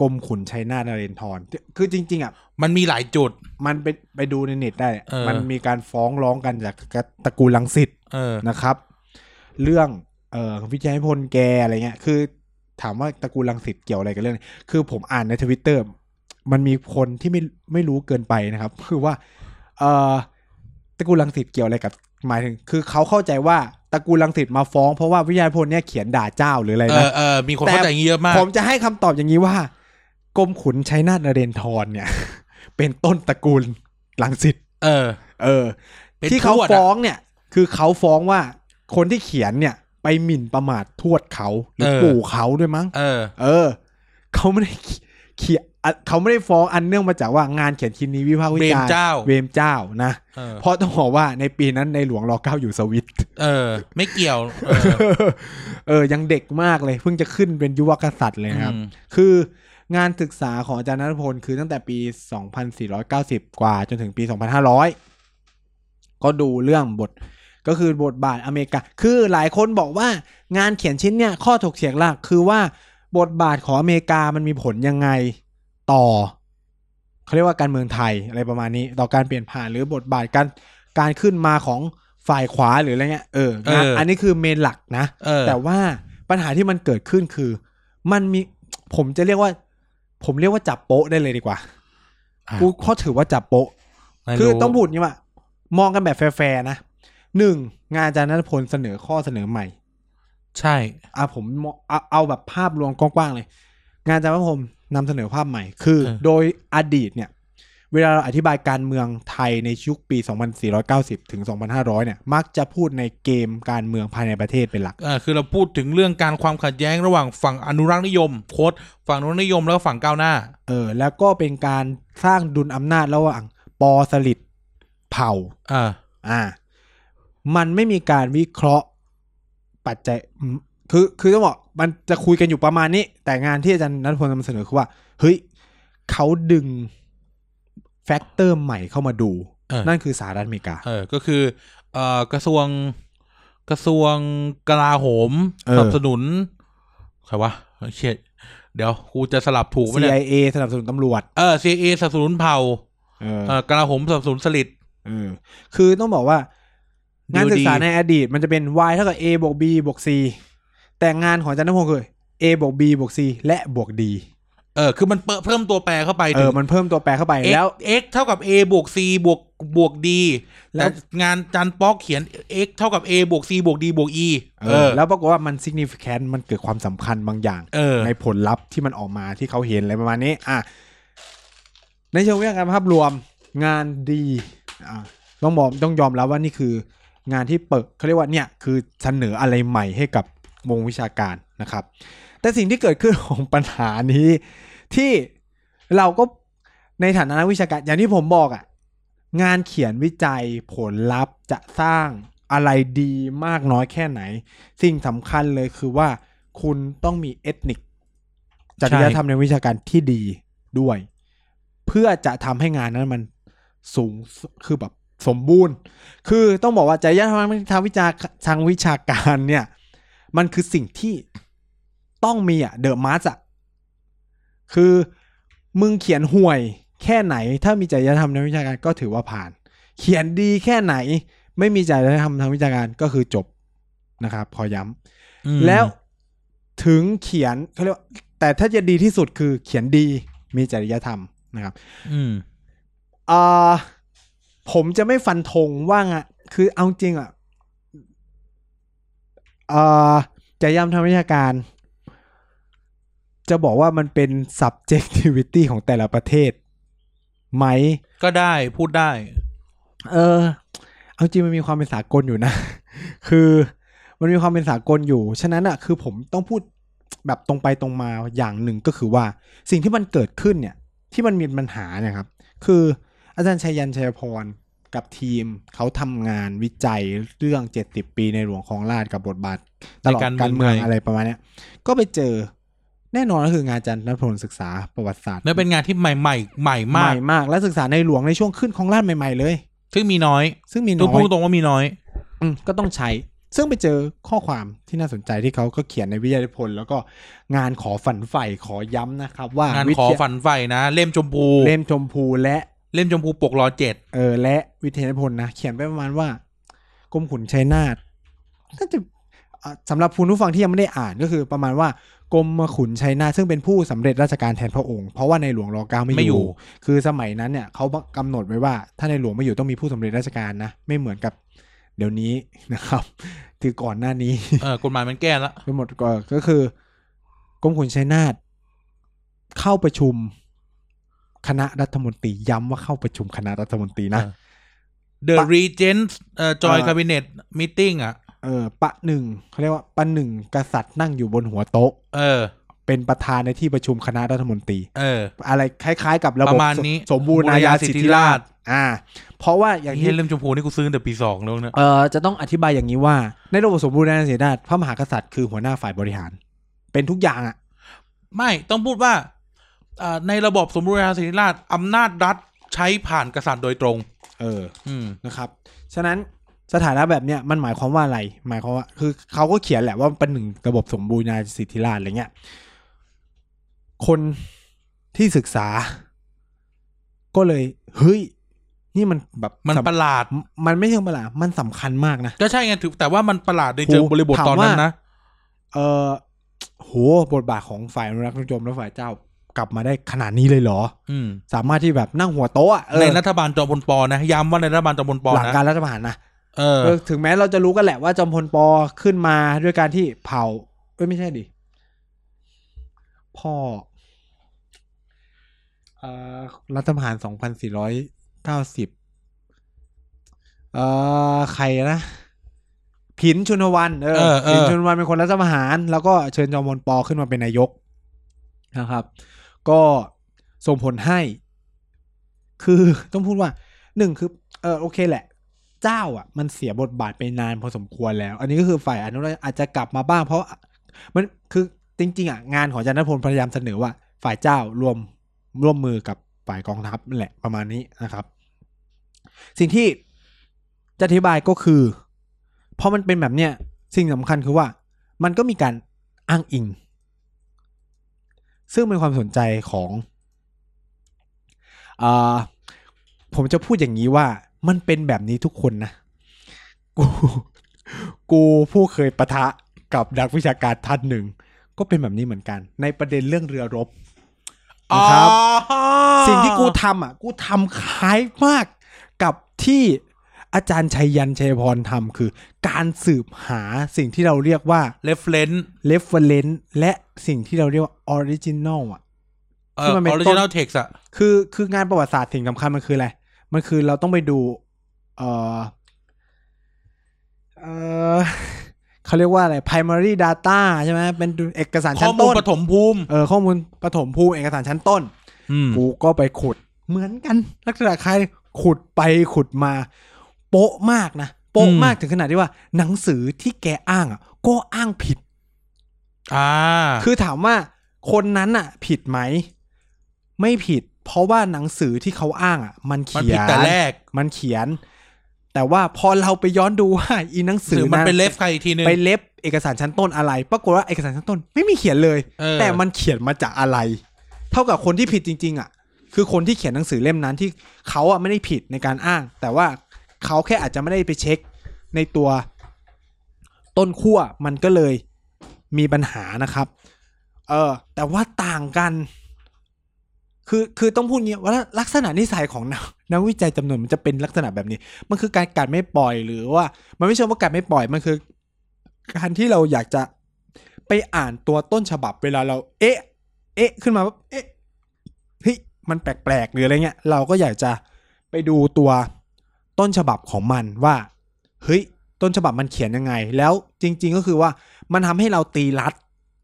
กรมขุนชัยนาทนเรนทรคือจริง ๆอ่ะ
มันมีหลายจุด
มันไปไปดูในเน็ตได้แหละ
เออ
มันมีการฟ้องร้องกันจากตระกูลลังสิต
เออ
นะครับ เรื่องเอ่อวิจัยพลแกอะไรเงี้ย คือ ถามว่าตระกูลลังสิตเกี่ยวอะไรกับเรื่องนี้คือผมอ่านในทวิตเตอร์มันมีคนที่ไม่ไม่รู้เกินไปนะครับ คือว่า เอ่อตระกูลลังสิตเกี่ยวอะไรกับหมายถึง คือเขาเข้าใจว่า ตระกูลลังสิตมาฟ้องเพราะว่าวิทยาพลเนี่ยเขียนด่าเจ้าหรืออะไร
เออ
นะ
เออมีคนเข้าใจอย่างงี้เยอะมาก
ผมจะให้คำตอบอย่างนี้ว่ากรมขุนชัยนาทนเรนทรเนี่ย เป็นต้นตระกูลลังสิต
เออ
เออ
เป็น
ที่เขา
ทวดอะ
ฟ้องเนี่ย คือเขาฟ้องว่าคนที่เขียนเนี่ย ไปหมิ่นประมาททวดเขาหรือ
เออ
ปู่เขาด้วยมั้ง
เออ
เออ เขาไม่ได้เขียนอ่ะเขาไม่ได้ฟ้องอันเนื่องมาจากว่างานเขียนชิ้นนี้วิพากษ์วิจา
เว
รณ์
รเจ้า
เวรเจ้านะ
เออ
เพราะต้องบอกว่าในปีนั้นในหลวงรอเก้าอยู่สวิต
เออ ไม่เกี่ยว เออ
เออ ยังเด็กมากเลย เพิ่งจะขึ้นเป็นยุวกษัตริย์เลยนะครับ
อืม
คืองานศึกษาของอาจารย์นัทพลคือตั้งแต่ปี 2490 กว่าจนถึงปี 2500 ก็ดูเรื่องบทก็คือบทบาทอเมริกา คือหลายคนบอกว่างานเขียนชิ้นเนี่ยข้อถกเถียงหลักคือว่าบทบาทของอเมริกามันมีผลยังไงต่อเขาเรียกว่าการเมืองไทยอะไรประมาณนี้ ต่อการเปลี่ยนผ่านหรือบทบาทการการขึ้นมาของฝ่ายขวาหรืออะไรเงี้ยเออ
เอออั
อันนี้คือเมนหลักนะ
เออ
แต่ว่าปัญหาที่มันเกิดขึ้นคือ มันมีผมจะเรียกว่า ผมเรียกว่าจับโป๊ะได้เลยดีกว่า
อ่ะ
กูเขาถือว่าจับโป๊ะ
ไม่
คือ
รู้
ต้องพูดอย่างนี้ว่ามองกันแบบแฟร์ๆนะหนึ่งงานอาจารย์นัทพลเสนอข้อเสนอใหม่
ใช่
อ่ะผมมองเอาเอาแบบภาพรวมกว้างๆเลย งานอาจารย์นัทพลนำเสนอภาพใหม่ คือ โดยอดีตเนี่ย เวลาเราอธิบายการเมืองไทยในยุคปี 2490 ถึง 2500 เนี่ย มักจะพูดในเกมการเมืองภายในประเทศเป็นหลัก
เออคือเราพูดถึงเรื่องการความขัดแย้งระหว่างฝั่งอนุรักษ์นิยม โค้ดฝั่งอนุรักษ์นิยมแล้วก็ฝั่งก้าวหน้า
เออแล้วก็เป็นการสร้างดุลอำนาจระหว่างปอสลิดเผ่า
อ่า
อ่า มันไม่มีการวิเคราะห์ปัจจัยอืมคือคือต้องบอกมันจะคุยกันอยู่ประมาณนี้ แต่งานที่อาจารย์นัทพลนำเสนอคือว่า เฮ้ยเขาดึงแฟกเตอร์ใหม่เข้ามาดู
เออ
นั่นคือสหรัฐอเมริกา
เออ ก็คือเอ่อกระทรวงกระทรวงกลาโหม
เอ
ส
อ
นับสนุนใครวะเชียเดี๋ยวกูจะสลับถูกไหมเนี่ย
CIA สนับสนุนตำรวจ
เออ CIA สนับสนุนเผ่า
เออ
เออกลาโหมสนับสนุนสลิด
เออคือต้องบอกว่า งานศึกษา
DoD
ในอดีตมันจะเป็น y เท่ากับ a บวก b บวก c แต่งานของอาจันทพงศ์คือ a บวก b บวก c และบวก d
เออ คือมันเปิดเพิ่มตัวแปรเข้าไป
เอ
ถึ
อง มันเพิ่มตัวแปรเข้าไป
x
แล้ว
x เท่ากับ a บวก c บวกบวก d
แล้
แต่
ว
งานจันป๊อกเขียน x เท่ากับ a บวก c บวก d บวก e
เออแล้วปรากฏว่ามัน significant มันเกิดความสำคัญบางอย่าง
เออ
ในผลลัพธ์ที่มันออกมาที่เขาเห็นอะไรประมาณนี้ อ่ะ ในเชิงวิทยาการภาพรวมงานดีอ่ะต้องบอกต้องยอมรับว่านี่คืองานที่เปิดเขาเรียกว่าเนี่ยคือเสนออะไรใหม่ให้กับวงวิชาการนะครับ แต่สิ่งที่เกิดขึ้น ของปัญหานี้ ที่เราก็ในฐานะนักวิชาการ อย่างที่ผมบอกอะ่ะงานเขียนวิจัยผลลัพธ์จะสร้างอะไรดีมากน้อยแค่ไหน สิ่งสำคัญเลยคือว่าคุณต้องมีเอทนิกจริยธรรมในวิชาการที่ดีด้วย เพื่อจะทำให้งานนั้นมันสูงสุดคือแบบสมบูรณ์ คือต้องบอกว่าจริยธรรมทางวิชาทางวิชาการเนี่ย มันคือสิ่งที่ต้องมีอะเดอะมาสอะคือมึงเขียนห่วยแค่ไหน ถ้ามีจริยธรรมในวิชาการก็ถือว่าผ่าน เขียนดีแค่ไหน ไม่มีจริยธรรมทางวิชาการก็คือจบนะครับ พอย้ำ
ม
แล้วถึงเขียนเขาเรียกว่าแต่ถ้าจะดีที่สุดคือเขียนดีมีจริยธรรมนะครับ
อืม
อ่าผมจะไม่ฟันธงว่างะคือเอาจริงอ่ะอ่าจริยธรรมทางวิชาการ จะบอกว่ามันเป็น subjectivity ของแต่ละประเทศ ไหม
ก็ได้พูดได้
เออ เอาจริงมันมีความเป็นสากลอยู่นะ คือมันมีความเป็นสากลอยู่ ฉะนั้นอ่ะ คือผมต้องพูดแบบตรงไปตรงมาอย่างหนึ่งก็คือว่า สิ่งที่มันเกิดขึ้นเนี่ย ที่มันมีปัญหาเนี่ยครับ คืออาจารย์ชัยยันชัยพรกับทีมเขาทำงานวิจัยเรื่อง 70 ปีในหลวงของราชกับบทบาทตลอด
ในการเมือง
การเมือง
ไทย
อะไรประมาณเนี้ย ก็ไปเจอแน่นอนก็คืองานอาจารย์นัทพลศึกษาประวัติศาสตร์
แล้วเป็นงานที่ใหม่ใหม่ใหม่มาก
ใหม่มาก และศึกษาในหลวงในช่วงขึ้นของราชใหม่ ๆ เลย
ซึ่งมีน้อย
ซึ่งมี
ตั
น้
ว
อ
พูด
ย
ตรงว่ามีน้อย
อืมก็ต้องใช้ ซึ่งไปเจอข้อความที่น่าสนใจที่เขาก็เขียนในวิทยานิพนธ์แล้วก็งานขอฝันใฝ่ขอย้ำนะครับ ว่าง
าน
วิ
ขอย
ทา
ฝันใฝ่นะ เล่มชมพู
เล่มชมพูและ
เล่มชมพูปกรอเจ็ด
เออและวิทยานิพนธ์นะ เขียนไปประมาณว่ากรมขุนชัยนาทน่าจะอ่ะสำหรับคุณผู้ฟังที่ยังไม่ได้อ่านก็คือประมาณว่ากรมขุนชัยนาทซึ่งเป็นผู้สำเร็จราชการแทนพระองค์เพราะว่าในหลวงรอเก้าไม่
ไม่อ
อยู่
ยู่
คือสมัยนั้นเนี่ยเขากำหนดไว้ว่าถ้าในหลวงไม่อยู่ต้องมีผู้สำเร็จราชการนะ ไม่เหมือนกับ ดี๋ยวนี้นะครับ คือก่อนหน้านี้
เออกฎหมายมันแก้ละ
ทั้งหมดก็ก็คือกรมขุนชัยนาทเข้าประชุมคณะรัฐมนตรีย้ำว่าเข้าประชุมคณะรัฐมนตรีนะ
The Regents เอ่อ Joy Cabinet Meeting อ่ะ
เออปะหนึ่งเขาเรียกว่าปะหนึ่งกษัตริย์นั่งอยู่บนหัวโต๊ะ
เออ
เป็นประธานในที่ประชุมคณะรัฐมนตรี
เออ
อะไรคล้ายๆกับระบ
ป
บ
ระมาณนี้
สสมบูรณาญาสิทธิราช
บูรณาญาสิทธิราช
อ่า เพราะว่าอย่าง
เฮี
ที่
ยเล่มชมพูนี่กูซื้อตั้งแต่ปีสองแล้วเนะ
เอ่อจะต้องอธิบายอย่างนี้ว่า ในระบบสมบูรณาญาสิทธิราชพระมหากษัตริย์คือหัวหน้าฝ่ายบริหาร เป็นทุกอย่างอ่ะ
ไม่ต้องพูดว่าเอ่อในระบบสมบูรณาสิทธิราชย์อำนาจรัฐใช้ผ่านกษัตริย์โดยตรง
เออ
อืม
นะครับ ฉะนั้นสถานะแบบเนี้ยมันหมายความว่าอะไร หมายความว่า คือเขาก็เขียนแหละว่ามันเป็นหนึ่งระบบสมบูรณาญาสิทธิราชย์อะไรเงี้ย คนที่ศึกษา ก็เลย เฮ้ย นี่มันแบบ
มันประหลาด
มมันไม่เชิงประหลาดมันสำคัญมากนะ
ก็ใช่ไงถือแต่ว่ามันประหลาดในเชิง
โห
บริบท
ถาม
ตอนนั้น
ว่า
นะ
เออโหบทบาทของฝ่ายอนุรักษ์นิยมและฝ่ายเจ้ากลับมาได้ขนาดนี้เลยเหรอ
อืม
สามารถที่แบบนั่งหัวโต๊ะอะเออ
ในรัฐบาลจอมพลปอนะย้ำว่าในรัฐบาลจอมพลปอ
หลัง
นะ
การรัฐประหารนะ
เออ
เออถึงแม้เราจะรู้กันแหละว่าจอมพลปอขึ้นมาด้วยการที่เผาเอ้ยไม่ใช่ดิ พ่อเอ่อรัฐประหารสองพันสี่ร้อยเก้าสิบเอ่อใครนะ ผินชุนวันเอ
เอ
อ
อเออ
ผินชุนวันเป็นคนรัฐประหาร แล้วก็เชิญจอมพลปอขึ้นมาเป็นนายกนะครับ ก็ส่งผลให้ คือ ต้องพูดว่าหนึ่งคือ เออโอเคแหละ เจ้าอ่ะ มันเสียบทบาทไปนานพอสมควรแล้ว อันนี้ก็คือฝ่ายอนุรักษ์อาจจะกลับมาบ้างเพราะมันคือจริง ๆอ่ะงานของอาจารย์นพลพยายามเสนอว่า ฝ่ายเจ้ารวมร่วมมือกับฝ่ายกองทัพนั่นแหละประมาณนี้นะครับ สิ่งที่จะอธิบายก็คือพอมันเป็นแบบเนี้ยสิ่งสำคัญคือว่า มันก็มีการอ้างอิง ซึ่งเป็นความสนใจของ อ่าผมจะพูดอย่างนี้ว่ามันเป็นแบบนี้ทุกคนนะ กู กูผู้เคยปะทะกับนักวิชาการท่านหนึ่ง ก็เป็นแบบนี้เหมือนกัน ในประเด็นเรื่องเรือรบ นะครับ
อ๋อ
สิ่งที่กูทำอ่ะ กูทำคล้ายมากกับที่อาจารย์ชัยยันชัยพรทำคือ การสืบหาสิ่งที่เราเรียกว่า
เลฟเลน
reference และสิ่งที่เราเรียกว่า original อ่ะ
เอ
ที่
อ
มันเป็น
ออ
ต้
น ริจินัลเท็กซ์อะ
คือคืองานประวัติศาสตร์สิ่งสำคัญมันคืออะไร มันคือเราต้องไปดู เออเออ เขาเรียกว่าอะไร primary data ใช่ไหมเป็นเอกสาร
ข้
ชั้
อน มูล
ต้น
ปฐมภูมิ
เออข้อมูลปฐมภูมิเอกสารชั้นต้น
อืม
กูก็ไปขุด เหมือนกัน ลักษณะคล้ายขุดไปขุดมา โป๊ะมากนะ โป๊ะ
อืม
มากถึงขนาดที่ว่า หนังสือที่แกอ้างอ่ะ ก็อ้างผิด
อ่า
คือถามว่าคนนั้นอ่ะ ผิดไหม ไม่ผิด เพราะว่าหนังสือที่เขาอ้างอ่ะ มัน
มัน
เขีย
ผิด
น
แต่แรก
มันเขียน แต่ว่าพอเราไปย้อนดูว่าอีหนังสื
ห
อ
รือมันเป็นเลฟ
ะ
ใครอีกทีนึง
ไปเล็บเอกสารชั้นต้นอะไร ปรากฏว่าเอกสารชั้นต้นไม่มีเขียนเลย
เออ
แต่มันเขียนมาจากอะไร เท่ากับคนที่ผิดจริง ๆ อ่ะ คือคนที่เขียนหนังสือเล่มนั้นที่เขาอ่ะไม่ได้ผิดในการอ้าง แต่ว่าเขาแค่อาจจะไม่ได้ไปเช็คในตัวต้นขั้วมันก็เลยมีปัญหานะครับ เออ แต่ว่าต่างกัน คือคือต้องพูดงี้ว่าลักษณะนิสัยของ นักนักวิจัยจำนวนมันจะเป็นลักษณะแบบนี้ มันคือการกัดไม่ปล่อยหรือว่า มันไม่เชิงว่ากัดไม่ปล่อยมันคือ การที่เราอยากจะไปอ่านตัวต้นฉบับเวลาเรา เอ๊ะ เอ๊ะ ขึ้นมาว่าเอ๊ะเฮ้ยมันแปลกๆหรืออะไรเงี้ย เราก็อยากจะไปดูตัวต้นฉบับของมันว่า เฮ้ย ต้นฉบับมันเขียนยังไง แล้วจริง ๆ ก็คือว่ามันทำให้เราตีรัด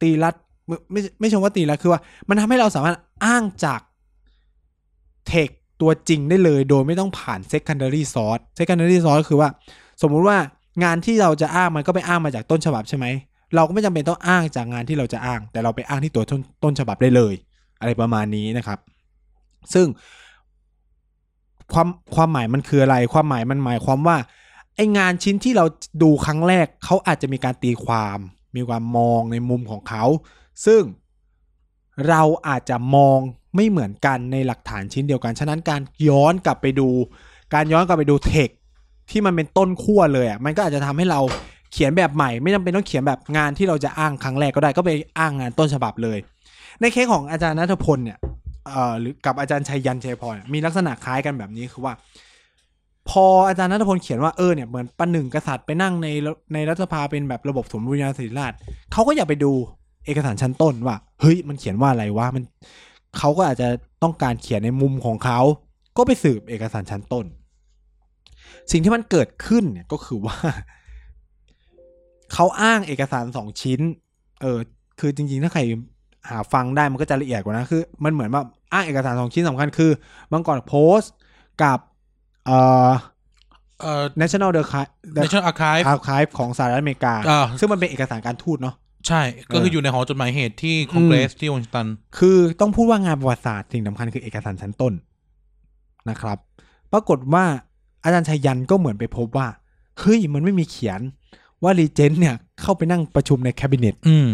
ตีรัดไม่ไม่ไม่ใช่ว่าตีรัดคือว่า มันทำให้เราสามารถอ้างจากเทคตัวจริงได้เลย โดยไม่ต้องผ่าน secondary source secondary source ก็คือว่า สมมุติว่างานที่เราจะอ้างมันก็ไปอ้างมาจากต้นฉบับใช่ไหม เราก็ไม่จำเป็นต้องอ้างจากงานที่เราจะอ้าง แต่เราไปอ้างที่ตัวต้นต้นฉบับได้เลย อะไรประมาณนี้นะครับ ซึ่ง ความความหมายมันคืออะไร ความหมายมันหมายความว่าไองานชิ้นที่เราดูครั้งแรกเขาอาจจะมีการตีความ มีความมองในมุมของเขา ซึ่งเราอาจจะมองไม่เหมือนกันในหลักฐานชิ้นเดียวกัน ฉะนั้นการย้อนกลับไปดู การย้อนกลับไปดูเทคที่มันเป็นต้นขั้วเลยอ่ะมันก็อาจจะทำให้เราเขียนแบบใหม่ ไม่จำเป็นต้องเขียนแบบงานที่เราจะอ้างครั้งแรกก็ได้ก็ไปอ้างงานต้นฉบับเลย ในเคสของอาจารย์นัทพลเนี่ย เอ่อหรือกับอาจารย์ชัยยันชัยพรเนี่ยมีลักษณะคล้ายกันแบบนี้คือว่า พออาจารย์นัทพลเขียนว่าเออเนี่ยเหมือนประหนึ่งกษัตริย์ไปนั่งในรัฐในรัฐสภาเป็นแบบระบบสมบูรณาธิราชย์เขาก็อย่าไปดูเอกสารชั้นต้นว่าเฮ้ยมันเขียนว่าอะไรวะมันเขาก็อาจจะต้องการเขียนในมุมของเขาก็ไปสืบเอกสารชั้นต้น สิ่งที่มันเกิดขึ้นเนี่ยก็คือว่า เขาอ้างเอกสารสองชิ้น เออ คือจริงๆ ถ้าใครหาฟังได้มันก็จะละเอียดกว่านะ คือ มันเหมือนว่าอ้างเอกสารสองชิ้นสำคัญคือมังกรโพสต์กับเอ่อ
เอ่อ
National The Archive
National Archive
Archive ของสหรัฐอเมริกา
อ่า
ซึ่งมันเป็นเอกสารการทูตเนาะ
ใช่ ก็คืออยู่ในหอจดหมายเหตุที่คอนเกรสที่วอชิงตัน
คือต้องพูดว่างานประวัติศาสตร์สิ่งสำคัญคือเอกสารชั้นต้นนะครับ ปรากฏว่าอาจารย์ชัยยันก็เหมือนไปพบว่า เฮ้ย มันไม่มีเขียนว่ารีเจนต์เนี่ย เข้าไปนั่งประชุมในแคบิเนต
อืม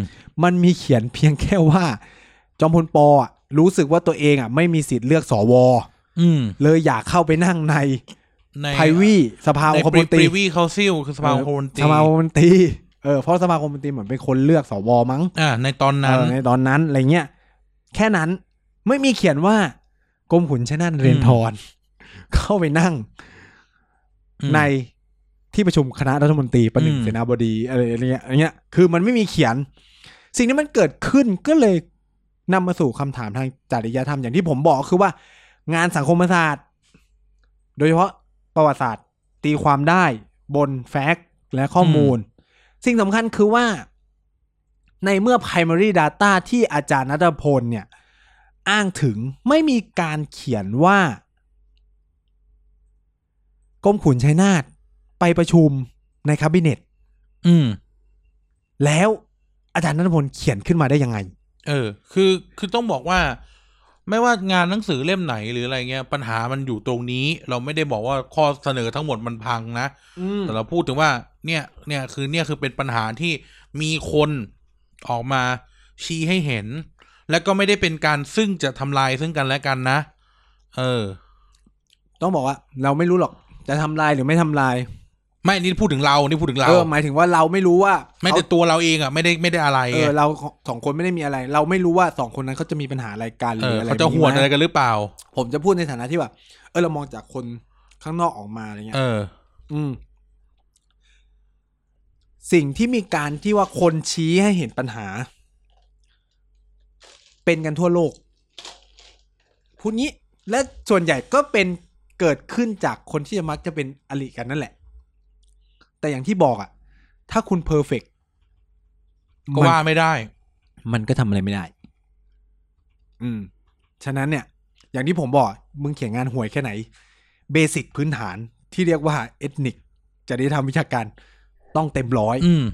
มันมีเขียนเพียงแค่ว่า จอมพลปอะรู้สึกว่าตัวเองอ่ะไม่มีสิทธิ์เลือกสว
อืม
เลยอยากเข้าไปนั่งใน
ใน
ไพรวีสภาอ
ใน
งคม
ปรี
นตรี
วีเคาซิลคือสภาองคมนตรี
สภาองคมนตรีเออเพราะสภาองคมนตรีเหมือนเป็นคนเลือกสวมั้ง
อ่า ในตอนนั้น
เออในตอนนั้นอะไรเงี้ยแค่นั้นไม่มีเขียนว่ากรมขุนชนานเรนทร เข้าไปนั่ง
อืม
ในที่ประชุมคณะรัฐมนตรีประหนึ่ง
อืม
เสนาบดีอะไรอะไรเงี้ยอะไรเงี้ยคือมันไม่มีเขียน สิ่งที่มันเกิดขึ้นก็เลยนำมาสู่คำถามทางจริยธรรมอย่างที่ผมบอกคือว่า งานสังคมศาสตร์ โดยเฉพาะประวัติศาสตร์ตีความได้บนแฟกต์และข้อมูล สิ่งสำคัญคือว่า ในเมื่อ primary data ที่อาจารย์นัทพลเนี่ย อ้างถึงไม่มีการเขียนว่ากรมขุนชัยนาทไปประชุมในคาบิเนต
อืม
แล้วอาจารย์นัทพลเขียนขึ้นมาได้ยังไง
เออ คือ คือต้องบอกว่า ไม่ว่างานหนังสือเล่มไหนหรืออะไรเงี้ย ปัญหามันอยู่ตรงนี้ เราไม่ได้บอกว่าข้อเสนอทั้งหมดมันพังนะ แต่เราพูดถึงว่า เนี่ย เนี่ย คือเนี่ยคือเป็นปัญหาที่มีคนออกมาชี้ให้เห็น และก็ไม่ได้เป็นการซึ่งจะทำลายซึ่งกันและกันนะ เออ
ต้องบอกว่า เราไม่รู้หรอกจะทำลายหรือไม่ทำลาย
ไม่นี่พูดถึงเรา นี่พูดถึงเรา
เออหมายถึงว่าเราไม่รู้ว่า
ไม่
เขา
แต่ตัวเราเองอ่ะ ไม่ได้ไม่ได้อะไร
เอ
ไง
อเราสองคนไม่ได้มีอะไร เราไม่รู้ว่าสองคนนั้นเขาจะมีปัญหาอะไรกันห
เอ
รือ
อ
อะไร
เขาจะหวดอะไร
แบบ
กันหรือเปล่า
ผมจะพูดในฐานะที่แบบเออเรามองจากคนข้างนอกออกมาอะไรเงี้ย
เออ
อืม สิ่งที่มีการที่ว่าคนชี้ให้เห็นปัญหา เป็นกันทั่วโลกพูดงี้ และส่วนใหญ่ก็เป็นเกิดขึ้นจากคนที่มักจะเป็นอลิกันนั่นแหละ แต่อย่างที่บอกอะถ้าคุณเพอร์เฟก
ก็ว่าไม่ได้
มันก็ทำอะไรไม่ได้ อืม ฉะนั้นเนี่ย อย่างที่ผมบอก มึงเขียนงานห่วยแค่ไหน เบสิกพื้นฐานที่เรียกว่าเอทนิกจริยธรรมวิชาการต้องเต็มร้อย
อืม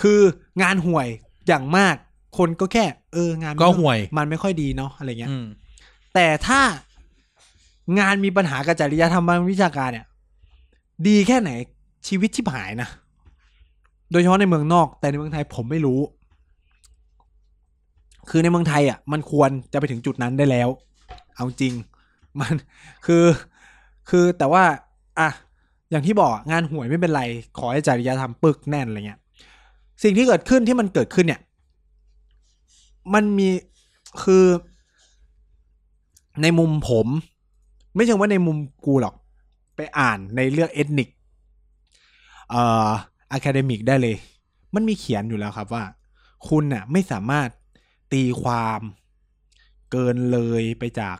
คืองานห่วยอย่างมาก คนก็แค่ เอองานมัน
ก็ห่วย
มันไม่ค่อยดีเนาะอะไรเงี้ย
อืม
แต่ถ้างานมีปัญหากับจริยธรรมทางวิชาการเนี่ย ดีแค่ไหนชีวิตที่หายนะ โดยเฉพาะในเมืองนอก แต่ในเมืองไทยผมไม่รู้ คือในเมืองไทยอ่ะ มันควรจะไปถึงจุดนั้นได้แล้ว เอาจริง มันคือคือแต่ว่า อ่ะ อย่างที่บอกอะงานห่วยไม่เป็นไร ขอให้จริยธรรมปึกแน่นอะไรเงี้ย สิ่งที่เกิดขึ้นที่มันเกิดขึ้นเนี่ย มันมีคือ ในมุมผม ไม่ใช่ว่าในมุมกูหรอก ไปอ่านในเรื่องเอทนิกเอ่ออะคาเดมิกได้เลย มันมีเขียนอยู่แล้วครับว่า คุณน่ะ ไม่สามารถตีความเกินเลยไปจาก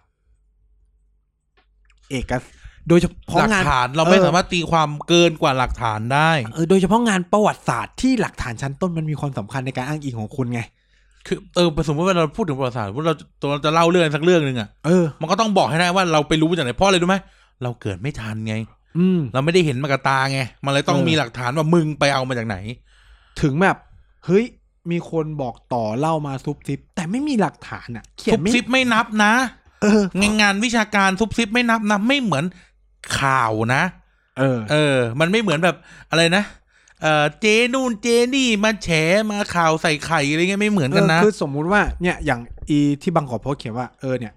เอกสโดยเฉพาะ
หลัก
งาน
ฐานเราไม่สามารถตีความเกินกว่าหลักฐานได้
เออโดยเฉพาะงานประวัติศาสตร์ที่หลักฐานชั้นต้นมันมีความสำคัญในการอ้างอิงของคุณไง
คือเออสมมติว่าเราพูดถึงประวัติศาสตร์ว่าเราตัวเราจะเล่าเรื่องสักเรื่องหนึ่งอ่ะ
เออ
มันก็ต้องบอกให้ได้ว่าเราไปรู้มาจากไหนเพราะอะไรรู้ไหมเราเกิดไม่ทันไง
อืม
เราไม่ได้เห็นมากับตาไง มันเลยต้อง
เออ
มีหลักฐานว่ามึงไปเอามาจากไหน
ถึงแบบเฮ้ย มีคนบอกต่อเล่ามาซุบซิบ แต่ไม่มีหลักฐานอ่ะ เขีย
ซุ
น
บ
ไม่
ซิปไม่นับนะ
เออ
งานงานวิชาการซุบซิปไม่นับนะ ไม่เหมือนข่าวนะ
เออ
เออ มันไม่เหมือนแบบอะไรนะ เออเจนู่นเจนี่มาแฉมาข่าวใส่ไข่อะไรเงี้ยไม่เหมือนกันนะ
เออคือสมมุติว่าเนี่ยอย่างอีที่บางกอกโพสต์เขียนว่าเออเนี่ย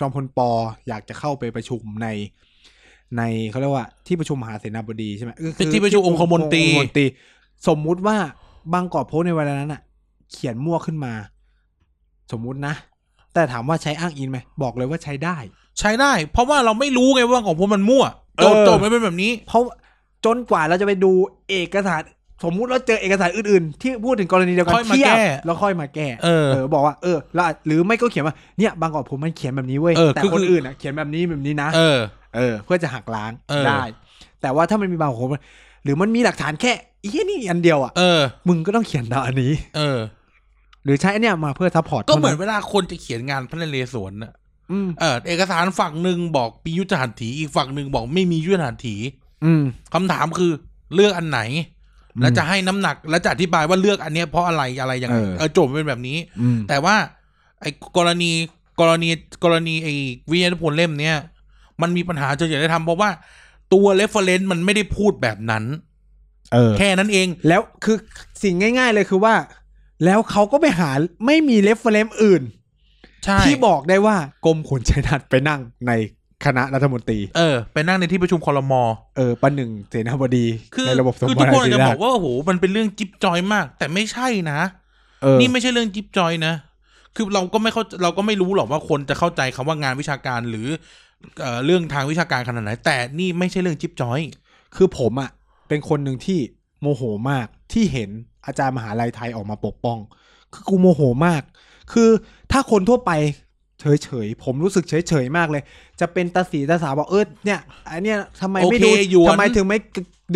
จอมพลปออยากจะเข้าไปประชุมใน ในเขาเรียกว่าที่ประชุมมหาเสนาบดีใช่ไหมเออคือ
ที่ประชุมองคมนตรี
องคมนตรี สมมุติว่าบางกอกโพสต์ในเวลานั้นอ่ะ เขียนมั่วขึ้นมา สมมุตินะ แต่ถามว่าใช้อ้างอิงไหมบอกเลยว่าใช้ได้
ใช้ได้ เพราะว่าเราไม่รู้ไงว่าของพวกมันมั่ว โจทย์โจทย์มันเป็นแบบนี้
เพราะจนกว่าเราจะไปดูเอกสาร สมมุติเราเจอเอกสารอื่นๆ ที่พูดถึงกรณีเดียวกัน
ค่อยมา
เทีบ
แก้
แล้วค่อยมาแก้
เออ
เออบอกว่าเออแล้วอาจหรือไม่ก็เขียนว่าเนี่ยบางกอกผมมันเขียนแบบนี้เว้ย
เออ
แต่
คือ
คนอื่นอ่ะเขียนแบบนี้แบบนี้นะ
เออ
เออเพื่อจะหักล้าง
เออ
ได้ แต่ว่าถ้ามันมีบางคนหรือมันมีหลักฐานแค่อียนี่อันเดียวอ่ะ
เออ
มึงก็ต้องเขียนดาวอันนี้
เออ
หรือใช้อันเนี้ยมาเพื่อซัพพอร์ต
ก็เหมือนเวลาคนจะเขียนงานพระนเรศวรน่ะ
อืม
เออเอกสารฝั่งหนึ่งบอกปียุทธหัตถีอีกฝั่งหนึ่งบอกไม่มียุทธหัตถี
อืม
คำถามคือเลือกอันไหน
อืม
แล้วจะให้น้ำหนัก แล้วจะอธิบายว่าเลือกอันเนี้ยเพราะอะไรอะไรยังไง
เออ
เออโจทย์มันเป็นแบบนี้
อืม
แต่ว่า ไอ้กรณีกรณีกรณีไอ้วิทยาพลเล่มเนี้ยมันมีปัญหาจนอยากได้ทำเพราะว่าตัวเรฟเฟรนซ์มันไม่ได้พูดแบบนั้น
เออ
แค่นั้นเอง
แล้วคือสิ่งง่ายๆเลยคือว่า แล้วเขาก็ไปหาไม่มีเรฟเฟรมอื่น
ใช่
ที่บอกได้ว่ากรมขนชัยนาทไปนั่งในคณะรัฐมนตรี
เออไปนั่งในที่ประชุมคอรมอ
เออประหนึ่งเสนาบดี
คือ
ในระบบสม
คือ
บั
ทุก
ติ
คนอาจจะ
รา
บ
ช
อกว่าโอ้โหมันเป็นเรื่องจิ๊บจอยมาก แต่ไม่ใช่นะ
เออ
นี่ไม่ใช่เรื่องจิ๊บจอยนะ คือเราก็ไม่เข้าเราก็ไม่รู้หรอกว่าคนจะเข้าใจคำว่างานวิชาการหรือเอ่อเรื่องทางวิชาการขนาดไหนแต่นี่ไม่ใช่เรื่องจิ๊บจอย
คือผมอ่ะ เป็นคนหนึ่งที่โมโหมากที่เห็นอาจารย์มหาลัยไทยออกมาปกป้อง คือกูโมโหมาก คือถ้าคนทั่วไปเฉยๆ ผมรู้สึกเฉยๆ มากเลย จะเป็นตาสีตาสาบอกเออเนี่ยไอันเนี้ยทำไมไม่ดู
โอเคหยวน
ทำไมถึงไม่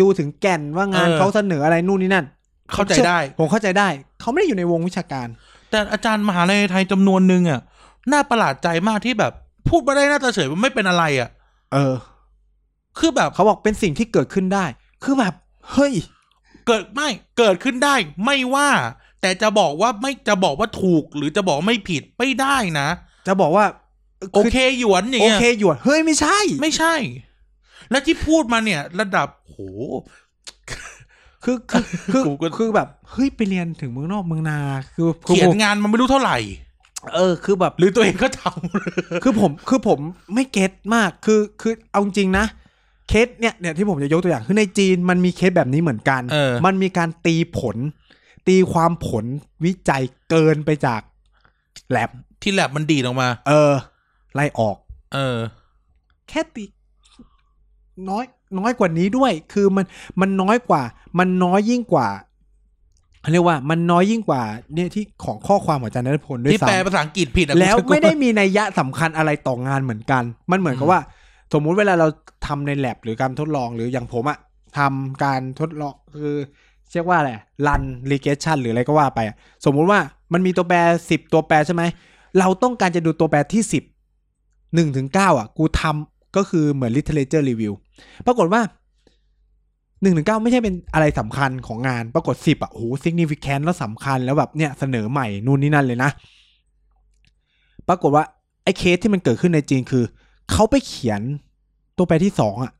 ดูถึงแก่นว่างาน
เออ
เขาเสนออะไรนู่นนี่นั่น
เข้าใจได้
ผมเข้าใจได้ เขาไม่ได้อยู่ในวงวิชาการ
แต่อาจารย์มหาลัยไทยจำนวนหนึ่งอ่ะน่าประหลาดใจมากที่แบบ พูดมาได้หน่าตาเฉยว่าไม่เป็นอะไรอ่ะ
เออ
คือแบบ
เขาบอกเป็นสิ่งที่เกิดขึ้นได้ คือแบบ เฮ้ย
เกิดไม่เกิดขึ้นได้ ไม่ว่า แต่จะบอกว่าไม่จะบอกว่าถูก หรือจะบอกไม่ผิดไม่ได้นะ
จะบอกว่า
โอเคหยวนอย่าง
โอ
เงี้ย
เคหยวนเฮ้ยไม่ใช่
ไม่ใช่ และที่พูดมาเนี่ย ระดับโห
คือ คือคือ
กูก็
คือแบบเฮ้ยไปเรียนถึงเมืองนอกเมืองนา คือคือ
เขีย
ผ
น
ม
งานมันไม่รู้เท่าไหร่
เออคือแบบ
หรือตัวเองก็ท
คือผมคือผมไม่เก็ตมากคือคือเอาจริงนะเคสเนี่ยเนี่ยที่ผมจะยกตัวอย่างคือในจีนมันมีเคสแบบนี้เหมือนกัน
ำเออ
มันมีการตีผล ตีความผลวิจัยเกินไปจากแลบ
ที่แลบมันดีดออกมา
เออ ไล่ออก
เออ
แค่ตีน้อยน้อยกว่านี้ด้วย คือมันมันน้อยกว่า มันน้อยยิ่งกว่าเขาเรียกว่า มันน้อยยิ่งกว่า เนี่ยที่ของข้อความของอาจารย์นัทพลด้วย
ที่แปล
ซ้ำ
ภาษาอังกฤษผิดอะ
แล้ว
กู
ไม่ได้มีนัยยะสำคัญอะไรต่องานเหมือนกัน มันเหมือนกับว่า สมมุติเวลาเราทำในแลบหรือการทดลองหรืออย่างผมอะทำการทดลองคือเรียกว่าอะไรรันรีเกชันหรืออะไรก็ว่าไปอะสมมุติว่ามันมีตัวแปรสิบตัวแปรใช่ไหม เราต้องการจะดูตัวแปรที่สิบหนึ่งถึงเก้าอ่ะ กูทำก็คือเหมือน literature review ปรากฏว่าหนึ่งถึงเก้าไม่ใช่เป็นอะไรสำคัญของงาน ปรากฏสิบอ่ะโอ้โห significant แล้วสำคัญแล้วแบบเนี่ยเสนอใหม่นู่นนี่นั่นเลยนะ ปรากฏว่า ไอ้เคสที่มันเกิดขึ้นในจีนคือ เขาไปเขียนตัวแปรที่สองอ่ะ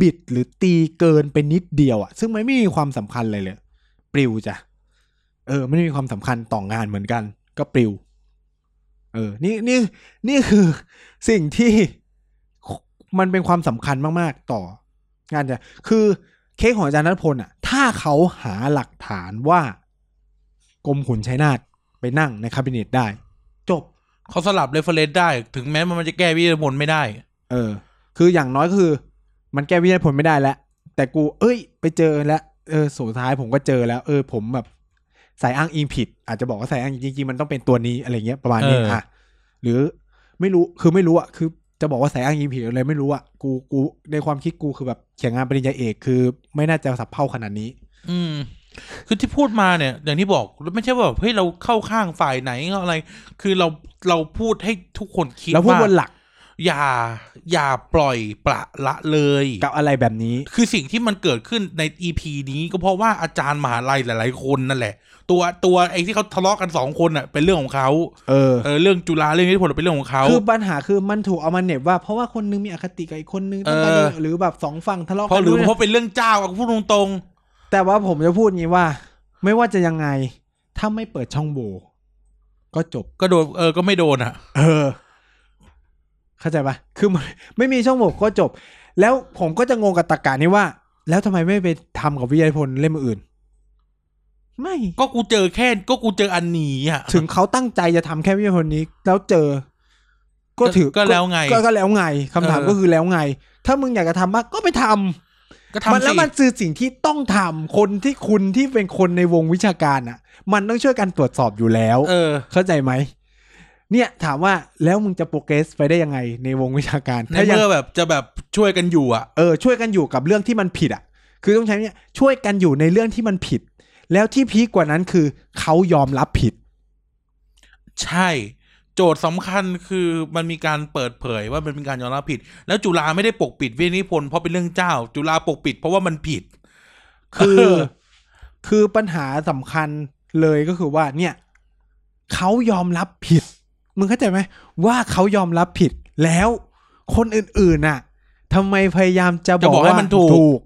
บิดหรือตีเกินไปนิดเดียวอ่ะ ซึ่งมันไม่มีความสำคัญเลยเลย ปลิวจ้ะ เออ ไม่ได้มีความสำคัญต่องานเหมือนกัน ก็ปลิว เออ นี่นี่นี่คือสิ่งที่มันเป็นความสำคัญมาก ๆ ต่องานจะคือเคสของอาจารย์นัทพลอ่ะ ถ้าเขาหาหลักฐานว่ากรมขุนชัยนาทไปนั่งในคาบิเนตได้ จบ
เขาสลับเรฟเฟรนซ์ได้ ถึงแม้มันจะแก้วิทยาพลไม่ได้
เออ คืออย่างน้อยก็คือ มันแก้วิทยาผลไม่ได้แล้ว แต่กู เอ้ย ไปเจอแล้ว เออ สุดท้ายผมก็เจอแล้ว เออ ผมแบบใส่อ้างอิงผิด อาจจะบอกว่าใส่อ้างอิงจริงๆมันต้องเป็นตัวนี้อะไรเงี้ยประมาณนี้
เอออ่
อ่ะ หรือไม่รู้ คือไม่รู้อ่ะ คือจะบอกว่าใส่อ้างอิงผิดอะไรไม่รู้อ่ะ กู กู ในความคิดกูคือแบบเขียนงานปริญญาเอกคือ ไม่น่าจะสับเพร่าขนาดนี้
อืม คือที่พูดมาเนี่ย อย่างที่บอกไม่ใช่ว่าแบบเฮ้ยเราเข้าข้างฝ่ายไหนอะไร คือเราเราพูดให้ทุกคนคิด
แล้วพูดบนหลัก
อย่า อย่าปล่อยประละเลย
กับอะไรแบบนี้
คือสิ่งที่มันเกิดขึ้นใน EP นี้ก็เพราะว่าอาจารย์มหาลัยหลาย ๆ คนนั่นแหละ ตัวตัวไอ้ที่เขาทะเลาะกันสองคนอ่ะเป็นเรื่องของเขา
เออ
เออเรื่องจุฬาเรื่องนี้ผลเป็นเรื่องของเขา
คือปัญหาคือมันถูกเอามาเหน็บว่า เพราะว่าคนนึงมีอคติกับอีกคนนึงต้องการ
เออ
หรือแบบสองฝั่งทะเลาะ
เพราะ
กัน
หรือ
ด้วย
เพราะเป็นเรื่องเจ้าอะพูดตรง
แต่ว่าผมจะพูดงี้ว่า ไม่ว่าจะยังไง ถ้าไม่เปิดช่องโหว่ก็จบ
ๆก็โดนเออก็ไม่โดนอ่ะ
เออ เข้าใจปะคือ มันไม่มีช่องโหว่ก็จบ แล้วผมก็จะงงกับตะการนี้ว่า แล้วทำไมไม่ไปทำกับวิทยาพลเล่มอื่น ไม่
ก็กูเจอแค่ก็กูเจออันนี้อ่ะ
ถึงเขาตั้งใจจะทำแค่วิทยาพลนี้ แล้วเจอ ก็ถือ
ก็แล้วไง
ก็ก็แล้วไงคำถาม
เออ
ก็คือแล้วไง ถ้ามึงอยากจะทำมากก็ไปทำ
ก็
มัน
ทำ
แล้ว
สิ
มันคือสิ่งที่ต้องทำคนที่คุณที่เป็นคนในวงวิชาการอ่ะ มันต้องช่วยกันตรวจสอบอยู่แล้ว
เออ
เข้าใจไหมเนี่ยถามว่าแล้วมึงจะโปรเกรสไปได้ยังไงในวงวิชาการ
ใน
ถ้ายัง
เมื่อแบบจะแบบช่วยกันอยู่อ่ะ
เออช่วยกันอยู่กับเรื่องที่มันผิดอ่ะ คือต้องใช้เนี่ยช่วยกันอยู่ในเรื่องที่มันผิด แล้วที่พีกกว่านั้นคือเขายอมรับผิด
ใช่ โจทย์สำคัญคือมันมีการเปิดเผยว่ามันเป็นการยอมรับผิด แล้วจุฬาไม่ได้ปกปิดวิทยานิพนธ์เพราะเป็นเรื่องเจ้า จุฬาปกปิดเพราะว่ามันผิด
คือ
เออ
คือปัญหาสำคัญเลยก็คือว่า เนี่ยเขายอมรับผิด มึงเข้าใจไหมว่าเขายอมรับผิด แล้วคนอื่นๆน่ะทำไมพยายามจะ
จะ
บบ อ
อก กให้
ว่า
มันถูก
ก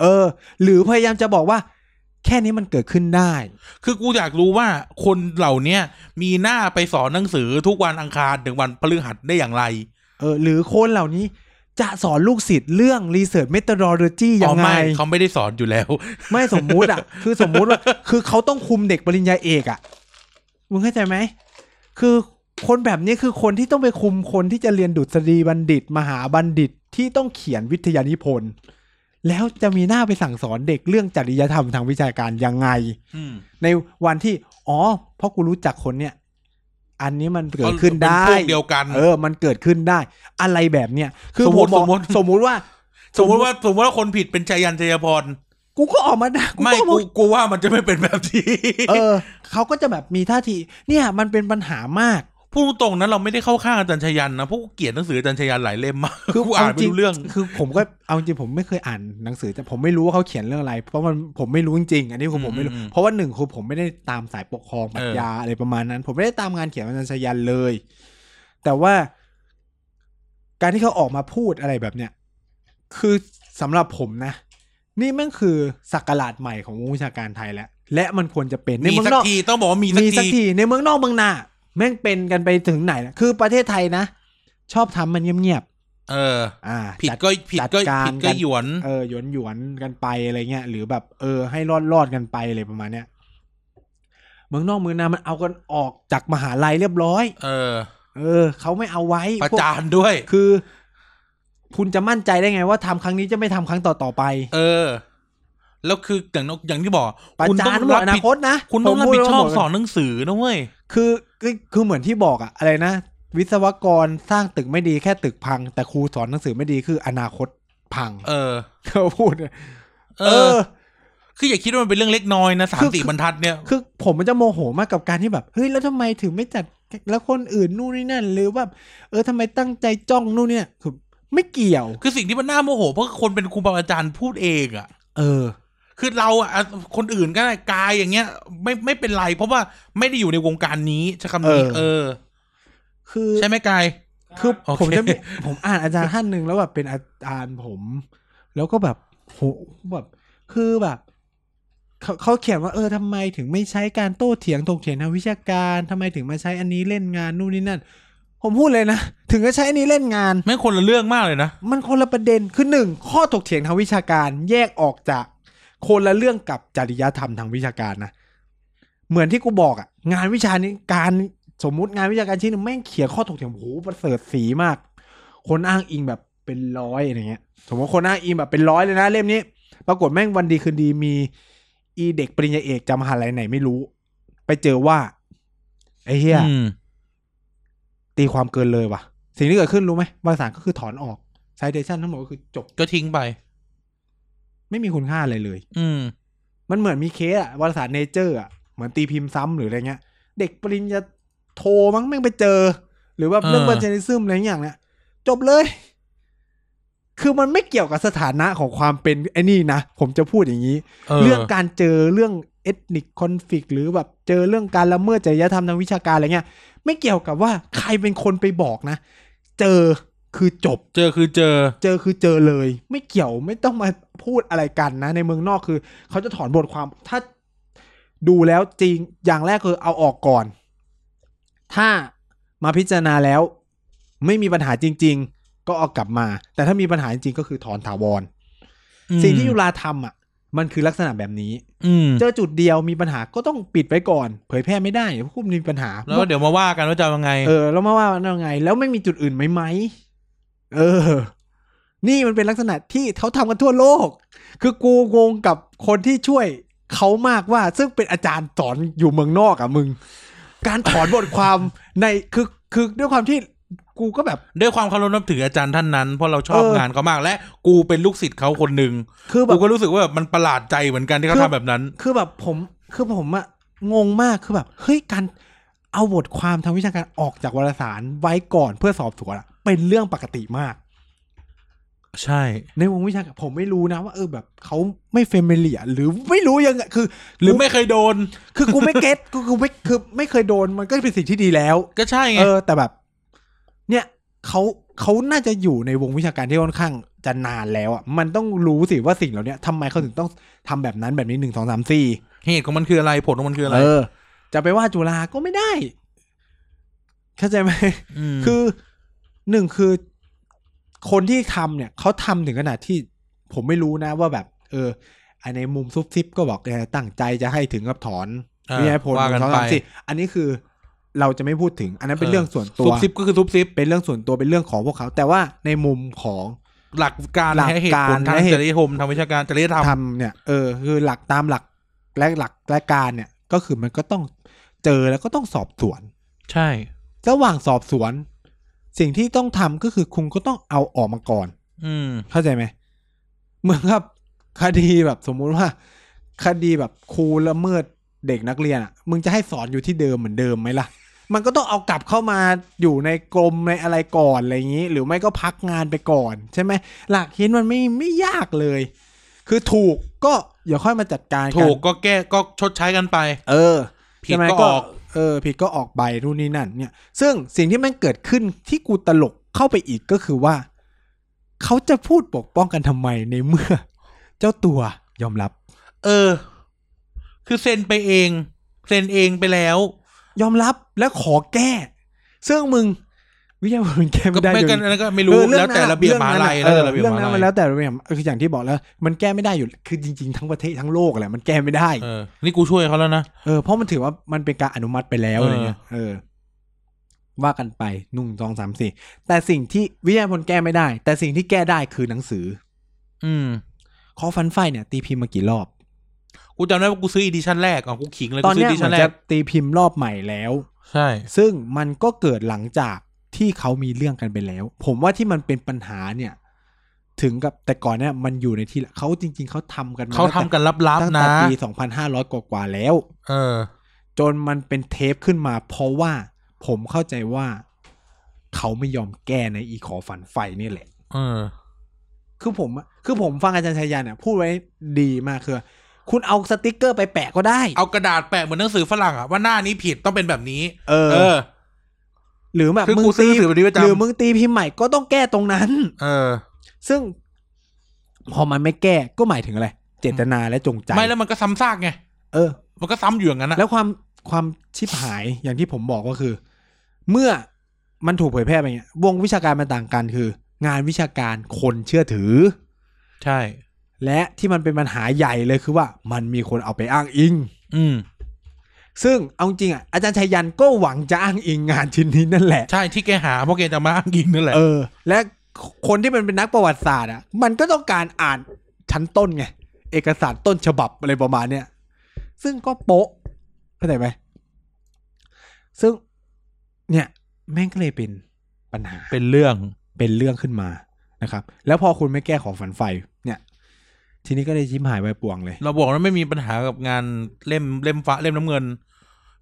เออ หรือพยายามจะบอกว่า แค่นี้มันเกิดขึ้นได้
คือกูอยากรู้ว่าคนเหล่าเนี้ยมีหน้าไปสอนหนังสือทุกวันอังคารถึงวันพฤหัสได้อย่างไร
เออหรือคนเหล่านี้จะสอนลูกศิษย์เรื่องรีเสิร์ชเม o อ o โลจียั
อ๋อ
งไง
ม่เขาไม่ได้สอนอยู่แล้ว
ไม่สมมุติอ่ะ คือสมมุติว่า คือเขาต้องคุมเด็กปริญญาเอกอ่ะมึงเข้าใจไหม คือคนแบบนี้คือคนที่ต้องไปคุมคนที่จะเรียนดุษฎีบัณฑิต มหาบัณฑิตที่ต้องเขียนวิทยานิพนธ์แล้วจะมีหน้าไปสั่งสอนเด็กเรื่องจริยธรรมทางวิชาการยังไง
อืม
ในวันที่ อ๋อ เพราะกูรู้จักคนเนี่ย อันนี้มันเกิดขึ้นได้
เป็พวกเดียวกัน
เออ มันเกิดขึ้นได้ อะไรแบบเนี้ย คือ
สม
ผม ม
ติ
บอ
ส
ก
มมติ
สมมุติว่า
สมมติว่าสมมติว่าคนผิดเป็นชัยยันชัยพร
กูก็ออกมาด่ากู
ไม่
ก็ออก
กู
มา
กูว่ามันจะไม่เป็นแบบที่
เออ เขาก็จะแบบมีท่าที เนี่ย มันเป็นปัญหา มาก
พูดตรงๆนั้นเราไม่ได้เข้าข้างอาจารย์ชัยยันนะเพราะกูเกลียดหนังสืออาจารย์ชัยยันหลายเล่มมาก
คือ
กูอ่านไม่
จ
รู้เรื่อง
คือผมก็ เอาจริงผมไม่เคยอ่านหนังสือแต่ผมไม่รู้ว่าเขาเขียนเรื่องอะไร เพราะมันผมไม่รู้จริงๆอันนี้คือผมไม่รู้
อืมอืม
เพราะว่าหนึ่งคือผมไม่ได้ตามสายปกครองปรัชญาอะไรประมาณนั้น ผมไม่ได้ตามงานเขียนอาจารย์ชยันเลย แต่ว่า การที่เขาออกมาพูดอะไรแบบเนี้ย คือสำหรับผมนะ นี่แมันคือสักราชใหม่ของวงวิชาการไทยแล้วและมันควรจะเป็นใน
มี
เมือง
สัก
นอก
ทีต้องบอกว่ามี
มีสั
สั
ก
กที
ทีในเมืองนอกเมืองนาแม่งเป็นกันไปถึงไหนนะคือประเทศไทยนะ ชอบทำมันเงียบ
เออ
ๆอ่า
ผิด
จั
ก็ผิดก็
จัดการ
ผิดก็
กัน
หยวน
เออหยวนหยวนๆกันไปอะไรเงี้ยหรือแบบเออให้รอดรอดๆกันไปอะไรประมาณเนี้ยเมืองนอกเมืองนามันเอากันออกจากมหาลัยเรียบร้อย
เออ
เออเขาไม่เอาไว้
ประ
พวก
จานด้วย
คือ คุณจะมั่นใจได้ไงว่าทำครั้งนี้จะไม่ทำครั้งต่อต่อๆไป
เออ แล้วคืออย่างนกอย่างที่บอก
ประ
คุณ
จา
ต้อน ง
หมด
รับ
อนา
ผิด
คตนะ
คุณต้อง
ผม
รับ
พูด
ผิดชอบ
ไว้หม
สอนหนังสือนะเว้ย
คือคือคือเหมือนที่บอกอะอะไรนะ วิศวกรสร้างตึกไม่ดีแค่ตึกพัง แต่ครูสอนหนังสือไม่ดีคืออนาคตพัง
เออ
เขาพูดเนี่ย
เอ
เอ
อ
อ
คืออย่าคิดว่ามันเป็นเรื่องเล็กน้อยนะสาม
คือ
สี่บรรทัดเนี่ย
คือผมมันจะโมโหมากกับการที่แบบเฮ้ยแล้วทำไมถึงไม่จัดแล้วคนอื่นนู่นนี่นั่น หรือว่าเออทำไมตั้งใจจ้องนู่นเนี่ยคือไม่เกี่ยว
คือสิ่งที่มันน่าโมโหเพราะคนเป็นครูบาอาจารย์พูดเองอะ
เออ
คือเราอะอ่ะคนอื่นก็ได้กายอย่างเงี้ย ไม่ไม่เป็นไร เพราะว่าไม่ได้อยู่ในวงการนี้ใช้คำนี้
เออ
เออ
คือ
ใช่ไหมกาย
คือ
โอเค
ผมจะมีผมอ่านอาจารย์ท่านหนึ่งแล้วแบบเป็นอาจารย์ผม แล้วก็แบบโหแบบคือแบบเขาเขาเขียนว่าเออทำไมถึงไม่ใช้การโต้เถียงถกเถียงทางวิชาการทำไมถึงมาใช้อันนี้เล่นงานนู่นนี่นั่น ผมพูดเลยนะ ถึงจะใช้อันนี้เล่นงาน
ไม่งคนละเรื่องมากเลยนะ
มันคนละประเด็นคือหนึ่งข้อถกเถียงทางวิชาการ แยกออกจากคนละเรื่องกับจริยธรรมทางวิชาการนะ เหมือนที่กูบอกอะงานวิชานี้การสมมุติงานวิชาการชิ้นหนึงแม่งเขียนข้อถกเถียงโอ้โหประเสริฐสีมาก คนอ้างอิงแบบเป็นร้อยอะไรเงี้ย สมมติคนอ้างอิงแบบเป็นร้อยเลยนะเล่มนี้ ปรากฏแม่งวันดีคืนดีมี อีเด็กปริญญาเอกจำมหาลัยไหนไม่รู้ ไปเจอว่าไอ้เหี้ย
อืม
ตีความเกินเลยว่ะ สิ่งที่เกิดขึ้นรู้ไหมบางสารก็คือถอนออก citation ทั้งหมดก็คือจบ
ก็ทิ้งไป
ไม่มีคุณค่าอะไรเลย
อืม
มันเหมือนมีเคสอะวารสารเนเจอร์อะเหมือนตีพิมพ์ซ้ำหรืออะไรเงี้ย เด็กปริญญาโทมั้งแม่งไปเจอ หรือว่าเรื่อง
เออ
บัญชนิซึมอะไรอย่างเนี้ยจบเลย คือมันไม่เกี่ยวกับสถานะของความเป็นไอ้นี่นะ ผมจะพูดอย่างนี้ เรื่องการเจอเรื่องเอทนิคคอนฟ lict หรือแบบเจอเรื่องการละเมิดจริยธรรมทางวิชาการอะไรเงี้ย ไม่เกี่ยวกับว่าใครเป็นคนไปบอกนะ เจอคือจบ
เจอคือเจอ
เจอคือเจอเลย ไม่เกี่ยวไม่ต้องมาพูดอะไรกันนะ ในเมืองนอกคือ เขาจะถอนบทความถ้าดูแล้วจริงอย่างแรกคือเอาออกก่อน ถ้ามาพิจารณาแล้ว ไม่มีปัญหาจริง ๆ ก็เอากลับมา แต่ถ้ามีปัญหาจริงๆก็คือถอนถาวร
อืม
สิ่งที่ยุลาทำอ่ะ มันคือลักษณะแบบนี้
อืม
เจอจุดเดียวมีปัญหาก็ต้องปิดไว้ก่อน เผยแพร่ไม่ได้เดี๋ยวพวกมีปัญหา
แล้วเดี๋ยวมาว่ากันว่าจะยังไง
เออแล้วมาว่ามันยังไง แล้วไม่มีจุดอื่นไหมไหมเออ นี่มันเป็นลักษณะที่เขาทำกันทั่วโลก คือกูงงกับคนที่ช่วยเขามากว่า ซึ่งเป็นอาจารย์สอนอยู่เมืองนอกอะมึง การถอนบทความ ในคือคือด้วยความที่กูก็แบบ
ด้วยความเคารพนับถืออาจารย์ท่านนั้น เพราะเราชอบ
เออ
งานเขามาก และกูเป็นลูกศิษย์เขาคนหนึ่ง
คือแบ
กู
บ
ก็รู้สึกว่าแบบมันประหลาดใจเหมือนกันที่เขา
คือ
ทำแบบนั้น
คือแบบผมคือผมอะงงมากคือแบบเฮ้ยการเอาบทความทางวิชาการออกจากวารสารไว้ก่อนเพื่อสอบสวนอะเป็นเรื่องปกติมาก
ใช่
ในวงวิชาการผมไม่รู้นะว่าเออแบบเขาไม่เฟมิเลียหรือไม่รู้ยังไงคือ
หรือไม่เคยโดน
คือกูไม่เก็ต กูกูไม่คือไม่เคยโดนมันก็เป็นสิ่งที่ดีแล้ว
ก็ใช่ไง
เออ แต่แบบ เนี่ยเขาเขาน่าจะอยู่ในวงวิชาการที่ค่อนข้างจะนานแล้วอ่ะมันต้องรู้สิว่าสิ่งเหล่าเนี้ยทำไมเขาถึงต้องทำแบบนั้นแบบนี้หนึ่งสองสามสี่
เหตุของมันคืออะไรผลของมันคืออะไร
เออ จะไปว่าจุฬาก็ไม่ได้ เข้าใจไหม
ม
คือหนึ่งคือคนที่ทำเนี่ยเขาทำถึงขนาดที่ผมไม่รู้นะว่าแบบ เอออันในมุมซุบซิบก็บอกเออตั้งใจจะให้ถึงกับถอน
อ่า
วิทยาพล
ว่ากัน
สอง
ไป
สามสี่อันนี้คือเราจะไม่พูดถึง อันนั้นเป็นเรื่องส่วนตัว
ซุบซิบก็คือซุบซิบ
เป็นเรื่องส่วนตัวเป็นเรื่องของพวกเขา แต่ว่าในมุมของ
หลักการ
หลัก
และเหตุผล
การ
ทาง
และเหตุ
จริยธรรมทางวิชาการจริยธรรม
ทำเนี่ยเออคือหลักตามหลักและหลักและการเนี่ย ก็คือมันก็ต้องเจอแล้วก็ต้องสอบสวน
ใช่
ระหว่างสอบสวน สิ่งที่ต้องทำก็คือคุณก็ต้องเอาออกมาก่อน
อืม
เข้าใจไหมเหมือนกับคดีแบบสมมุติว่า คดีแบบครูละเมิดเด็กนักเรียนอ่ะ มึงจะให้สอนอยู่ที่เดิมเหมือนเดิมไหมล่ะ มันก็ต้องเอากลับเข้ามาอยู่ในกรมในอะไรก่อนอะไรอย่างนี้ หรือไม่ก็พักงานไปก่อน ใช่ไหมหลักคิดมันไม่ไม่ยากเลย คือถูกก็เดี๋ยวค่อยมาจัดการน
ถูกก็แก้ก็ชดใช้กันไป
เออ
ผิด
ใช่ไหม
ก็ออก
เออผิดก็ออกใบนู่นนี่นั่นเนี่ย ซึ่งสิ่งที่มันเกิดขึ้นที่กูตลกเข้าไปอีกก็คือว่า เขาจะพูดปกป้องกันทำไมในเมื่อ เจ้าตัวยอมรับ
เออ คือเซ็นไปเองเซ็นเองไปแล้ว
ยอมรับและขอแก้ ซึ่งมึงวิทยาลัยแก้
ก็
ไม่ได้
ไม่
อยู่
กัน
ดี
อันนั้นก็ไม่รู้
เออ
แล้วแต่ระเบียบมหาลัย
เอ
แล้ว
อ
แต่ระเบียบ
เรื่อ
ม
ง
หา
นั้น
ลั
มั
ย
นแล้วแต่ระเบียบคืออย่างที่บอกแล้ว มันแก้ไม่ได้อยู่คือจริง ๆ ทั้งประเทศทั้งโลกแหละมันแก้ไม่ได้
เออ นี่กูช่วยเขาแล้วนะ
เออเพราะมันถือว่ามันเป็นการอนุมัติไปแล้ว
เอออ
อะไรเงี้ยเออ ว่ากันไปหนึ่งสองสามสี่แต่สิ่งที่วิทยาพลแก้ไม่ได้ แต่สิ่งที่แก้ได้คือหนังสือ
อืม
คอฟันไฟเนี่ยตีพิมพ์มากี่รอบ
กูจำได้ว่ากูซื้ออีดิชั่นแรกอ่ะกูขิงเลย
ต
กู
อน
ซื้อ
เนี้ย
อีดิ
เหมั
ชั่
น
นแร
จะ
ก
ตีพิมพ์รอบใหม่แล้ว
ใช่
ซึ่งมันก็เกิดหลังจากที่เขามีเรื่องกันไปแล้ว ผมว่าที่มันเป็นปัญหาเนี่ย ถึงกับแต่ก่อนเนี่ยมันอยู่ในที่ละเขาจริง ๆ เขาทำกันมา
เขาทำกันลับ
ตั้ง
ๆน
แต่
ะ
ปีสองพันห้าร้อยกว่าๆแล้ว
เออ
จนมันเป็นเทปขึ้นมา เพราะว่าผมเข้าใจว่า เขาไม่ยอมแก้ในอีขอฝันไฟนี่แหละ
เออ
คือผมอะคือผมฟังอาจารย์ชัยยันเนี่ยพูดไว้ดีมากคือ คุณเอาสติกเกอร์ไปแปะก็ได้
เอากระดาษแปะเหมือนหนังสือฝรั่งอ่ะว่าหน้านี้ผิดต้องเป็นแบบนี้
เออ
เออ
หรือแบบ
คือ
มึง
กูซื้
ตี
อถือแบบนี้ประจำ
หรือมึงตีพิมพ์ใหม่ก็ต้องแก้ตรงนั้น
เออ
ซึ่ง พอมันไม่แก้ก็หมายถึงอะไร เจตนาและจงใจ
ไม่แล้วมันก็ซ้ำซากไง
เออ
มันก็ซ้ำอยู่อย่างนั้นนะ
แล้วความความชิบหายอย่างที่ผมบอกก็คือ เมื่อมันถูกเผยแพร่ไปเงี้ยวงวิชาการมันต่างกันคือ งานวิชาการคนเชื่อถือ
ใช่
และที่มันเป็นปัญหาใหญ่เลยคือว่ามันมีคนเอาไปอ้างอิง
อืม
ซึ่งเอาจริงอ่ะอาจารย์ชัยยันก็หวังจะอ้างอิงงานชิ้นนี้นั่นแหละ
ใช่ที่แกหาเพราะแกจะมาอ้างยิงนั่นแหละ
เออ และคนที่มันเป็นนักประวัติศาสตร์อ่ะมันก็ต้องการอ่านชั้นต้นไงเอกสารต้นฉบับอะไรประมาณเนี้ยซึ่งก็โป๊ะเข้าใจไหมซึ่งเนี่ยแม่งก็เลยเป็นปัญหา
เป็นเรื่อง
เป็นเรื่องขึ้นมานะครับ แล้วพอคุณไม่แก้ของฝันไฟ เนี่ย ทีนี้ก็ได้ชิมหายไปป่วงเลย
เราบอกว่าไม่มีปัญหากับงานเล่มเล่มฟ้าเล่มน้ำเงิน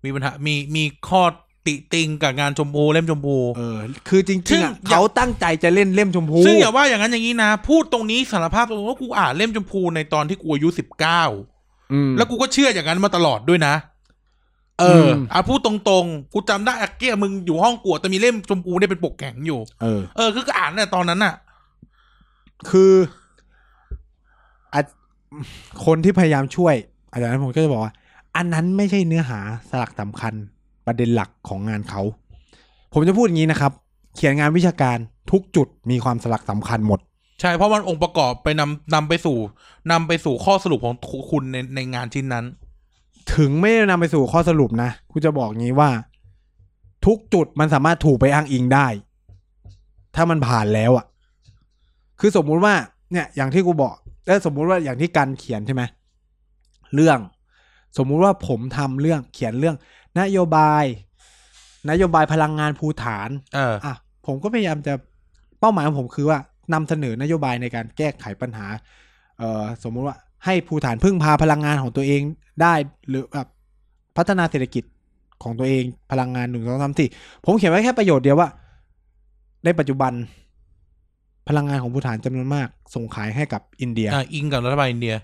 มีปัญหา มีมีข้อติติงกับงานชมพูเล่มชมพู
เออ คือจ
ซึ่
ริง
ง
ๆอะเขาตั้งใจจะเล่นเล่มชมพู
ซึ่งอย่าว่าอย่างนั้นอย่างนี้นะ พูดตรงนี้สารภาพตรงๆว่ากูอ่านเล่มชมพูในตอนที่กูอายุสิบเก้า
อืม
แล้วกูก็เชื่ออย่างนั้นมาตลอดด้วยนะ เอออ
ม
อ่ะพูดตรงๆ กูจำได้อะเกี้ยมึงอยู่ห้องกวดแต่มีเล่มชมพูเนี่ยเป็นปกแข็งอยู่
เออ
เออ คือก็อ่านเนี่ยตอนนั้นน่ะ
คืออะคนที่พยายามช่วย อาจารย์นั้นผมก็จะบอกว่า อันนั้นไม่ใช่เนื้อหาสลักสำคัญ ประเด็นหลักของงานเขา ผมจะพูดอย่างนี้นะครับ เขียนงานวิชาการทุกจุดมีความสลักสำคัญหมด
ใช่เพราะมันองค์ประกอบไปนำนำไปสู่นำไปสู่ข้อสรุปของคุณในในงานชิ้นนั้น
ถึงไม่ได้นำไปสู่ข้อสรุปนะกูจะบอกงี้ว่า ทุกจุดมันสามารถถูกไปอ้างอิงได้ ถ้ามันผ่านแล้วอะ่ะ คือสมมุติว่า เนี่ย อย่างที่กูบอกแล้วสมมุติว่าอย่างที่การเขียนใช่ไหมเรื่อง สมมุติว่าผมทำเรื่องเขียนเรื่อง นโยบาย นโยบายพลังงานภูฐาน
เออ
อ่ะผมก็พยายามจะเป้าหมายของผมคือว่านำเสนอนโยบายในการแก้ไขปัญหา เอ่อสมมุติว่าให้ภูฐานพึ่งพาพลังงานของตัวเองได้หรือแบบพัฒนาเศรษฐกิจของตัวเองพลังงานหนึ่งสองสามสี่ผมเขียนไว้แค่ประโยชน์เดียวว่า ในปัจจุบัน พลังงานของภูฐานจำนวนมาก ส่งขายให้กับอินเดีย
อ่ะอิงกับรัฐบาลอินเดีย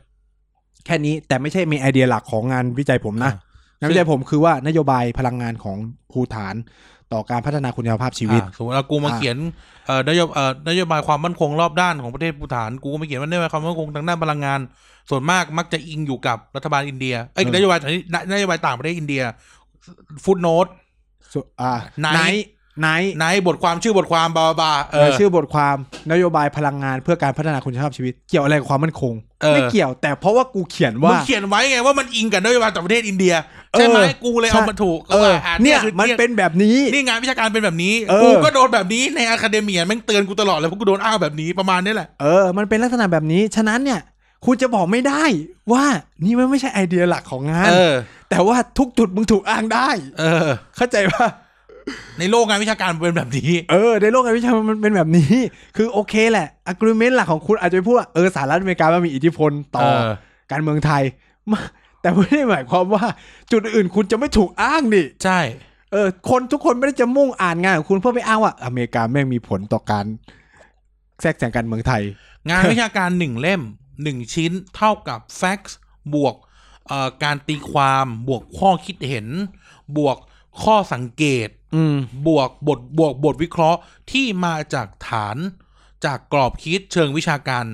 แค่นี้แต่ไม่ใช่มีไอเดียหลักของงานวิจัยผมนะ
อ่ะ
งานวิจัยผมคือว่านโยบายพลังงานของภูฐานต่อการพัฒนาคุณภาพชีวิต
อ่ะสมมติเอากูมา
อ่ะ
เขียนเอ่อนโยบเอ่อนโยบายความมั่นคงรอบด้านของประเทศภูฐาน กูก็ไม่เขียนว่านโยบายความมั่นคงทางด้านพลังงาน ส่วนมากมักจะอิงอยู่กับรัฐบาลอินเดียเอ้ยนโยบายนโยบายต่างประเทศอินเดียฟุตโนต
ส่วนอ่าไน
Night
ท์ไนท์
ในบทความชื่อบทความบาบาเอ
เอ
อ
อชื่อบทความนโยบายพลังงานเพื่อการพัฒนาคุณภาพชีวิต เกี่ยวอะไรกับความมั่นคง
เออ
ไม่เกี่ยวแต่เพราะว่ากูเขียน
มึ
ว่า
งเขียนไว้ไงว่ามันอิงกับนโยบายต่างประเทศอินเดีย ใช่ไหม
เออ
กูเลย
ใช่
เอามาถูก
เออ
อ่ะ
เนี่ย
คือ
มันเป็นแบบนี้
นี่งานวิชาการเป็นแบบนี้
เออ
กูก็โดนแบบนี้ในอะคาเดเมียแม่งเตือนกูตลอดเลยเพราะกูโดนอ้างแบบนี้ประมาณนี้แหละ
เออ มันเป็นลักษณะแบบนี้ ฉะนั้นเนี่ย คุณจะบอกไม่ได้ว่านี่มันไม่ใช่ไอเดียหลักของงาน
เออ
แต่ว่าทุกจุดมึงถูกอ้างได้
เออ
เข้าใจป่ะ
ในโลกงานวิชาการมันเป็นแบบนี้
เออในโลกการวิชามันเป็นแบบนี้ คือโอเคแหละ agreement หลักของคุณอาจจะไปพูดว่าเออสหรัฐอเมริกามันมีอิทธิพลต่อ
เออ
การเมืองไทย มาแต่ไม่ได้หมายความว่าจุดอื่นคุณจะไม่ถูกอ้างนี่
ใช่
เออคนทุกคนไม่ได้จะมุ่งอ่านงานของคุณเพื่อไปอ้างว่าอเมริกาแม่งมีผลต่อการแทรกแซงการเมืองไทย
งานวิชาการ หนึ่งเล่มหนึ่งชิ้นเท่ากับ facts บวกเอ่อการตีความบวกข้อคิดเห็น บวกข้อสังเกต
อืม
บวกบทบวกบทวิเคราะห์ที่มาจากฐานจากกรอบคิดเชิงวิชาการ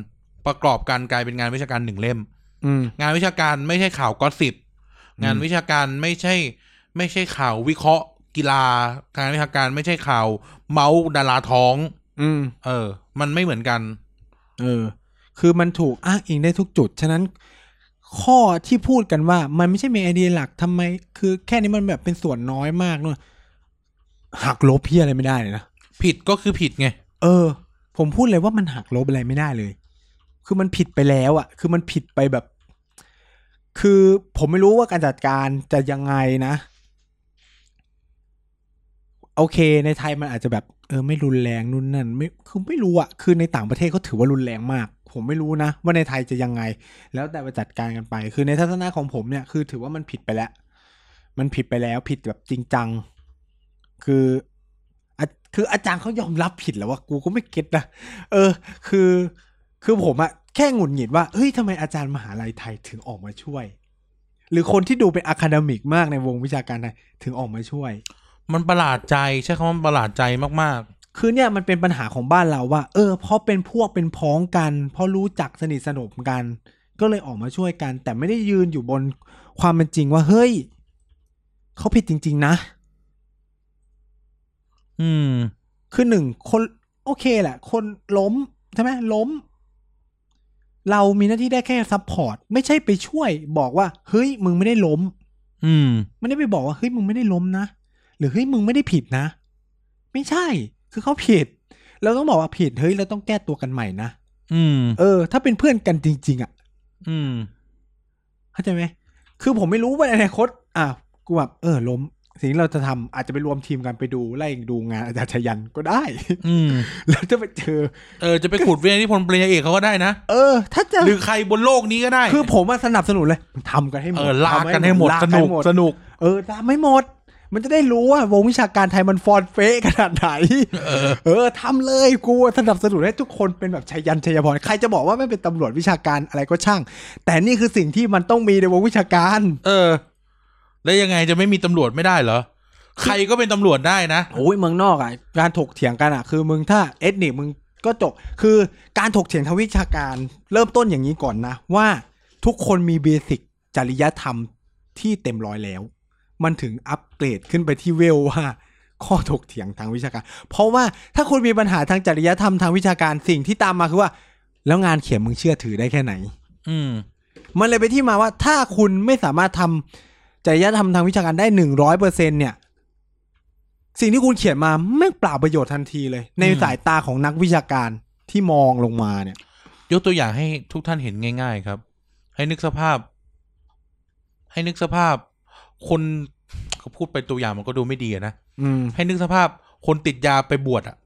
ประกอบกันกลายเป็นงานวิชาการหนึ่งเล่ม
อืม
งานวิชาการไม่ใช่ข่าวกอสซิบงานวิชาการไม่ใช่ ไม่ใช่ข่าววิเคราะห์กีฬางานวิชาการไม่ใช่ข่าวเมาส์ดาราท้อง
อืม
เออ มันไม่เหมือนกัน
เออ คือมันถูกอ้างอิงได้ทุกจุด ฉะนั้นข้อที่พูดกันว่ามันไม่ใช่เมนไอเดียหลักทำไม คือแค่นี้มันแบบเป็นส่วนน้อยมากนู่นหักลบเพี้ยอะไรไม่ได้เลยนะ
ผิดก็คือผิดไง
เออ ผมพูดเลยว่ามันหักลบอะไรไม่ได้เลย คือมันผิดไปแล้วอะ่ะ คือมันผิดไปแบบ คือผมไม่รู้ว่าการจัดการจะยังไงนะ โอเค ในไทยมันอาจจะแบบ เออ ไม่รุนแรงนู่นนั่นไม่คือไม่รู้อะ่ะ คือในต่างประเทศเขาถือว่ารุนแรงมาก ผมไม่รู้นะ ว่าในไทยจะยังไง แล้วแต่ไปจัดการกันไป คือในทัศนะของผมเนี่ย คือถือว่ามันผิดไปแล้ว มันผิดไปแล้ว ผิดแบบจริงจัง คืออ่ะคืออาจารย์เขายอมรับผิดแล้วว่ากูก็ไม่เก็ตนะ เออ คือ คือผมอะแค่หงุดหงิดว่า เฮ้ยทำไมอาจารย์มหาลัยไทยถึงออกมาช่วย หรือคนที่ดูเป็นอะคาเดมิกมากในวงวิชาการไทยถึงออกมาช่วย
มันประหลาดใจใช่คำว่าประหลาดใจมาก
คือเนี่ยมันเป็นปัญหาของบ้านเราว่า เออเพราะเป็นพวกเป็นพ้องกัน เพราะรู้จักสนิทสนมกัน ก็เลยออกมาช่วยกัน แต่ไม่ได้ยืนอยู่บนความเป็นจริงว่าเฮ้ยเขาผิดจริง ๆ นะ
ๆ อืม
คือหนึ่งคนโอเคแหละ คนล้มใช่ไหมล้ม เรามีหน้าที่ได้แค่ซัพพอร์ตไม่ใช่ไปช่วย บอกว่า เฮ้ย มึงไม่ได้ล้ม
อืม
ไม่ได้ไปบอกว่าเฮ้ยมึงไม่ได้ล้มนะ หรือเฮ้ยมึงไม่ได้ผิดนะ ไม่ใช่ คือเขาผิด เราต้องบอกว่าผิดเฮ้ยเราต้องแก้ตัวกันใหม่นะ
อืม
เออ ถ้าเป็นเพื่อนกันจริง ๆ อ่ะ
อืม
เข้าใจไหม คือผมไม่รู้ว่าในอนาคต อ่ะ กูแบบ เออ ล้ม สิ่งที่เราจะทำอาจจะไปรวมทีมกันไปดูไล่ดูงานอาจารย์ชยันก็ได้
อืม
แล้วจะไปเจอ
เออ จะไปขุดวิทยานิพนธ์ปริญญาเอกเขาก็ได้นะ
เออ ถ้าจะ
หรือใครบนโลกนี้ก็ได้
คือผมว่าสนับสนุนเลยมันทำกันให้หม
เออ
ด
ลาก
ทำ
กันให้หมด
ลา
สนุก
ให้หมด
สนุก
เออลากไม่หมด มันจะได้รู้ว่าวงวิชาการไทยมันฟอนเฟะขนาดไหน
เออ
เออทำเลยกูสนับสนุนให้ทุกคนเป็นแบบชัยยันชัยพรใครจะบอกว่าไม่เป็นตำรวจวิชาการอะไรก็ช่าง แต่นี่คือสิ่งที่มันต้องมีในวงวิชาการ
เออ แล้วยังไงจะไม่มีตำรวจไม่ได้เหรอ ใครก็เป็นตำรวจได้นะ
โอ้ยเมืองนอกอ่ะการถกเถียงกันอ่ะ คือมึงถ้าเอทนิกมึงก็จบคือการถกเถียงทางวิชาการเริ่มต้นอย่างนี้ก่อนนะ ว่าทุกคนมีเบสิกจริยธรรมที่เต็มร้อยแล้ว มันถึงอัปเกรดขึ้นไปที่เวลว่า ข้อถกเถียงทางวิชาการ เพราะว่าถ้าคุณมีปัญหาทางจริยธรรมทางวิชาการสิ่งที่ตามมาคือว่า แล้วงานเขียนมึงเชื่อถือได้แค่ไหน
อืม
มันเลยไปนที่มาว่าถ้าคุณไม่สามารถทำจริยธรรมทางวิชาการได้หนึ่งร้อยเปอร์เซ็นเนี่ย สิ่งที่คุณเขียนมาไม่งเปล่าประโยชน์ทันทีเลย ใน
อืม
สายตาของนักวิชาการที่มองลงมาเนี่ย
ยกตัวอย่างให้ทุกท่านเห็นง่าย ๆ ครับ ให้นึกสภาพ ให้นึกสภาพ คนเขาพูดไปตัวอย่างมันก็ดูไม่ดีอะนะ
อืม
ให้นึกสภาพ คนติดยาไปบวชอ่ะ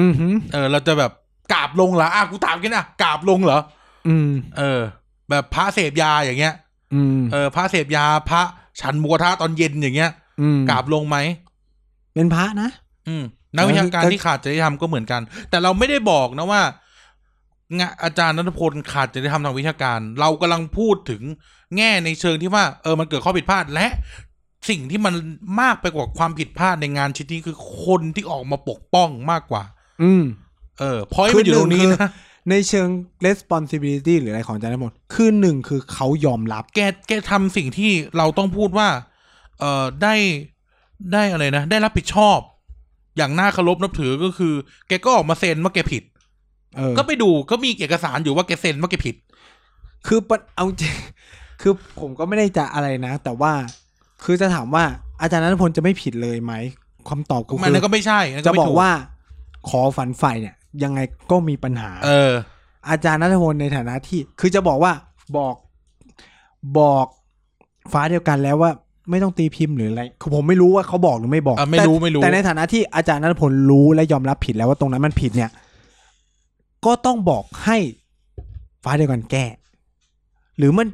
อือหือ
เออ เราจะแบบกราบลงเหรออ่ะกูถามกันอ่ะกราบลงเหรอ
อืม
เออ แบบพระเสพยาอย่างเงี้ย
อืม
เออ พระเสพยา พระฉันหมูกระทะตอนเย็นอย่างเงี้ย
อืม
กราบลงไหม
เป็นพระนะ
อืมนักวิชาการที่ขาดจริยธรรมก็เหมือนกัน แต่เราไม่ได้บอกนะว่างะอาจารย์นัทพลขาดจริยธรรมทางวิชาการ เรากำลังพูดถึงแง่ในเชิงที่ว่า เออมันเกิดข้อผิดพลาดและสิ่งที่มันมากไปกว่าความผิดพลาดในงานชิ้นนี้คือคนที่ออกมาปกป้องมากกว่า
อืม
เออพอย
คือ
มันอยู่ตรงนี้
หนึ่งคือ
นะ
ในเชิง responsibility หรืออะไรของอาจารย์ทั้งหมด คือหนึ่งคือเขายอมรับ
แกแกทำสิ่งที่เราต้องพูดว่า เออได้ได้อะไรนะได้รับผิดชอบ อย่างน่าเคารพนับถือก็คือ แกก็ออกมาเซ็นว่าแกผิด
เออ
ก็ไปดูก็มีเอกสารอยู่ว่าแกเซ็นว่าแกผิด
คือปะเอาจริง คือผมก็ไม่ได้จะอะไรนะ แต่ว่า คือจะถามว่าอาจารย์นันทพลจะไม่ผิดเลยไหมคำตอบก็
มัน
คื
นั่นก็ไม่ใช่นั่น
จะ
ไม่
บอ
ถู
กว่าขอฝันใฝ่เนี่ย ยังไงก็มีปัญหา
เออ
อาจารย์นันทพลในฐานะที่ คือจะบอกว่าบอกบอกฟ้าเดียวกันแล้วว่า ไม่ต้องตีพิมพ์หรืออะไรคือผมไม่รู้ว่าเขาบอกหรือไม่บอก
อ่ะไม่รู้
แต่
ไม่รู้
แต่ในฐานะที่อาจารย์นันทพลรู้และยอมรับผิดแล้วว่าตรงนั้นมันผิดเนี่ย ก็ต้องบอกให้ฟ้าเดียวกันแก้ หรือมัน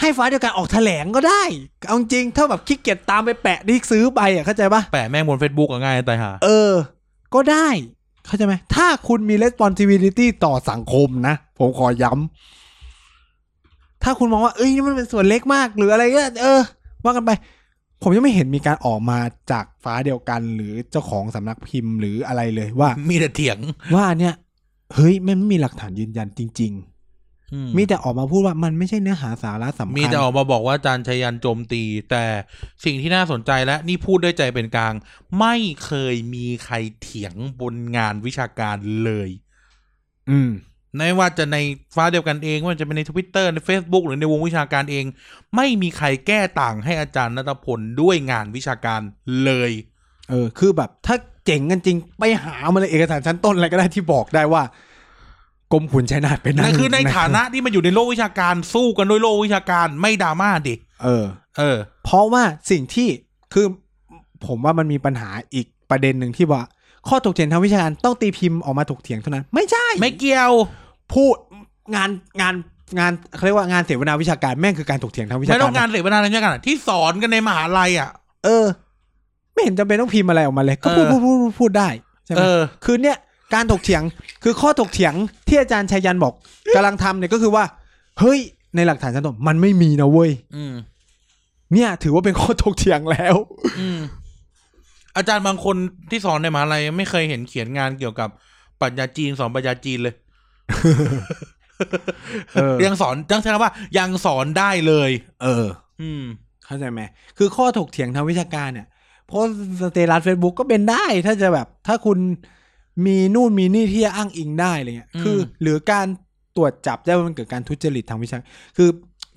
ให้ฟ้าเดียวกันออกแถลงก็ได้เอาจริงถ้าแบบขี้เกียจตามไปแปะที่ซื้อไปอ่ะเข้าใจปะ
แปะแม่งบนเฟซบุ๊กก็ง่ายตายห่า
เออ ก็ได้ เข้าใจไหม ถ้าคุณมี responsibility ต่อสังคมนะ ผมขอย้ำ ถ้าคุณมองว่า เอ้ยนี่มันเป็นส่วนเล็กมาก หรืออะไรก็เออ ว่ากันไป ผมยังไม่เห็นมีการออกมาจากฟ้าเดียวกันหรือเจ้าของสำนักพิมพ์หรืออะไรเลยว่า
มีแต่เถียง
ว่าเนี่ย เฮ้ย มันไม่มีหลักฐานยืนยันจริง
อื
ๆ มีแต่ออกมาพูดว่ามันไม่ใช่เนื้อหาสาระสำคัญ
มีแต่ออกมาบอกว่าอาจารย์ชัยยันโจมตี แต่สิ่งที่น่าสนใจและนี่พูดด้วยใจเป็นกลาง ไม่เคยมีใครเถียงบนงานวิชาการเลย
อืม
ไม่ว่าจะในฟ้าเดียวกันเองไม่ว่าจะเป็นในทวิตเตอร์ใน Facebook หรือในวงวิชาการเอง ไม่มีใครแก้ต่างให้อาจารย์นัทพลด้วยงานวิชาการเลย
เออ คือแบบถ้าเจ๋งกันจริง ไปหามาเลยเอกสารชั้นต้นอะไรก็ได้ที่บอกได้ว่า กรมขุนชัยนาทเป็น
นั่นคือในฐานะที่มันอยู่ในโลกวิชาการสู้กันด้วยโลกวิชาการไม่ดราม่าดิ
เออ
เอ อ
เพราะว่าสิ่งที่คือผมว่ามันมีปัญหาอีกประเด็นหนึ่งที่ว่า ข้อถกเถียงทางวิชาการต้องตีพิมพ์ออกมาถกเถียงเท่านั้น ไม่ใช่
ไม่เกี่ยว
พูดงานงานงานเขาเรียกว่างานเสวนาวิชาการแม่งคือการถกเถียงทางวิชา
ไม่
การ
ต้องการเสวนาในเรื่องกันอะที่สอนกันในมหาลัยอ่ะ
เออ ไม่เห็นจำเป็นต้องพิมพ์อะไรออกมาเลย ก็พูด
เอ
พู
อ
ดพูดพูดพูดได้ใช่ไหม
เออ
คือเนี่ยการถกเถียงคือข้อถกเถียงที่อาจารย์ชัยยันบอก กำลังทำเนี่ยก็คือว่า เฮ้ย ในหลักฐานชั้นต้นมันไม่มีนะเว้ย
อืม
เนี่ย ถือว่าเป็นข้อถกเถียงแล้ว
อืม อาจารย์บางคนที่สอนในมหาลัยไม่เคยเห็นเขียนงานเกี่ยวกับปรัชญาจีนสอนปรัชญาจีนเลย
เออ
ยังสอนยังใช้คำว่ายังสอนได้เลย
เออ
อืม
เข้าใจไหมคือข้อถกเถียงทางวิชาการเนี่ยโพสต์สเตตัสเฟซบุ๊กก็เป็นได้ ถ้าจะแบบ ถ้าคุณมีนู่นมีนี่ที่จะอ้างอิงได้อะไรเงี้ย
อืม
คือ หรือการตรวจจับได้ว่ามันเกิดการทุจริตทางวิชา คือ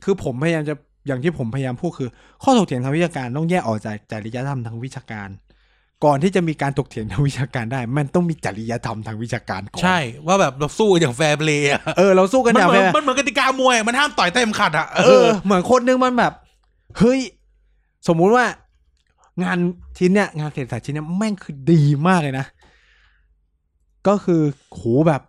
คือผมพยายามจะอย่างที่ผมพยายามพูดคือ ข้อถกเถียงทางวิชาการต้องแยกออกจากจริยธรรมทางวิชาการ ก่อนที่จะมีการถกเถียงทางวิชาการได้ มันต้องมีจริยธรรมทางวิชาการก่อน
ใช่ว่าแบบเราสู้กันอย่างแฟร์เพลย์อะ
เออเราสู้กัน
มัน
อย่าง
เหมือน
แบบ
มันเหมือนกติกามวยอะมันห้ามต่อยเต็มขัดอ่ะ
เออเหมือนคนนึงมันแบบ เฮ้ย สมมุติว่า งานชิ้นเนี้ยงานเศรษฐศาสตร์ชิ้นเนี้ยแม่งคือดีมากเลยนะ ก็คือโหแบบ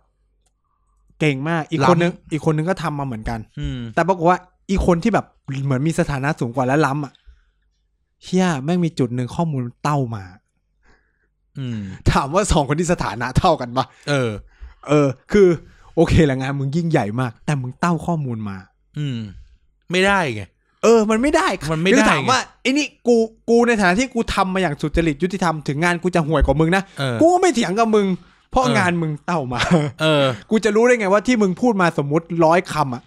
เก่งมาก อีกคนนึงอีกคนนึงก็ทำมาเหมือนกัน
อืม
แต่ปรากฏว่าอีกคนที่แบบเหมือนมีสถานะสูงกว่าและล้ำอ่ะเฮียแม่งมีจุดหนึ่งข้อมูลเต้ามา
อืม
ถามว่าสองคนที่สถานะเท่ากันปะ
เออ
เออ คือโอเคละงานมึงยิ่งใหญ่มาก แต่มึงเต้าข้อมูลมา
อืม ไม่ได้ไง
เออ มันไม่ได้ค่ะ
มันไม่ได้
คือถาม
ไง
ว่าไอ้นี่กูกูในฐานะที่กูทำมาอย่างสุจริตยุติธรรมถึงงานกูจะห่วยกว่ามึงนะ
เออ
กูก็ไม่เถียงกับมึง เพราะ
เออ
งานมึงเต้ามา
เออ
กูจะรู้ได้ไงว่าที่มึงพูดมาสมมติร้อยคำอะ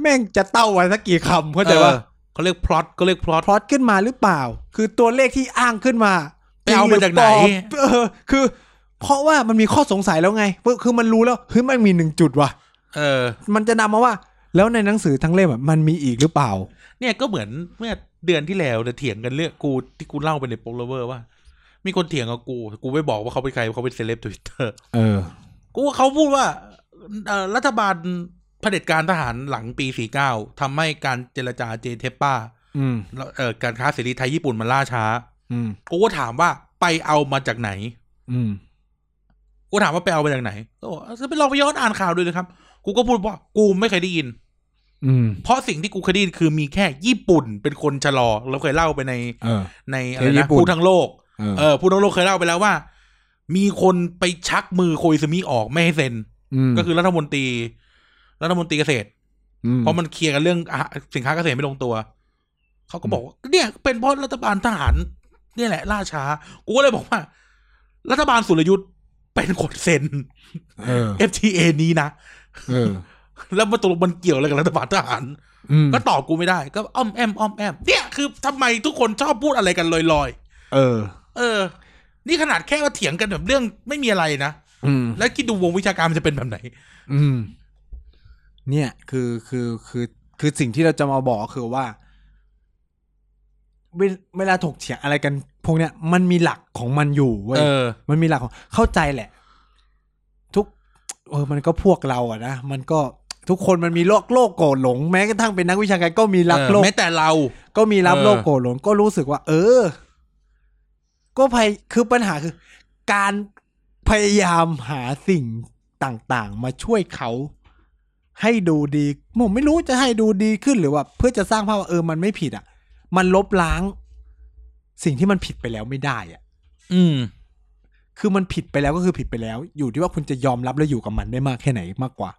แม่งจะเต้าไว้สักกี่คำเข้าใจว่า
ออเขาเรียกพล็อตก็เรียกพล็อต
พลอตขึ้นมาหรือเปล่า คือตัวเลขที่อ้างขึ้นมา
ไปเอามาจากไหน
จริงรือปลอมเออ คือ เพราะว่ามันมีข้อสงสัยแล้วไงคือมันรู้แล้วเฮ้ยมันมีหนึ่งจุดว่ะ
เออ
มันจะนำมาว่า แล้วในหนังสือทั้งเล่มอะมันมีอีกหรือเปล่า
เนี่ยก็เหมือนเมื่อเดือนที่แล้วเนี่ยเถียงกันเรื่องกูที่กูเล่าไปในโปลเวอร์ว่า มีคนเถียงกับกู กูไม่บอกว่าเขาเป็นใครเขาเป็นเซเลบทวิตเตอร์
เออ
กูว่าเขาพูดว่าเอ่อรัฐบาลเผด็จการทหารหลังปี 49ทำให้การเจรจาเจเทปป้า
อืม
แล้วเอ่อการค้าเสรีไทยญี่ปุ่นมันล่าช้า
อืม
กูก็ถามว่าไปเอามาจากไหน
อืม
กูถามว่าไปเอามาจากไหนก็บอกจะไปลองไปย้อนอ่านข่าวดูเลยครับ กูก็พูดว่ากูไม่เคยได้ยิน
อืม
เพราะสิ่งที่กูเคยได้ยินคือมีแค่ญี่ปุ่นเป็นคนชะลอเราเคยเล่าไปใน
เออ
ในอะไร
เทปญี่
นะ
ปุ่น
พูดทั้งโลก
เออ
เออพูดทั้งโลกเคยเล่าไปแล้วว่า มีคนไปชักมือโคยซึมิออกไม่ให้เซ็น
อืม
ก็คือรัฐมนตรี รัฐมนตรีเกษตร
ม
เพราะมันเคลียร์กันเรื่องอาหารสินค้าเกษตรไม่ลงตัว เขาก็บอกว่าเนี่ยเป็นเพราะรัฐบาลทหารเนี่ยแหละ ล่าช้า กูก็เลยบอกว่า รัฐบาลสุรยุทธ์เป็นคนเซ็น
เออ
FTA นี้นะ
เออ
แล้วมาตกลงมันเกี่ยวอะไรกับรัฐบาลทหาร
อืม
ก็ตอบกูไม่ได้ ก็อ้อมแอมอ้อมแอมเนี่ยคือทำไมทุกคนชอบพูดอะไรกันลอย
เออ
ๆ เออ นี่ขนาดแค่ว่าเถียงกันแบบเรื่องไม่มีอะไรนะ
อืม
แล้วคิดดูวงวิชาการมันจะเป็นแบบไหน
อืม เนี่ยคือคือคือคือสิ่งที่เราจะมาบอกคือว่าเวลเวลาถกเถียงอะไรกันพวกเนี้ย มันมีหลักของมันอยู่เว้ย
เออ
มันมีหลักของเข้าใจแหละ ทุก เออ มันก็พวกเราอะนะมันก็ทุกคนมันมีโลกโลกโกรธหลงแม้กระทั่งเป็นนักวิชาการก็มีรัก
เออ
โลก
แม้แต่เรา
ก็มีรับ
เออ
โลกโกรธหลงก็รู้สึกว่า เออ ก็พยคือปัญหาคือ การพยายามหาสิ่งต่างๆ มาช่วยเขา ให้ดูดีผมไม่รู้จะให้ดูดีขึ้นหรือว่า เพื่อจะสร้างภาพว่าเออมันไม่ผิดอ่ะ มันลบล้าง สิ่งที่มันผิดไปแล้วไม่ได้อ่ะ
อืม
คือมันผิดไปแล้วก็คือผิดไปแล้ว อยู่ที่ว่าคุณจะยอมรับและอยู่กับมันได้มากแค่ไหนมากกว่า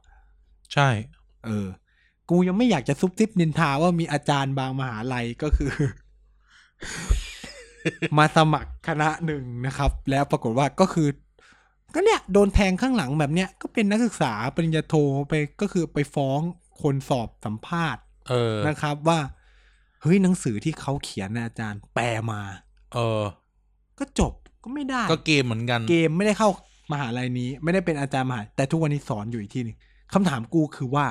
ใช่
เออ กูยังไม่อยากจะซุบซิบนินทาว่ามีอาจารย์บางมหาลัยก็คือ มาสมัครคณะหนึ่งนะครับ แล้วปรากฏว่าก็คือ ก็เนี่ย โดนแทงข้างหลังแบบเนี้ยก็เป็นนักศึกษาปริญญาโทไปก็คือไปฟ้องคนสอบสัมภาษณ์
เออ
นะครับ ว่าเฮ้ยหนังสือที่เขาเขียนนะอาจารย์แปลมา
เออ
ก็จบก็ไม่ได้
ก็เกมเหมือนกัน
เกมไม่ได้เข้ามหาลัยนี้ ไม่ได้เป็นอาจารย์มหาลัยแต่ทุกวันนี้สอนอยู่อีกที่หนึ่งคำถามกูคือว่า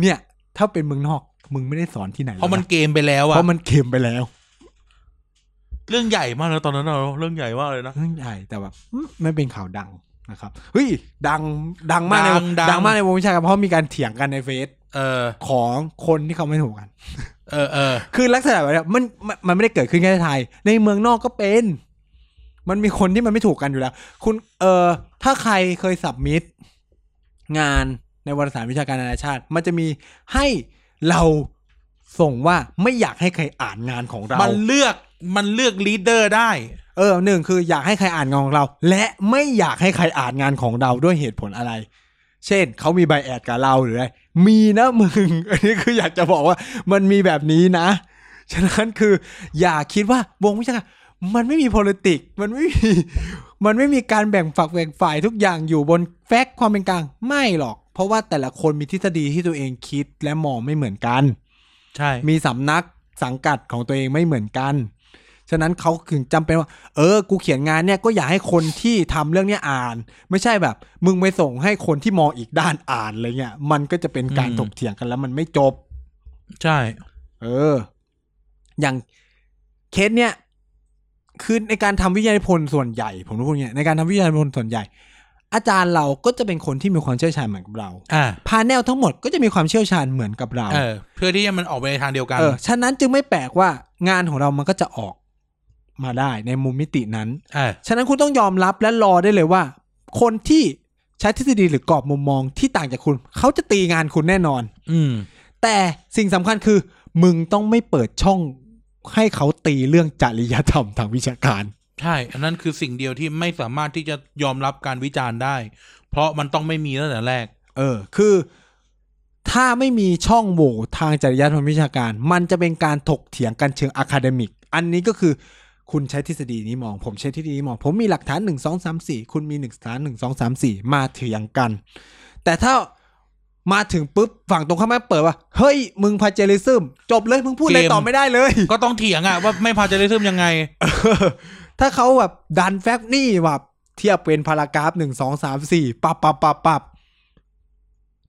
เนี่ย ถ้าเป็นเมืองนอกมึงไม่ได้สอนที่ไหน
เพราะมัน
แล้ว
เกมไปแล้ว
นะ
อะ
เพราะมันเกมไปแล้ว
เรื่องใหญ่มากนะตอนนั้นเราเรื่องใหญ่มากเลยนะ
เรื่องใหญ่แต่แบบอืมไม่เป็นข่าวดังนะครับเฮ้ยดังดังมากในวง
ดังดัง
ดังมากในวงวิชาการเพราะมีการเถียงกันในเฟซ
เออ
ของคนที่เขาไม่ถูกกัน
เออเออ
คือลักษณะแบบเนี้ยมันมันมันไม่ได้เกิดขึ้นแค่ในไทย ในเมืองนอกก็เป็น มันมีคนที่มันไม่ถูกกันอยู่แล้ว คุณเออถ้าใครเคยสับมิดงานในวารสารวิชาการนานาชาติ มันจะมีให้เราส่งว่าไม่อยากให้ใครอ่านงานของเรา
มันเลือกมันเลือกลีดเดอร์ได้
เออหนึ่งคืออยากให้ใครอ่านงานของเรา และไม่อยากให้ใครอ่านงานของเราด้วยเหตุผลอะไร เช่นเขามีใบแอดกับเราหรืออะไรมีนะมึง อันนี้คืออยากจะบอกว่ามันมีแบบนี้นะ ฉะนั้นคือ อย่าคิดว่าวงวิชาการมันไม่มี p o l i t i c มันไม่มีมันไม่มีการแบ่งฝักแบ่งฝ่ายทุกอย่างอยู่บนแฟกต์ความเป็นกลางไม่หรอก เพราะว่าแต่ละคนมีทฤษฎีที่ตัวเองคิดและมองไม่เหมือนกัน
ใช่
มีสำนักสังกัดของตัวเองไม่เหมือนกัน ฉะนั้นเขาถึงจำเป็นว่า เออ กูเขียนงานเนี่ยก็อยากให้คนที่ทำเรื่องเนี้ยอ่าน ไม่ใช่แบบ มึงไปส่งให้คนที่มองอีกด้านอ่านอะไรเงี้ย มันก็จะเป็นการ
อืม
ถกเถียงกันแล้วมันไม่จบ
ใช่
เออ อย่างเคสเนี่ย คือในการทำวิทยานิพนธ์ส่วนใหญ่ ผมรู้พวกเนี้ยในการทำวิทยานิพนธ์ส่วนใหญ่ อาจารย์เราก็จะเป็นคนที่มีความเชี่ยวชาญเหมือนกับเรา
อ่า
พาแนลทั้งหมดก็จะมีความเชี่ยวชาญเหมือนกับเรา
เออ เพื่อที่จะมันออกไปในทางเดียวกัน
เออ ฉะนั้นจึงไม่แปลกว่างานของเรามันก็จะออกมาได้ในมุมมิตินั้น
เออ
ฉะนั้นคุณต้องยอมรับและรอได้เลยว่า คนที่ใช้ทฤษฎีหรือกรอบมุมมองที่ต่างจากคุณ เขาจะตีงานคุณแน่นอน
อืม
แต่สิ่งสำคัญคือ มึงต้องไม่เปิดช่องให้เขาตีเรื่องจริยธรรมทางวิชาการ
ใช่ อันนั้นคือสิ่งเดียวที่ไม่สามารถที่จะยอมรับการวิจารณ์ได้ เพราะมันต้องไม่มีตั้งแต่แรก
เออ คือถ้าไม่มีช่องโหว่ทางจริยธรรมวิชาการ มันจะเป็นการถกเถียงกันเชิงอะคาเดมิก อันนี้ก็คือคุณใช้ทฤษฎีนี้มอง ผมใช้ทฤษฎีนี้มอง ผมมีหลักฐาน 1 2 3 4 คุณมีหลักฐาน1 2 3 4 มาเถียงกัน แต่ถ้ามาถึงปุ๊บ ฝั่งตรงข้ามแม่งเปิดว่า เฮ้ย มึงพาเจริซึม จบเลยมึงพูดอะไร
เกม
ต่อไม่ได้เลย
ก็ต้องเถียงอะว่าไม่พาเจริซึมยังไง
ถ้าเขาแบบดันแฟกต์นี่แบบเทียบเป็นพารากราฟหนึ่งสองสามสี่ปับปับปับปับ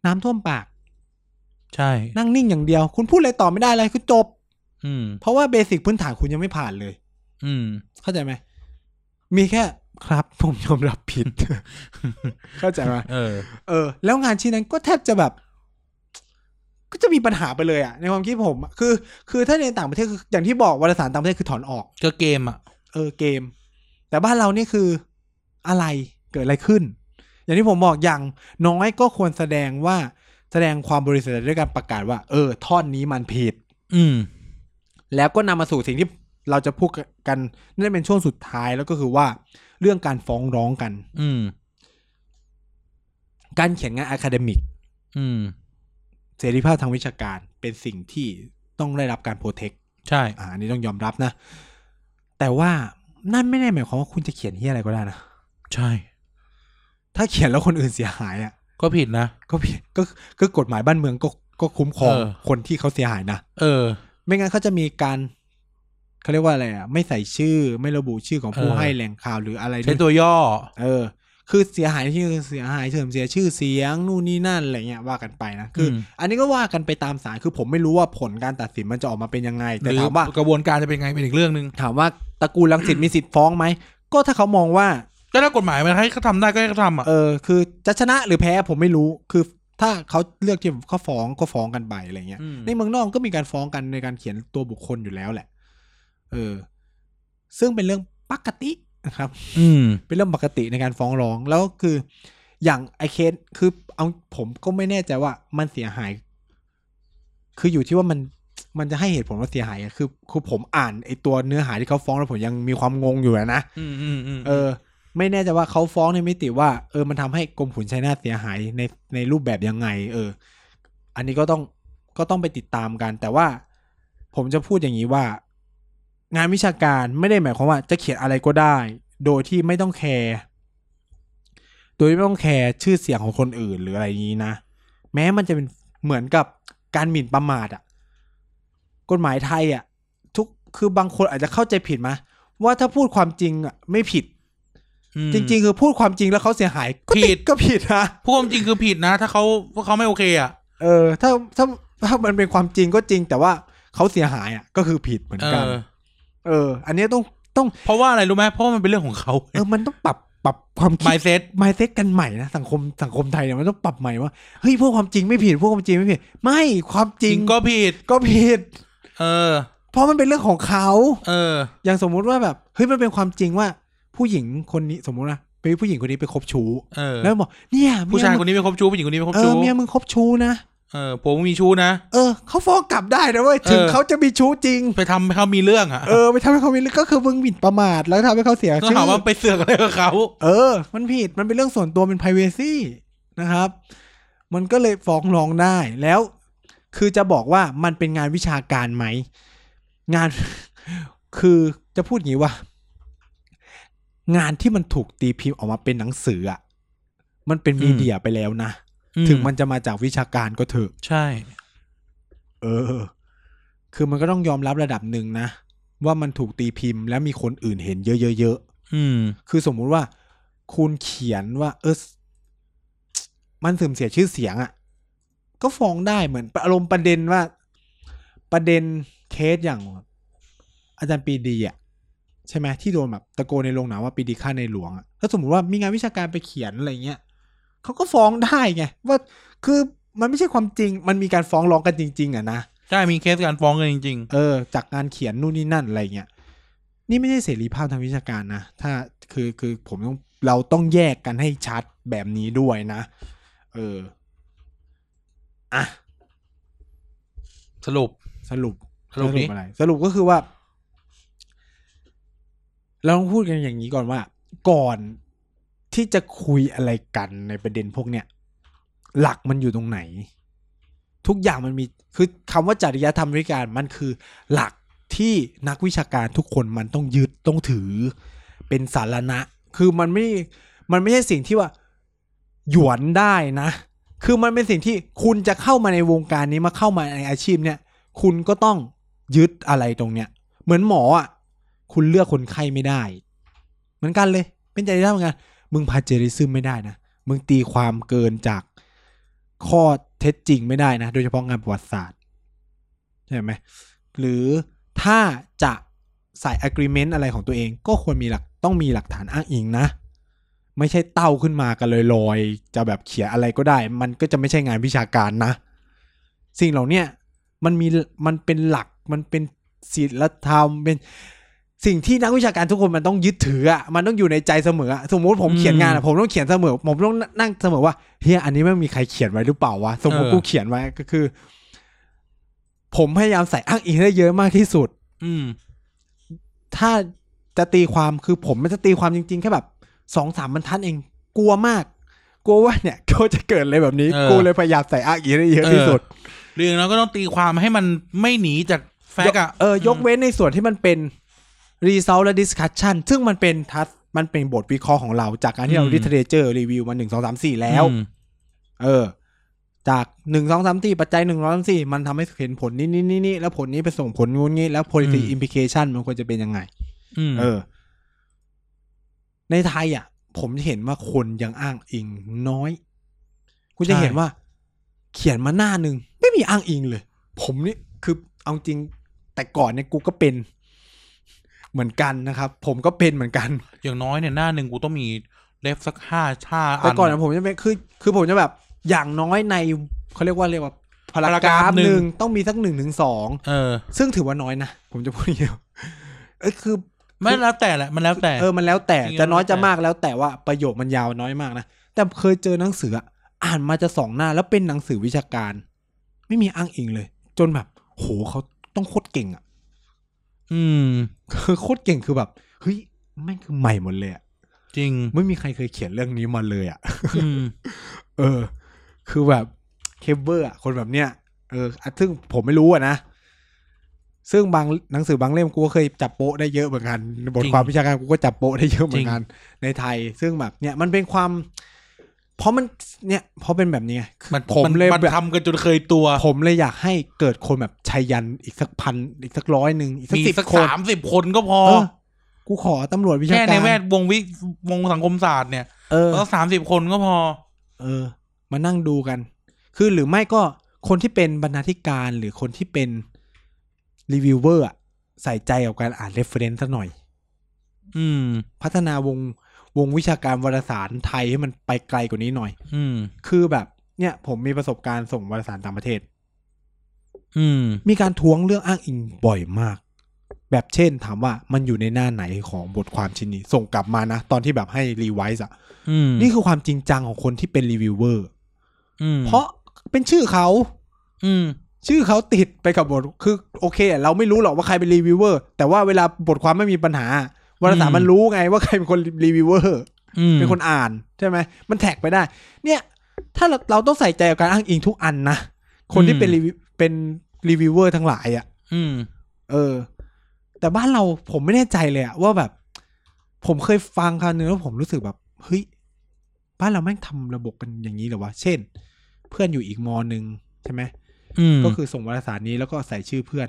น้ำท่วมปาก
ใช่
นั่งนิ่งอย่างเดียว คุณพูดอะไรต่อไม่ได้อะไรคุณจบ
อืม
เพราะว่าเบสิกพื้นฐานคุณยังไม่ผ่านเลย
อืม
เข้าใจไหม มีแค่ครับ ผมยอมรับผิด เข้าใจไหม
เออ
เออ แล้วงานชิ้นนั้นก็แทบจะแบบ ก็จะมีปัญหาไปเลยอะในความคิดผมอะคือ คือถ้าในต่างประเทศคืออย่างที่บอกวารสารต่างประเทศคือถอนออก
ก็เกมอ่ะ
เออเกม แต่บ้านเรานี่คืออะไรเกิดอะไรขึ้น อย่างที่ผมบอกอย่างน้อยก็ควรแสดงว่าแสดงความบริสุทธิ์ใจด้วยการประกาศว่า เออ ท่อนนี้มันผิด
อืม
แล้วก็นำมาสู่สิ่งที่เราจะพูดกันนั่นเป็นช่วงสุดท้ายแล้วก็คือว่าเรื่องการฟ้องร้องกัน
อืม
การเขียนงานอะคาเดมิก
อืม
เสรีภาพทางวิชาการเป็นสิ่งที่ต้องได้รับการโปรเทค
ใช่
อ่าอันนี้ต้องยอมรับนะ แต่ว่านั่นไม่ได้หมายความว่าคุณจะเขียนที่อะไรก็ได้นะ
ใช่
ถ้าเขียนแล้วคนอื่นเสียหายอ่ะ
ก็ผิดนะ
ก็ผิดก็ก็กฎหมายบ้านเมืองก็ก็คุ้มครอง
เออ
คนที่เขาเสียหายนะ
เออ
ไม่งั้นเขาจะมีการเขาเรียกว่าอะไรอ่ะ ไม่ใส่ชื่อไม่ระบุชื่อของผู้
เออ
ให้แหล่งข่าวหรืออะไรด้
ใช้
วย
ตัวย่อ
เออ คือเสียหายที่คือเสียหายเสื่อมเสียชื่อเสียงนู่นนี่นั่นอะไรเงี้ยว่ากันไปนะคืออ
ม
อันนี้ก็ว่ากันไปตามสายคือผมไม่รู้ว่าผลการตัดสินมันจะออกมาเป็นยังไง
ห
แต่
รือ
ถามว่า
กระบวนการจะเป็นไงเป็นอีกเรื่องหนึ่ง
ถามว่าตระกูลลังสิตมีสิทธิ์ฟ้องไหมก็ถ้าเขามองว่า
ก็ถ้ากฎหมายมันให้เขาทำได้ก็ให้เขาทำอ่ะ
เออคือจะชนะหรือแพ้ผมไม่รู้คือถ้าเขาเลือกที่เขาฟ้องก็ฟ้องกันไปอะไรเงี้ย
ม
ในเมืองนอกก็มีการฟ้องกันในการเขียนตัวบุคคลอยู่แล้วแหละ เออ ซึ่งเป็นเรื่องปกตินะครับ
อืม
เป็นเรื่องปกติในการฟ้องร้อง แล้วก็คือ อย่างไอเคสคือเอาผมก็ไม่แน่ใจว่ามันเสียหาย คืออยู่ที่ว่ามันมันจะให้เหตุผลว่าเสียหายอะคือ คือผมอ่านไอตัวเนื้อหาที่เขาฟ้องแล้วผมยังมีความงงอยู่อะนะ
อืมอืมอืม
เออ ไม่แน่ใจว่าเขาฟ้องในมิติว่า เออ มันทำให้กรมขุนชัยนาทเสียหายในในรูปแบบยังไง เออ อันนี้ก็ต้องก็ต้องไปติดตามกัน แต่ว่าผมจะพูดอย่างนี้ว่า งานวิชาการไม่ได้หมายความว่าจะเขียนอะไรก็ได้ โดยที่ไม่ต้องแคร์โดยที่ไม่ต้องแคร์ชื่อเสียงของคนอื่นหรืออะไรอย่างนี้นะ แม้มันจะเป็นเหมือนกับการหมิ่นประมาทอะกฎหมายไทยอะทุกคือบางคนอาจจะเข้าใจผิดมะว่าถ้าพูดความจริงอะไม่ผิด
อืม
จริง ๆ คือพูดความจริงแล้วเขาเสียหายก็
ผิ
ติ
ด
ดก็ผิดนะ
พูดความจริงคือผิดนะ ถ้าเขาว่าเขาไม่โอเคอ่ะ
เออ ถ้าถ้าถ้ามันเป็นความจริงก็จริง แต่ว่าเขาเสียหายอ่ะ ก็คือผิดเหมือน
เอ
กัน
อ
เออ อันเนี้ยต้องต้อง
เพราะว่าอะไรรู้ไหมเพราะว่ามันเป็นเรื่องของเขา
เออมันต้องปรับปรับความคิด
mindset
ไมเซ็ตกันใหม่นะสังคมสังคมไทยเนี่ยมันต้องปรับใหม่ว่าเฮ้ยพวกความจริงไม่ผิดพวกความจริงไม่ผิด ไม่ความจ
จ
ริ
ริ
ง
งก็ผิด
ก็ผิด
เออ
เพราะมันเป็นเรื่องของเขา
เออ
อย่างสมมุติว่าแบบเฮ้ยมันเป็นความจริงว่า ผู้หญิงคนนี้สมมุตินะเป็นผู้หญิงคนนี้ไปคบชู้
เออ
แล้วบอกเนี่ยเมี
ผู้ชาย
มึง
คนนี้ไม่คบชู้ผู้หญิงคนนี้ไม่คบ
เออ
ชู้
เมียมึงคบชู้นะ
เออผมมีชู้นะ
เออเขาฟ้องกลับได้นะเว้ย
เออ
ถึงเขาจะมีชู้จริง
ไปทำให้เขามีเรื่องอ่ะ
เออ ไปทำให้เขามีก็คือมึงหมิ่นประมาทแล้วทำให้เขาเสีย
ต้อง
ชื่
ถาม
อ
ว่าไปเสือกอะไรกับเขา
เออ มันผิดมันเป็นเรื่องส่วนตัวเป็น p r i เวซีนะครับ มันก็เลยฟ้องร้องได้แล้ว คือจะบอกว่ามันเป็นงานวิชาการไหม งาน คือจะพูดอย่างนี้ว่า งานที่มันถูกตีพิมพ์ออกมาเป็นหนังสืออ่ะมันเป็นมีเดียไปแล้วนะถึงมันจะมาจากวิชาการก็เถอะ
ใช่
เออ คือมันก็ต้องยอมรับระดับหนึ่งนะ ว่ามันถูกตีพิมพ์และมีคนอื่นเห็นเยอะ
อืม
ๆ คือสมมุติว่า คุณเขียนว่า เออ มันเสื่อมเสียชื่อเสียงอะ่ะ ก็ฟ้องได้เหมือนอารมณ์ประเด็นว่า ประเด็นเคสอย่าง อาจารย์ปรีดีอะ่ะ ใช่ไหมที่โดนแบบตะโกนในโรงหนังว่าปรีดีฆ่าในหลวงอะ่ะถ้าสมมติว่ามีงานวิชาการไปเขียนอะไรเงี้ยเขาก็ฟ้องได้ไงว่าคือมันไม่ใช่ความจริง มันมีการฟ้องร้องกันจริง ๆอ่ะนะ
ใช่มีเคสการฟ้องกันจริง
เออจากงานเขียนนู่นนี่นั่นอะไรเงี้ยนี่ไม่ใช่เสรีภาพทางวิชาการนะ ถ้าคือคือผมต้องเราต้องแยกกันให้ชัดแบบนี้ด้วยนะ เอออ่ะ
ๆ สรุป
สรุป
สรุปนี้
อะไร สรุปก็คือว่า เราต้องพูดกันอย่างนี้ก่อนว่า ก่อนที่จะคุยอะไรกันในประเด็นพวกเนี้ยหลักมันอยู่ตรงไหน ทุกอย่างมันมีคือคำว่าจริยธรรมวิการมันคือ หลักที่นักวิชาการทุกคนมันต้องยึดต้องถือ เป็นสารณะ คือมันไม่ มันไม่ใช่สิ่งที่ว่า หยวนได้นะ คือมันเป็นสิ่งที่คุณจะเข้ามาในวงการนี้มาเข้ามาในอาชีพเนี่ย คุณก็ต้องยึดอะไรตรงเนี้ย เหมือนหมออ่ะ คุณเลือกคนไข้ไม่ได้ เหมือนกันเลย เป็นจริยธรรมเหมือนกัน มึงพาเจริซึมไม่ได้นะ มึงตีความเกินจาก ข้อเท็จจริงไม่ได้นะ โดยเฉพาะงานประวัติศาสตร์ใช่ไหมหรือถ้าจะใส่ agreement อะไรของตัวเอง ก็ควรมีหลักต้องมีหลักฐานอ้างอิงนะ ไม่ใช่เต้าขึ้นมากันลอยๆ จะแบบเขียนอะไรก็ได้ มันก็จะไม่ใช่งานวิชาการนะ สิ่งเหล่าเนี้ยมันมีมันเป็นหลักมันเป็นศีลธรรมเป็นสิ่งที่นักวิชาการทุกคนมันต้องยึดถืออ่ะมันต้องอยู่ในใจเสมออะสมมุติผมเขียนงานอะ
อืม
ผมต้องเขียนเสมอ ผมต้องนั่งเสมอว่าเฮียอันนี้ไม่มีใครเขียนไว้หรือเปล่าวะสมมติ
เออ
กูเขียนไว้ก็คือ ผมพยายามใส่อ้างอิงให้ได้เยอะมากที่สุด
อืม
ถ้าจะตีความคือผมมันจะตีความจริงๆ แค่แบบสองสามบรรทัดเอง กลัวมาก กลัวว่าเนี่ยเขาจะเกิดอะไรแบบนี้
เออ
กูเลยพยายามใส่อ้างอิงให้ได้เยอะที่สุด
หรือเราก็ต้องตีความให้มันไม่หนีจากแฟกต์อะ
เออยกเว้นในส่วนที่มันเป็น result และ discussion ซึ่งมันเป็นทัศมันเป็นบทวิเคราะห์ของเราจากการที่เรา literature review มาหนึ่งสองสามสี่แล้ว
อืม
เออ จากหนึ่งสองสามสี่ปัจจัยหนึ่งร้อยสามสี่มันทำให้เห็นผลนี้นี่นี่นี่แล้วผลนี้ไปส่งผลงูนงี้แล้ว policy implication มันควรจะเป็นยังไง
อืม
เออ ในไทยอ่ะ ผมเห็นว่าคนยังอ้างอิงน้อยกูจะเห็นว่า เขียนมาหน้าหนึ่งไม่มีอ้างอิงเลย ผมนี่คือเอาจริง แต่ก่อนเนี่ยกูก็เป็น เหมือนกันนะครับ ผมก็เป็นเหมือนกัน
อย่างน้อยเนี่ยหน้าหนึ่งกูต้องมีเล็บสักห้าห้าอั
แต่
น
ก่อนนะผมจะเป็นคือคือผมจะแบบ อย่างน้อยในเขาเรียกว่าเรียกว่าพารากรา
paragraph
ฟห
หนึ่
นึ่
ง
งต้องมีสักหนึ่งถึงสอง
เออ
ซึ่งถือว่าน้อยนะผมจะพูดอย่างเดียวเอ้ยคือ
ไม่แล้วแต่แหละมันแล้วแต่
เออ มันแล้วแต่
จริงๆ
จะน้อย
แล้วแต่
จะมากแล้วแต่ว่าประโยคมันยาวน้อยมากนะ แต่เคยเจอหนังสืออะอ่านมาจะสองหน้าแล้วเป็นหนังสือวิชาการ ไม่มีอ้างอิงเลย จนแบบ โหเขาต้องโคตรเก่งอะ
อืม
คือโคตรเก่งคือแบบเฮ้ยแม่งคือใหม่หมดเลยอะ
จริง
ไม่มีใครเคยเขียนเรื่องนี้มาเลยอะ
อืม
เออ คือแบบเคเบอร์อะคนแบบเนี้ยเอออะซึ่งผมไม่รู้อะนะ ซึ่งบางหนังสือบางเล่มกูก็เคยจับโป๊ะได้เยอะเหมือนกันบทความวิชาการกูก็จับโป๊ะได้เยอะเหมือนกัน ในไทย ซึ่งแบบเนี่ยมันเป็นความ เพราะมันเนี่ยเพราะเป็นแบบนี้ไง
มัน
ผม
น
เลย
มัน
แบบ
ทำกันจนเคยตัว
ผมเลยอยากให้เกิดคนแบบชัยยันอีกสักพันอีกสักร้อยหนึ่งอีกสัก
มี
สิบ
สัก
คน
สามสิบคนก็พอ
เออกูขอตำรวจวิชา
แค่
การ
ในแวดวงวิวงสังคมศาสตร์เนี่ย
เออ
ก็สามสิบคนก็พอ
เออ มานั่งดูกัน คือหรือไม่ก็คนที่เป็นบรรณาธิการหรือคนที่เป็นรีวิวเวอร์อะใส่ใจกับการอ่านเรฟเฟรนซ์ซะหน่อย
อืม
พัฒนาวงวงวิชาการวารสารไทยให้มันไปไกลกว่านี้หน่อย
อืม
คือแบบเนี่ย ผมมีประสบการณ์ส่งวารสารต่างประเทศ
อืม
มีการท้วงเรื่องอ้างอิงบ่อยมาก แบบเช่นถามว่ามันอยู่ในหน้าไหนของบทความชิ้นนี้ ส่งกลับมานะ ตอนที่แบบให้รีไวซ์อะ
อืม
นี่คือความจริงจังของคนที่เป็นรีวิวเวอร์
อืม
เพราะเป็นชื่อเขา
อืม
ชื่อเขาติดไปกับบท คือโอเคอะเราไม่รู้หรอกว่าใครเป็นรีวิวเวอร์ แต่ว่าเวลาบทความไม่มีปัญหาวารสาร
อืม
มันรู้ไงว่าใครเป็นคนรีวิวเวอร์
อืม
เป็นคนอ่านใช่ไหม มันแท็กไปได้ เนี่ย ถ้าเราเราต้องใส่ใจกับการอ้างอิงทุกอันนะ คนที่เป็นรีวิวเป็นรีวิวเวอร์ทั้งหลายอะ่ะ
อืม
เออ แต่บ้านเราผมไม่แน่ใจเลยอะว่าแบบ ผมเคยฟังคราวนึงแล้วผมรู้สึกแบบเฮ้ยบ้านเราแม่งทำระบบเป็นอย่างนี้เหรอวะ เช่น เพื่อนอยู่อีกมอหนึ่งใช่ไหม
อืม
ก็คือส่งวารสารนี้แล้วก็ใส่ชื่อเพื่อน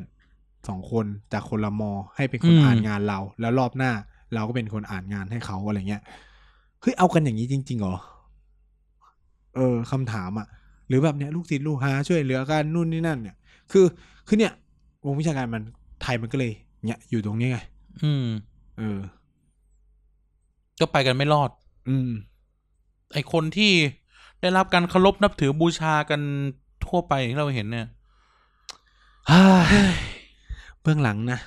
สองคนจากคนละมอ ให้เป็นคน
อืม
อ่านงานเรา แล้วรอบหน้า เราก็เป็นคนอ่านงานให้เขาอะไรเงี้ยเฮ้ยเอากันอย่างนี้จริงๆเหรอเออคำถามอะ่ะ หรือแบบเนี้ยลูกศิษย์ลูกหาช่วยเหลือกันนู่นนี่นั่นเนี่ย คือคือเนี่ยวงวิชาการมันไทยมันก็เลยเนี่ยอยู่ตรงนี้ไง
อืม
เออ
ก็ไปกันไม่รอด
อืม
ไอคนที่ได้รับการเคารพนับถือบูชากันทั่วไปอย่างที่เราเห็นเนี่ย
เบื้องหลังนะ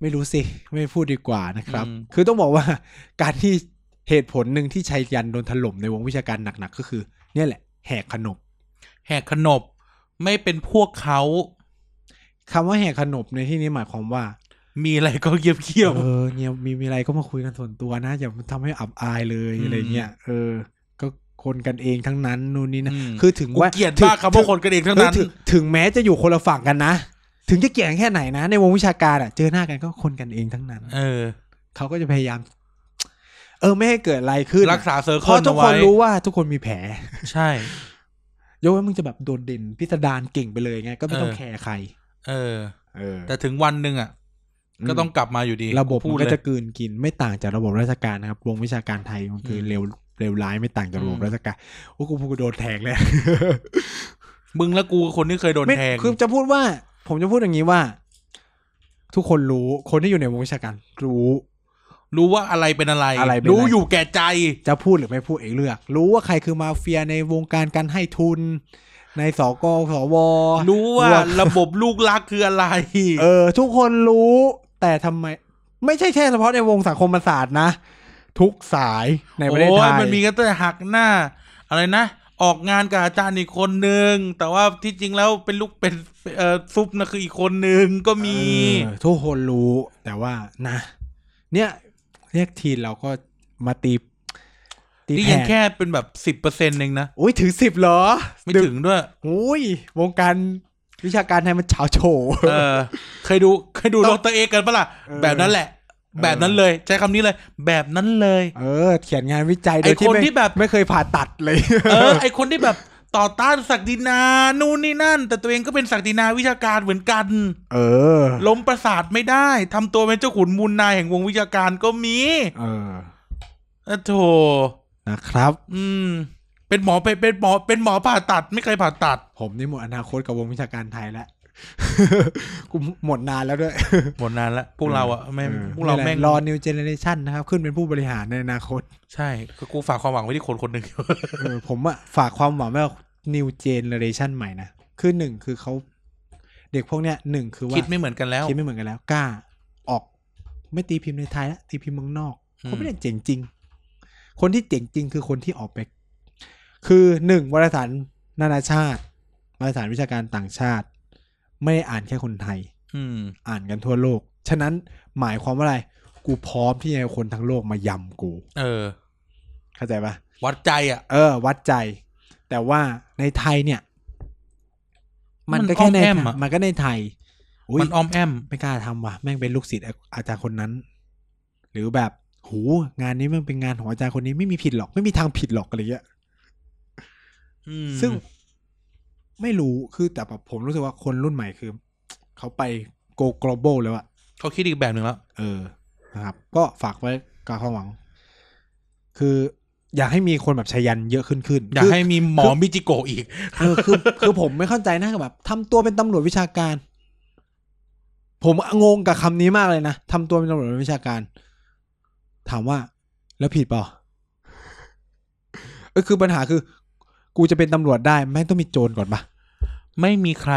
ไม่รู้สิ ไม่พูดดีกว่านะครับ
อืม
คือต้องบอกว่า การที่เหตุผลหนึ่งที่ชัยยันโดนถล่มในวงวิชาการหนักๆ ก็คือ เนี่ยแหละ แหกขนบ
แหกขนบไม่เป็นพวกเขา
คำว่าแหกขนบในที่นี้หมายความว่า
มีอะไรก็เยียบเขี้ยว
เออเนี่ยมีมีอะไรก็มาคุยกันส่วนตัวนะ อย่าทำให้อับอายเลย
อืม
อะไรเงี้ยเออ ก็คนกันเองทั้งนั้นนู่นนี่นะ
ม
คือถึง
กู
ว่า
เกลียด
ถึง
มากครับพวกคนกันเองทั้งนั้น
เออถึงถึงแม้จะอยู่คนละฝั่งกันนะ ถึงจะเกลียดกันแค่ไหนนะในวงวิชาการอ่ะเจอหน้ากันก็คนกันเองทั้งนั้น
เออ
เขาก็จะพยายาม เออไม่ให้เกิดอะไรขึ้น
รักษาเซอร์
เพ
เคิล
ราะทุก
เอา
คน
ไว้
รู้ว่าทุกคนมีแผล
ใช่
ยกเว้นมึงจะแบบโดดเด่นพิสดารเก่งไปเลยไง ก็ไม่ต้อง
เออ
แคร์ใคร
เออ
เออ
แต่ถึงวันหนึ่งอ่ะ
อืม
ก็ต้องกลับมาอยู่ดี
ระบบ
พูด
มัน
เล
ก็
ย
จะกลืนกินไม่ต่างจากระบบราชการนะครับวงวิชาการไทยมันคือเร็ว เลวร้ายไม่ต่างจากระบ
อื
บ
ม
ราชการโอ้กูพูดกูโดนแทงเลย
มึงและกูคนที่เคยโดน
ไม่
แทง
คือจะพูดว่า ผมจะพูดอย่างนี้ว่า ทุกคนรู้คนที่อยู่ในวงวิชาการรู้
รู้ว่าอะไรเป็นอะไร
อะไรเป็นอะไร
รู้อยู่แก่ใจ
จะพูดหรือไม่พูดเองเลือก รู้ว่าใครคือมาเฟียในวงการการให้ทุน ในสกสว
รู้ว่า
ว่า
ระบบลูกรักคืออะไร
เออ ทุกคนรู้ แต่ทำไม ไม่ใช่แค่เฉพาะในวงสังคมศาสตร์นะ ทุกสายในประเทศไท
โอ้
ย
มันมีก็แต่หักหน้า อะไรนะ ออกงานกับอาจารย์อีกคนนึง แต่ว่าที่จริงแล้วเป็นลูกเป็นเอ่อซุปนะคืออีกคนนึงก็มี
เออทุกคนรู้ แต่ว่านะ เนี่ยเรียกทีเราก็มาตีตี
นี่
แผ่
ยังแค่เป็นแบบสิบเปอร์เซ็นต์เองนะ
อุ้ยถึงสิบเหรอ
ไม่ถึงด้วย
อุ้ยวงการวิชาการไทยมันเฉาโฉว
เออ เคยดูเคยดูดรเอกันปะล่ะ
เออ
แบบนั้นแหละ แบบนั้นเลย ใช้คำนี้เลย แบบนั้นเลย
เออ เขียนงานวิจัยโด
ไอ้
ยที่
คน
ไม่
ที่แบบ
ไม่เคยผ่าตัดเลย
เออ ไอคนที่แบบต่อต้านศักดินา นู่นนี่นั่น แต่ตัวเองก็เป็นศักดินาวิชาการเหมือนกัน
เออ
ล้มประสาทไม่ได้ทำตัวเป็นเจ้าขุนมูลนายแห่งวงวิชาการก็มี
เออ
อะโถ
นะครับ
อืม เป็นหมอเป็นเป็นหมอเป็นหมอผ่าตัด ไม่เคยผ่าตัด
ผมนี่หมดอนาคตกับวงวิชาการไทยแล้ว กูหมดนานแล้วด้วย
หมดนานละพวกเราอะไม่
ออ
พวกเรา
นี่แหละ
แม่ง
รอ new generation นะครับ ขึ้นเป็นผู้บริหารในอนาคต
ใช่คือกูฝากความหวังไว้ที่คนคนหนึ่ง
เออผมอะฝากความหวังไว้กับ new generation ใหม่นะ คือหนึ่งคือเขาเด็กพวกเนี้ยหนึ่งคือว่า
คิดไม่เหมือนกันแล้ว
คิดไม่เหมือนกันแล้วกล้า ออกไม่ตีพิมพ์ในไทยแล้วตีพิมพ์เมืองนอก
อืม
เขาไม่ได้เจ๋งจริง คนที่เจ๋งจริงคือคนที่ออกไป คือหนึ่งวารสารนานาชาติวารสารวิชาการต่างชาติ ไม่ได้อ่านแค่คนไทย
อืม
อ่านกันทั่วโลก ฉะนั้นหมายความว่าอะไร กูพร้อมที่จะให้คนทั้งโลกมายำกู
เออ
เข้าใจปะ
วัดใจอ่ะ
เออ วัดใจ แต่ว่าในไทยเนี่ย มันก็
มันอ้อม
แค่ใน
แอมอะ
มันก็ในไทยอุ้ย
มันออมแอม
ไม่กล้าทำว่ะ แม่งเป็นลูกศิษย์อาจารย์คนนั้น หรือแบบ หู งานนี้แมันเป็นงานของอาจารย์คนนี้ไม่มีผิดหรอก ไม่มีทางผิดหรอกอะไรเงี้ย
อืม
ซึ่งไม่รู้ คือแต่แบบผมรู้สึกว่าคนรุ่นใหม่คือ เขาไป go global แล้วอะ
เขาคิดอีกแบบหนึ่งแล้ว
เออ นะครับ ก็ฝากไว้กับความหวัง คืออยากให้มีคนแบบชัยยันเยอะขึ้นขึ้น
อยาก
คือ
ให้มีหมอมิจิโกะอีก
เออคือคือผมไม่เข้าใจนะแบบทำตัวเป็นตำรวจวิชาการ ผมงงกับคำนี้มากเลยนะทำตัวเป็นตำรวจวิชาการ ถามว่า แล้วผิดเปล่าเออคือปัญหาคือ กูจะเป็นตำรวจได้แม่งต้องมีโจรก่อนปะ
ไม่มีใคร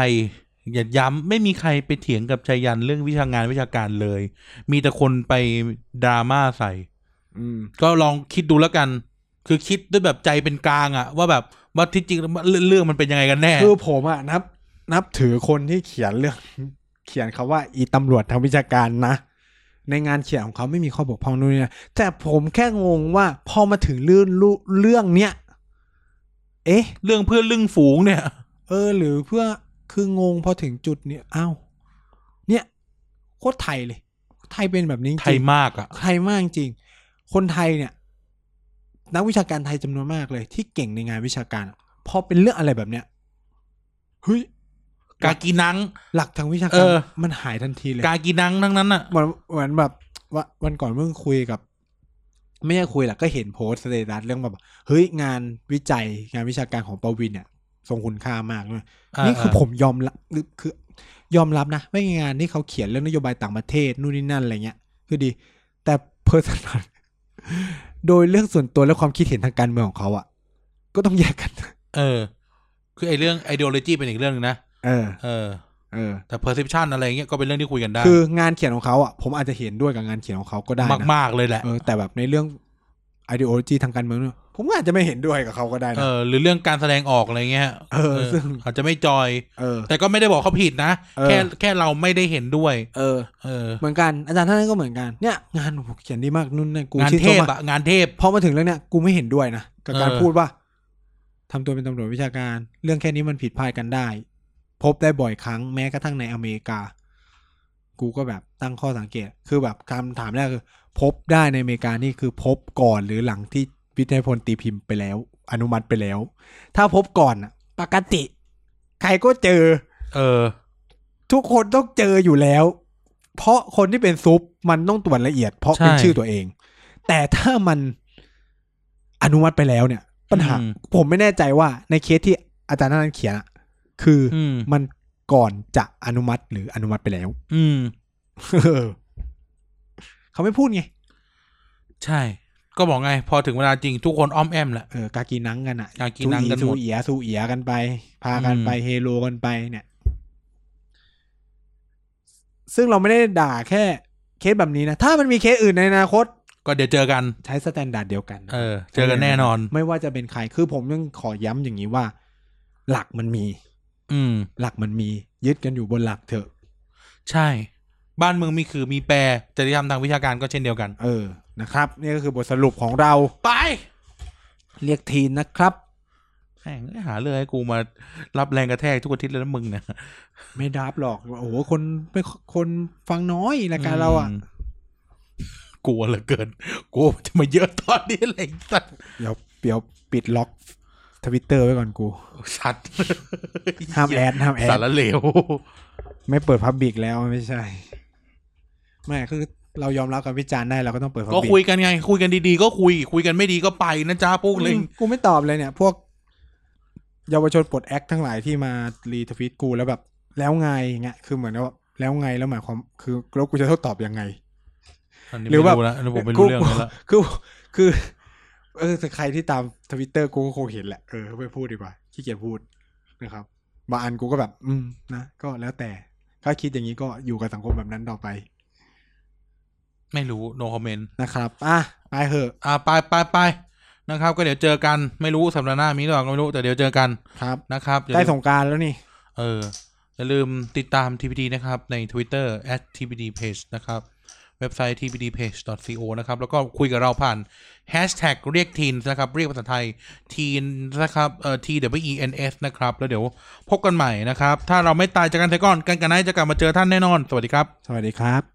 อย่าย้ำไม่มีใครไปเถียงกับชัยยันเรื่องวิชางานวิชาการเลย มีแต่คนไปดราม่าใส่
อืม
ก็ลองคิดดูแล้วกัน คือคิดด้วยแบบใจเป็นกลางอะว่าแบบว่าที่จริงแล้วเรื่องเรื่องมันเป็นยังไงกันแน่
คือผมอะนับ นับถือคนที่เขียนเรื่อง เขียนคำว่า อีตำรวจทางวิชาการนะ ในงานเขียนของเขาไม่มีข้อบกพร่องนู่นนี่นะแต่ผมแค่งงว่าพอมาถึงเรื่องลูเรื่องเนี้ยเอ๊ะ
เรื่องเพื่อนเรื่องฝูงเนี่ย
เออ หรือเพื่อคืองงพอถึงจุดเนี้ยอ้าวเนี่ยโคตรไทยเลย ไทยเป็นแบบนี้จริง
ไทยมากอะ
ไทยมากจริง คนไทยเนี่ย นักวิชาการไทยจำนวนมากเลย ที่เก่งในงานวิชาการอะพอเป็นเรื่องอะไรแบบเนี้ยเฮ้ย
กากีนัง
หลักทางวิชา
เอ
การ
อ
มันหายทันทีเลย
กากีนังทั้งนั้นอะ
เหมือนเหมือนแบบวะวันก่อนเพิ่งคุยกับ ไม่ใช่คุยหละก็เห็นโพสต์สเตตัสเรื่องแบบเฮ้ยงานวิจัยงานวิชาการของปวินเนี่ยทรงคุณค่ามากเลยนี่คือผมยอมรับหรือคือ ยอมรับนะไม่างานที่เขาเขียนเรื่องนโยบายต่างประเทศนู่นนี่นั่นอะไรเงี้ยคือดี แต่เพอร์ซัน โดยเรื่องส่วนตัวและความคิดเห็นทางการเมืองของเขาอะก็ต้องแยกกัน
เออ คือไอ้เรื่องไอเด o l o จีเป็นอีกเรื่องหนึงนะ
เออ
เออ
เออ
แต่ perception อะไรเงี้ยก็เป็นเรื่องที่คุยกันได้
คืองานเขียนของเขาอะผมอาจจะเห็นด้วยกับงานเขียนของเขาก็ได้นะ
มาก ๆ เลยแหละ
เออแต่แบบในเรื่อง ideology ทางการเมืองเนี่ยผมก็อาจจะไม่เห็นด้วยกับเขาก็ได้
เอ
นะ
อ หรือเรื่องการแสดงออกอะไรเงี้ย
เออซึ่ง
อาจจะไม่จอย
เออ
แต่ก็ไม่ได้บอกเขาผิดนะ
เออ
แค่แค่เราไม่ได้เห็นด้วย
เออ
เออ
เหมือนกันอาจารย์ท่านนั้นก็เหมือนกันเนี่ยงานผมเขียนดีมากนุ่นเนี่ยกู
งาน
ชื่น
เท
ชม
พ
มาก
อะงานเทพ
พอมาถึงเรื่องเนี้ยกูไม่เห็นด้วยนะกับการ
เออ
พูดว่าทำตัวเป็นตำรวจวิชาการ เรื่องแค่นี้มันผิดพลาดกันได้ พบได้บ่อยครั้งแม้กระทั่งในอเมริกา กูก็แบบตั้งข้อสังเกต คือแบบคำถามแรกคือ พบได้ในอเมริกานี่คือพบก่อนหรือหลังที่วิทยาพลตีพิมพ์ไปแล้ว อนุมัติไปแล้ว ถ้าพบก่อนน่ะปกติ ใครก็เจอ
เออ
ทุกคนต้องเจออยู่แล้ว เพราะคนที่เป็นซุปมันต้องตรวจละเอียด เพราะเป็น
ใช่
ชื่อตัวเอง แต่ถ้ามัน อนุมัติไปแล้วเนี่ย ปัญหา
อืม
ผมไม่แน่ใจว่าในเคสที่อาจารย์นั้นเขียนอะคืออ
อืม
มันก่อนจะอนุมัติหรืออนุมัติไปแล้ว
อืม
เออเขาไม่พูดไง
ใช่ ก็บอกไง พอถึงเวลาจริงทุกคนอ้อมแอมแหละ
เออกากีนังกันอะ
กากีนังกันหมด
สู้เอียสู้เอียกันไป พากันไป
อืม
เฮโลกันไปเนี่ย ซึ่งเราไม่ได้ด่าแค่เคสแบบนี้นะ ถ้ามันมีเคสอื่นในอนาคต
ก็เดี๋ยวเจอกัน
ใช้สแตนดาร์ดเดียวกัน
เออ เจอกันแน่นอน
ไม่ว่าจะเป็นใคร คือผมยังขอย้ำอย่างนี้ว่า หลักมันมี
อืม
หลักมันมี ยึดกันอยู่บนหลักเถอะ
ใช่ บ้านเมืองมีคือมีแปรจริยธรรมทางวิชาการก็เช่นเดียวกัน
เออนะครับ นี่ก็คือบทสรุปของเรา
ไป
เรียกทีนนะครับ
แม่งหาเรื่องให้กูมารับแรงกระแทกทุกอาทิตย์เลยนะมึงเนี่ย
ไม่ดับหรอกโอ้โหคนไม่คนฟังน้อยรายการเราอ่ะ
มกลัวเหลือเกินกลัวมันจะมาเยอะตอนนี้อะไรสัตว์
เดี๋ยวเดี๋ยวปิดล็อกทวิตเตอร์ไว้ก่อนกู
สั ตว์
ห้ามแอดห้ามแอ
สา
ด
รเลว
ไม่เปิดพับบิกแล้วไม่ใช่ ไม่คือเรายอมรับการวิจารณ์ได้เราก็ต้องเปิดพับ
ก็
บิ
คุยกันไง คุยกันดีๆ ก็คุย คุยกันไม่ดีก็ไปนะจ้าพวกเลง
กูไม่ตอบเลยเนี่ย พวก เยาวชนปลดแอคทั้งหลายที่มารีทวิตกูแล้วแบบ แล้วไงอย่างเงี้ยคือเหมือนว่าแล้วไงแล้วหมายความคือแล้วกูจะโต้ตอบยังไง
นนี้
หรือแบบ
ไม่นะอันนี้ผมไม่รู้เรื่องแล้วละ
คือ คือเออแต่ใครที่ตามทวิตเตอร์กูก็คงเห็นแหละเออไม่พูดดีกว่าขี้เกียจพูดนะครับบางอันกูก็แบบ อืมนะก็แล้วแต่ถ้าคิดอย่างนี้ก็อยู่กับสังคมแบบนั้นต่อไป
ไม่รู้ no comment
นะครับ อ่ะ ไปเถอะ
อ่าไปไปไปนะครับ ก็เดี๋ยวเจอกันไม่รู้สัปดาห์หน้ามีหรือเปล่าก็ไม่รู้แต่เดี๋ยวเจอกัน
ครับ
นะครับอย่า
ใกล้
ลืม
สงกรารแล้วนี่
เออ อย่าลืมติดตาม TPD นะครับ ใน Twitter @tpdpage นะครับ เว็บไซต์ tpdpage.co นะครับ แล้วก็คุยกับเราผ่าน Hashtag เรียกทีนนะครับ เรียกภาษาไทยทีนนะครับเอ่อ t w e n s นะครับ แล้วเดี๋ยวพบกันใหม่นะครับ ถ้าเราไม่ตายจากกันเสียก่อน กันกันนายจะกลับมาเจอท่านแน่นอน สวัสดีครับ
สวัสดีครับ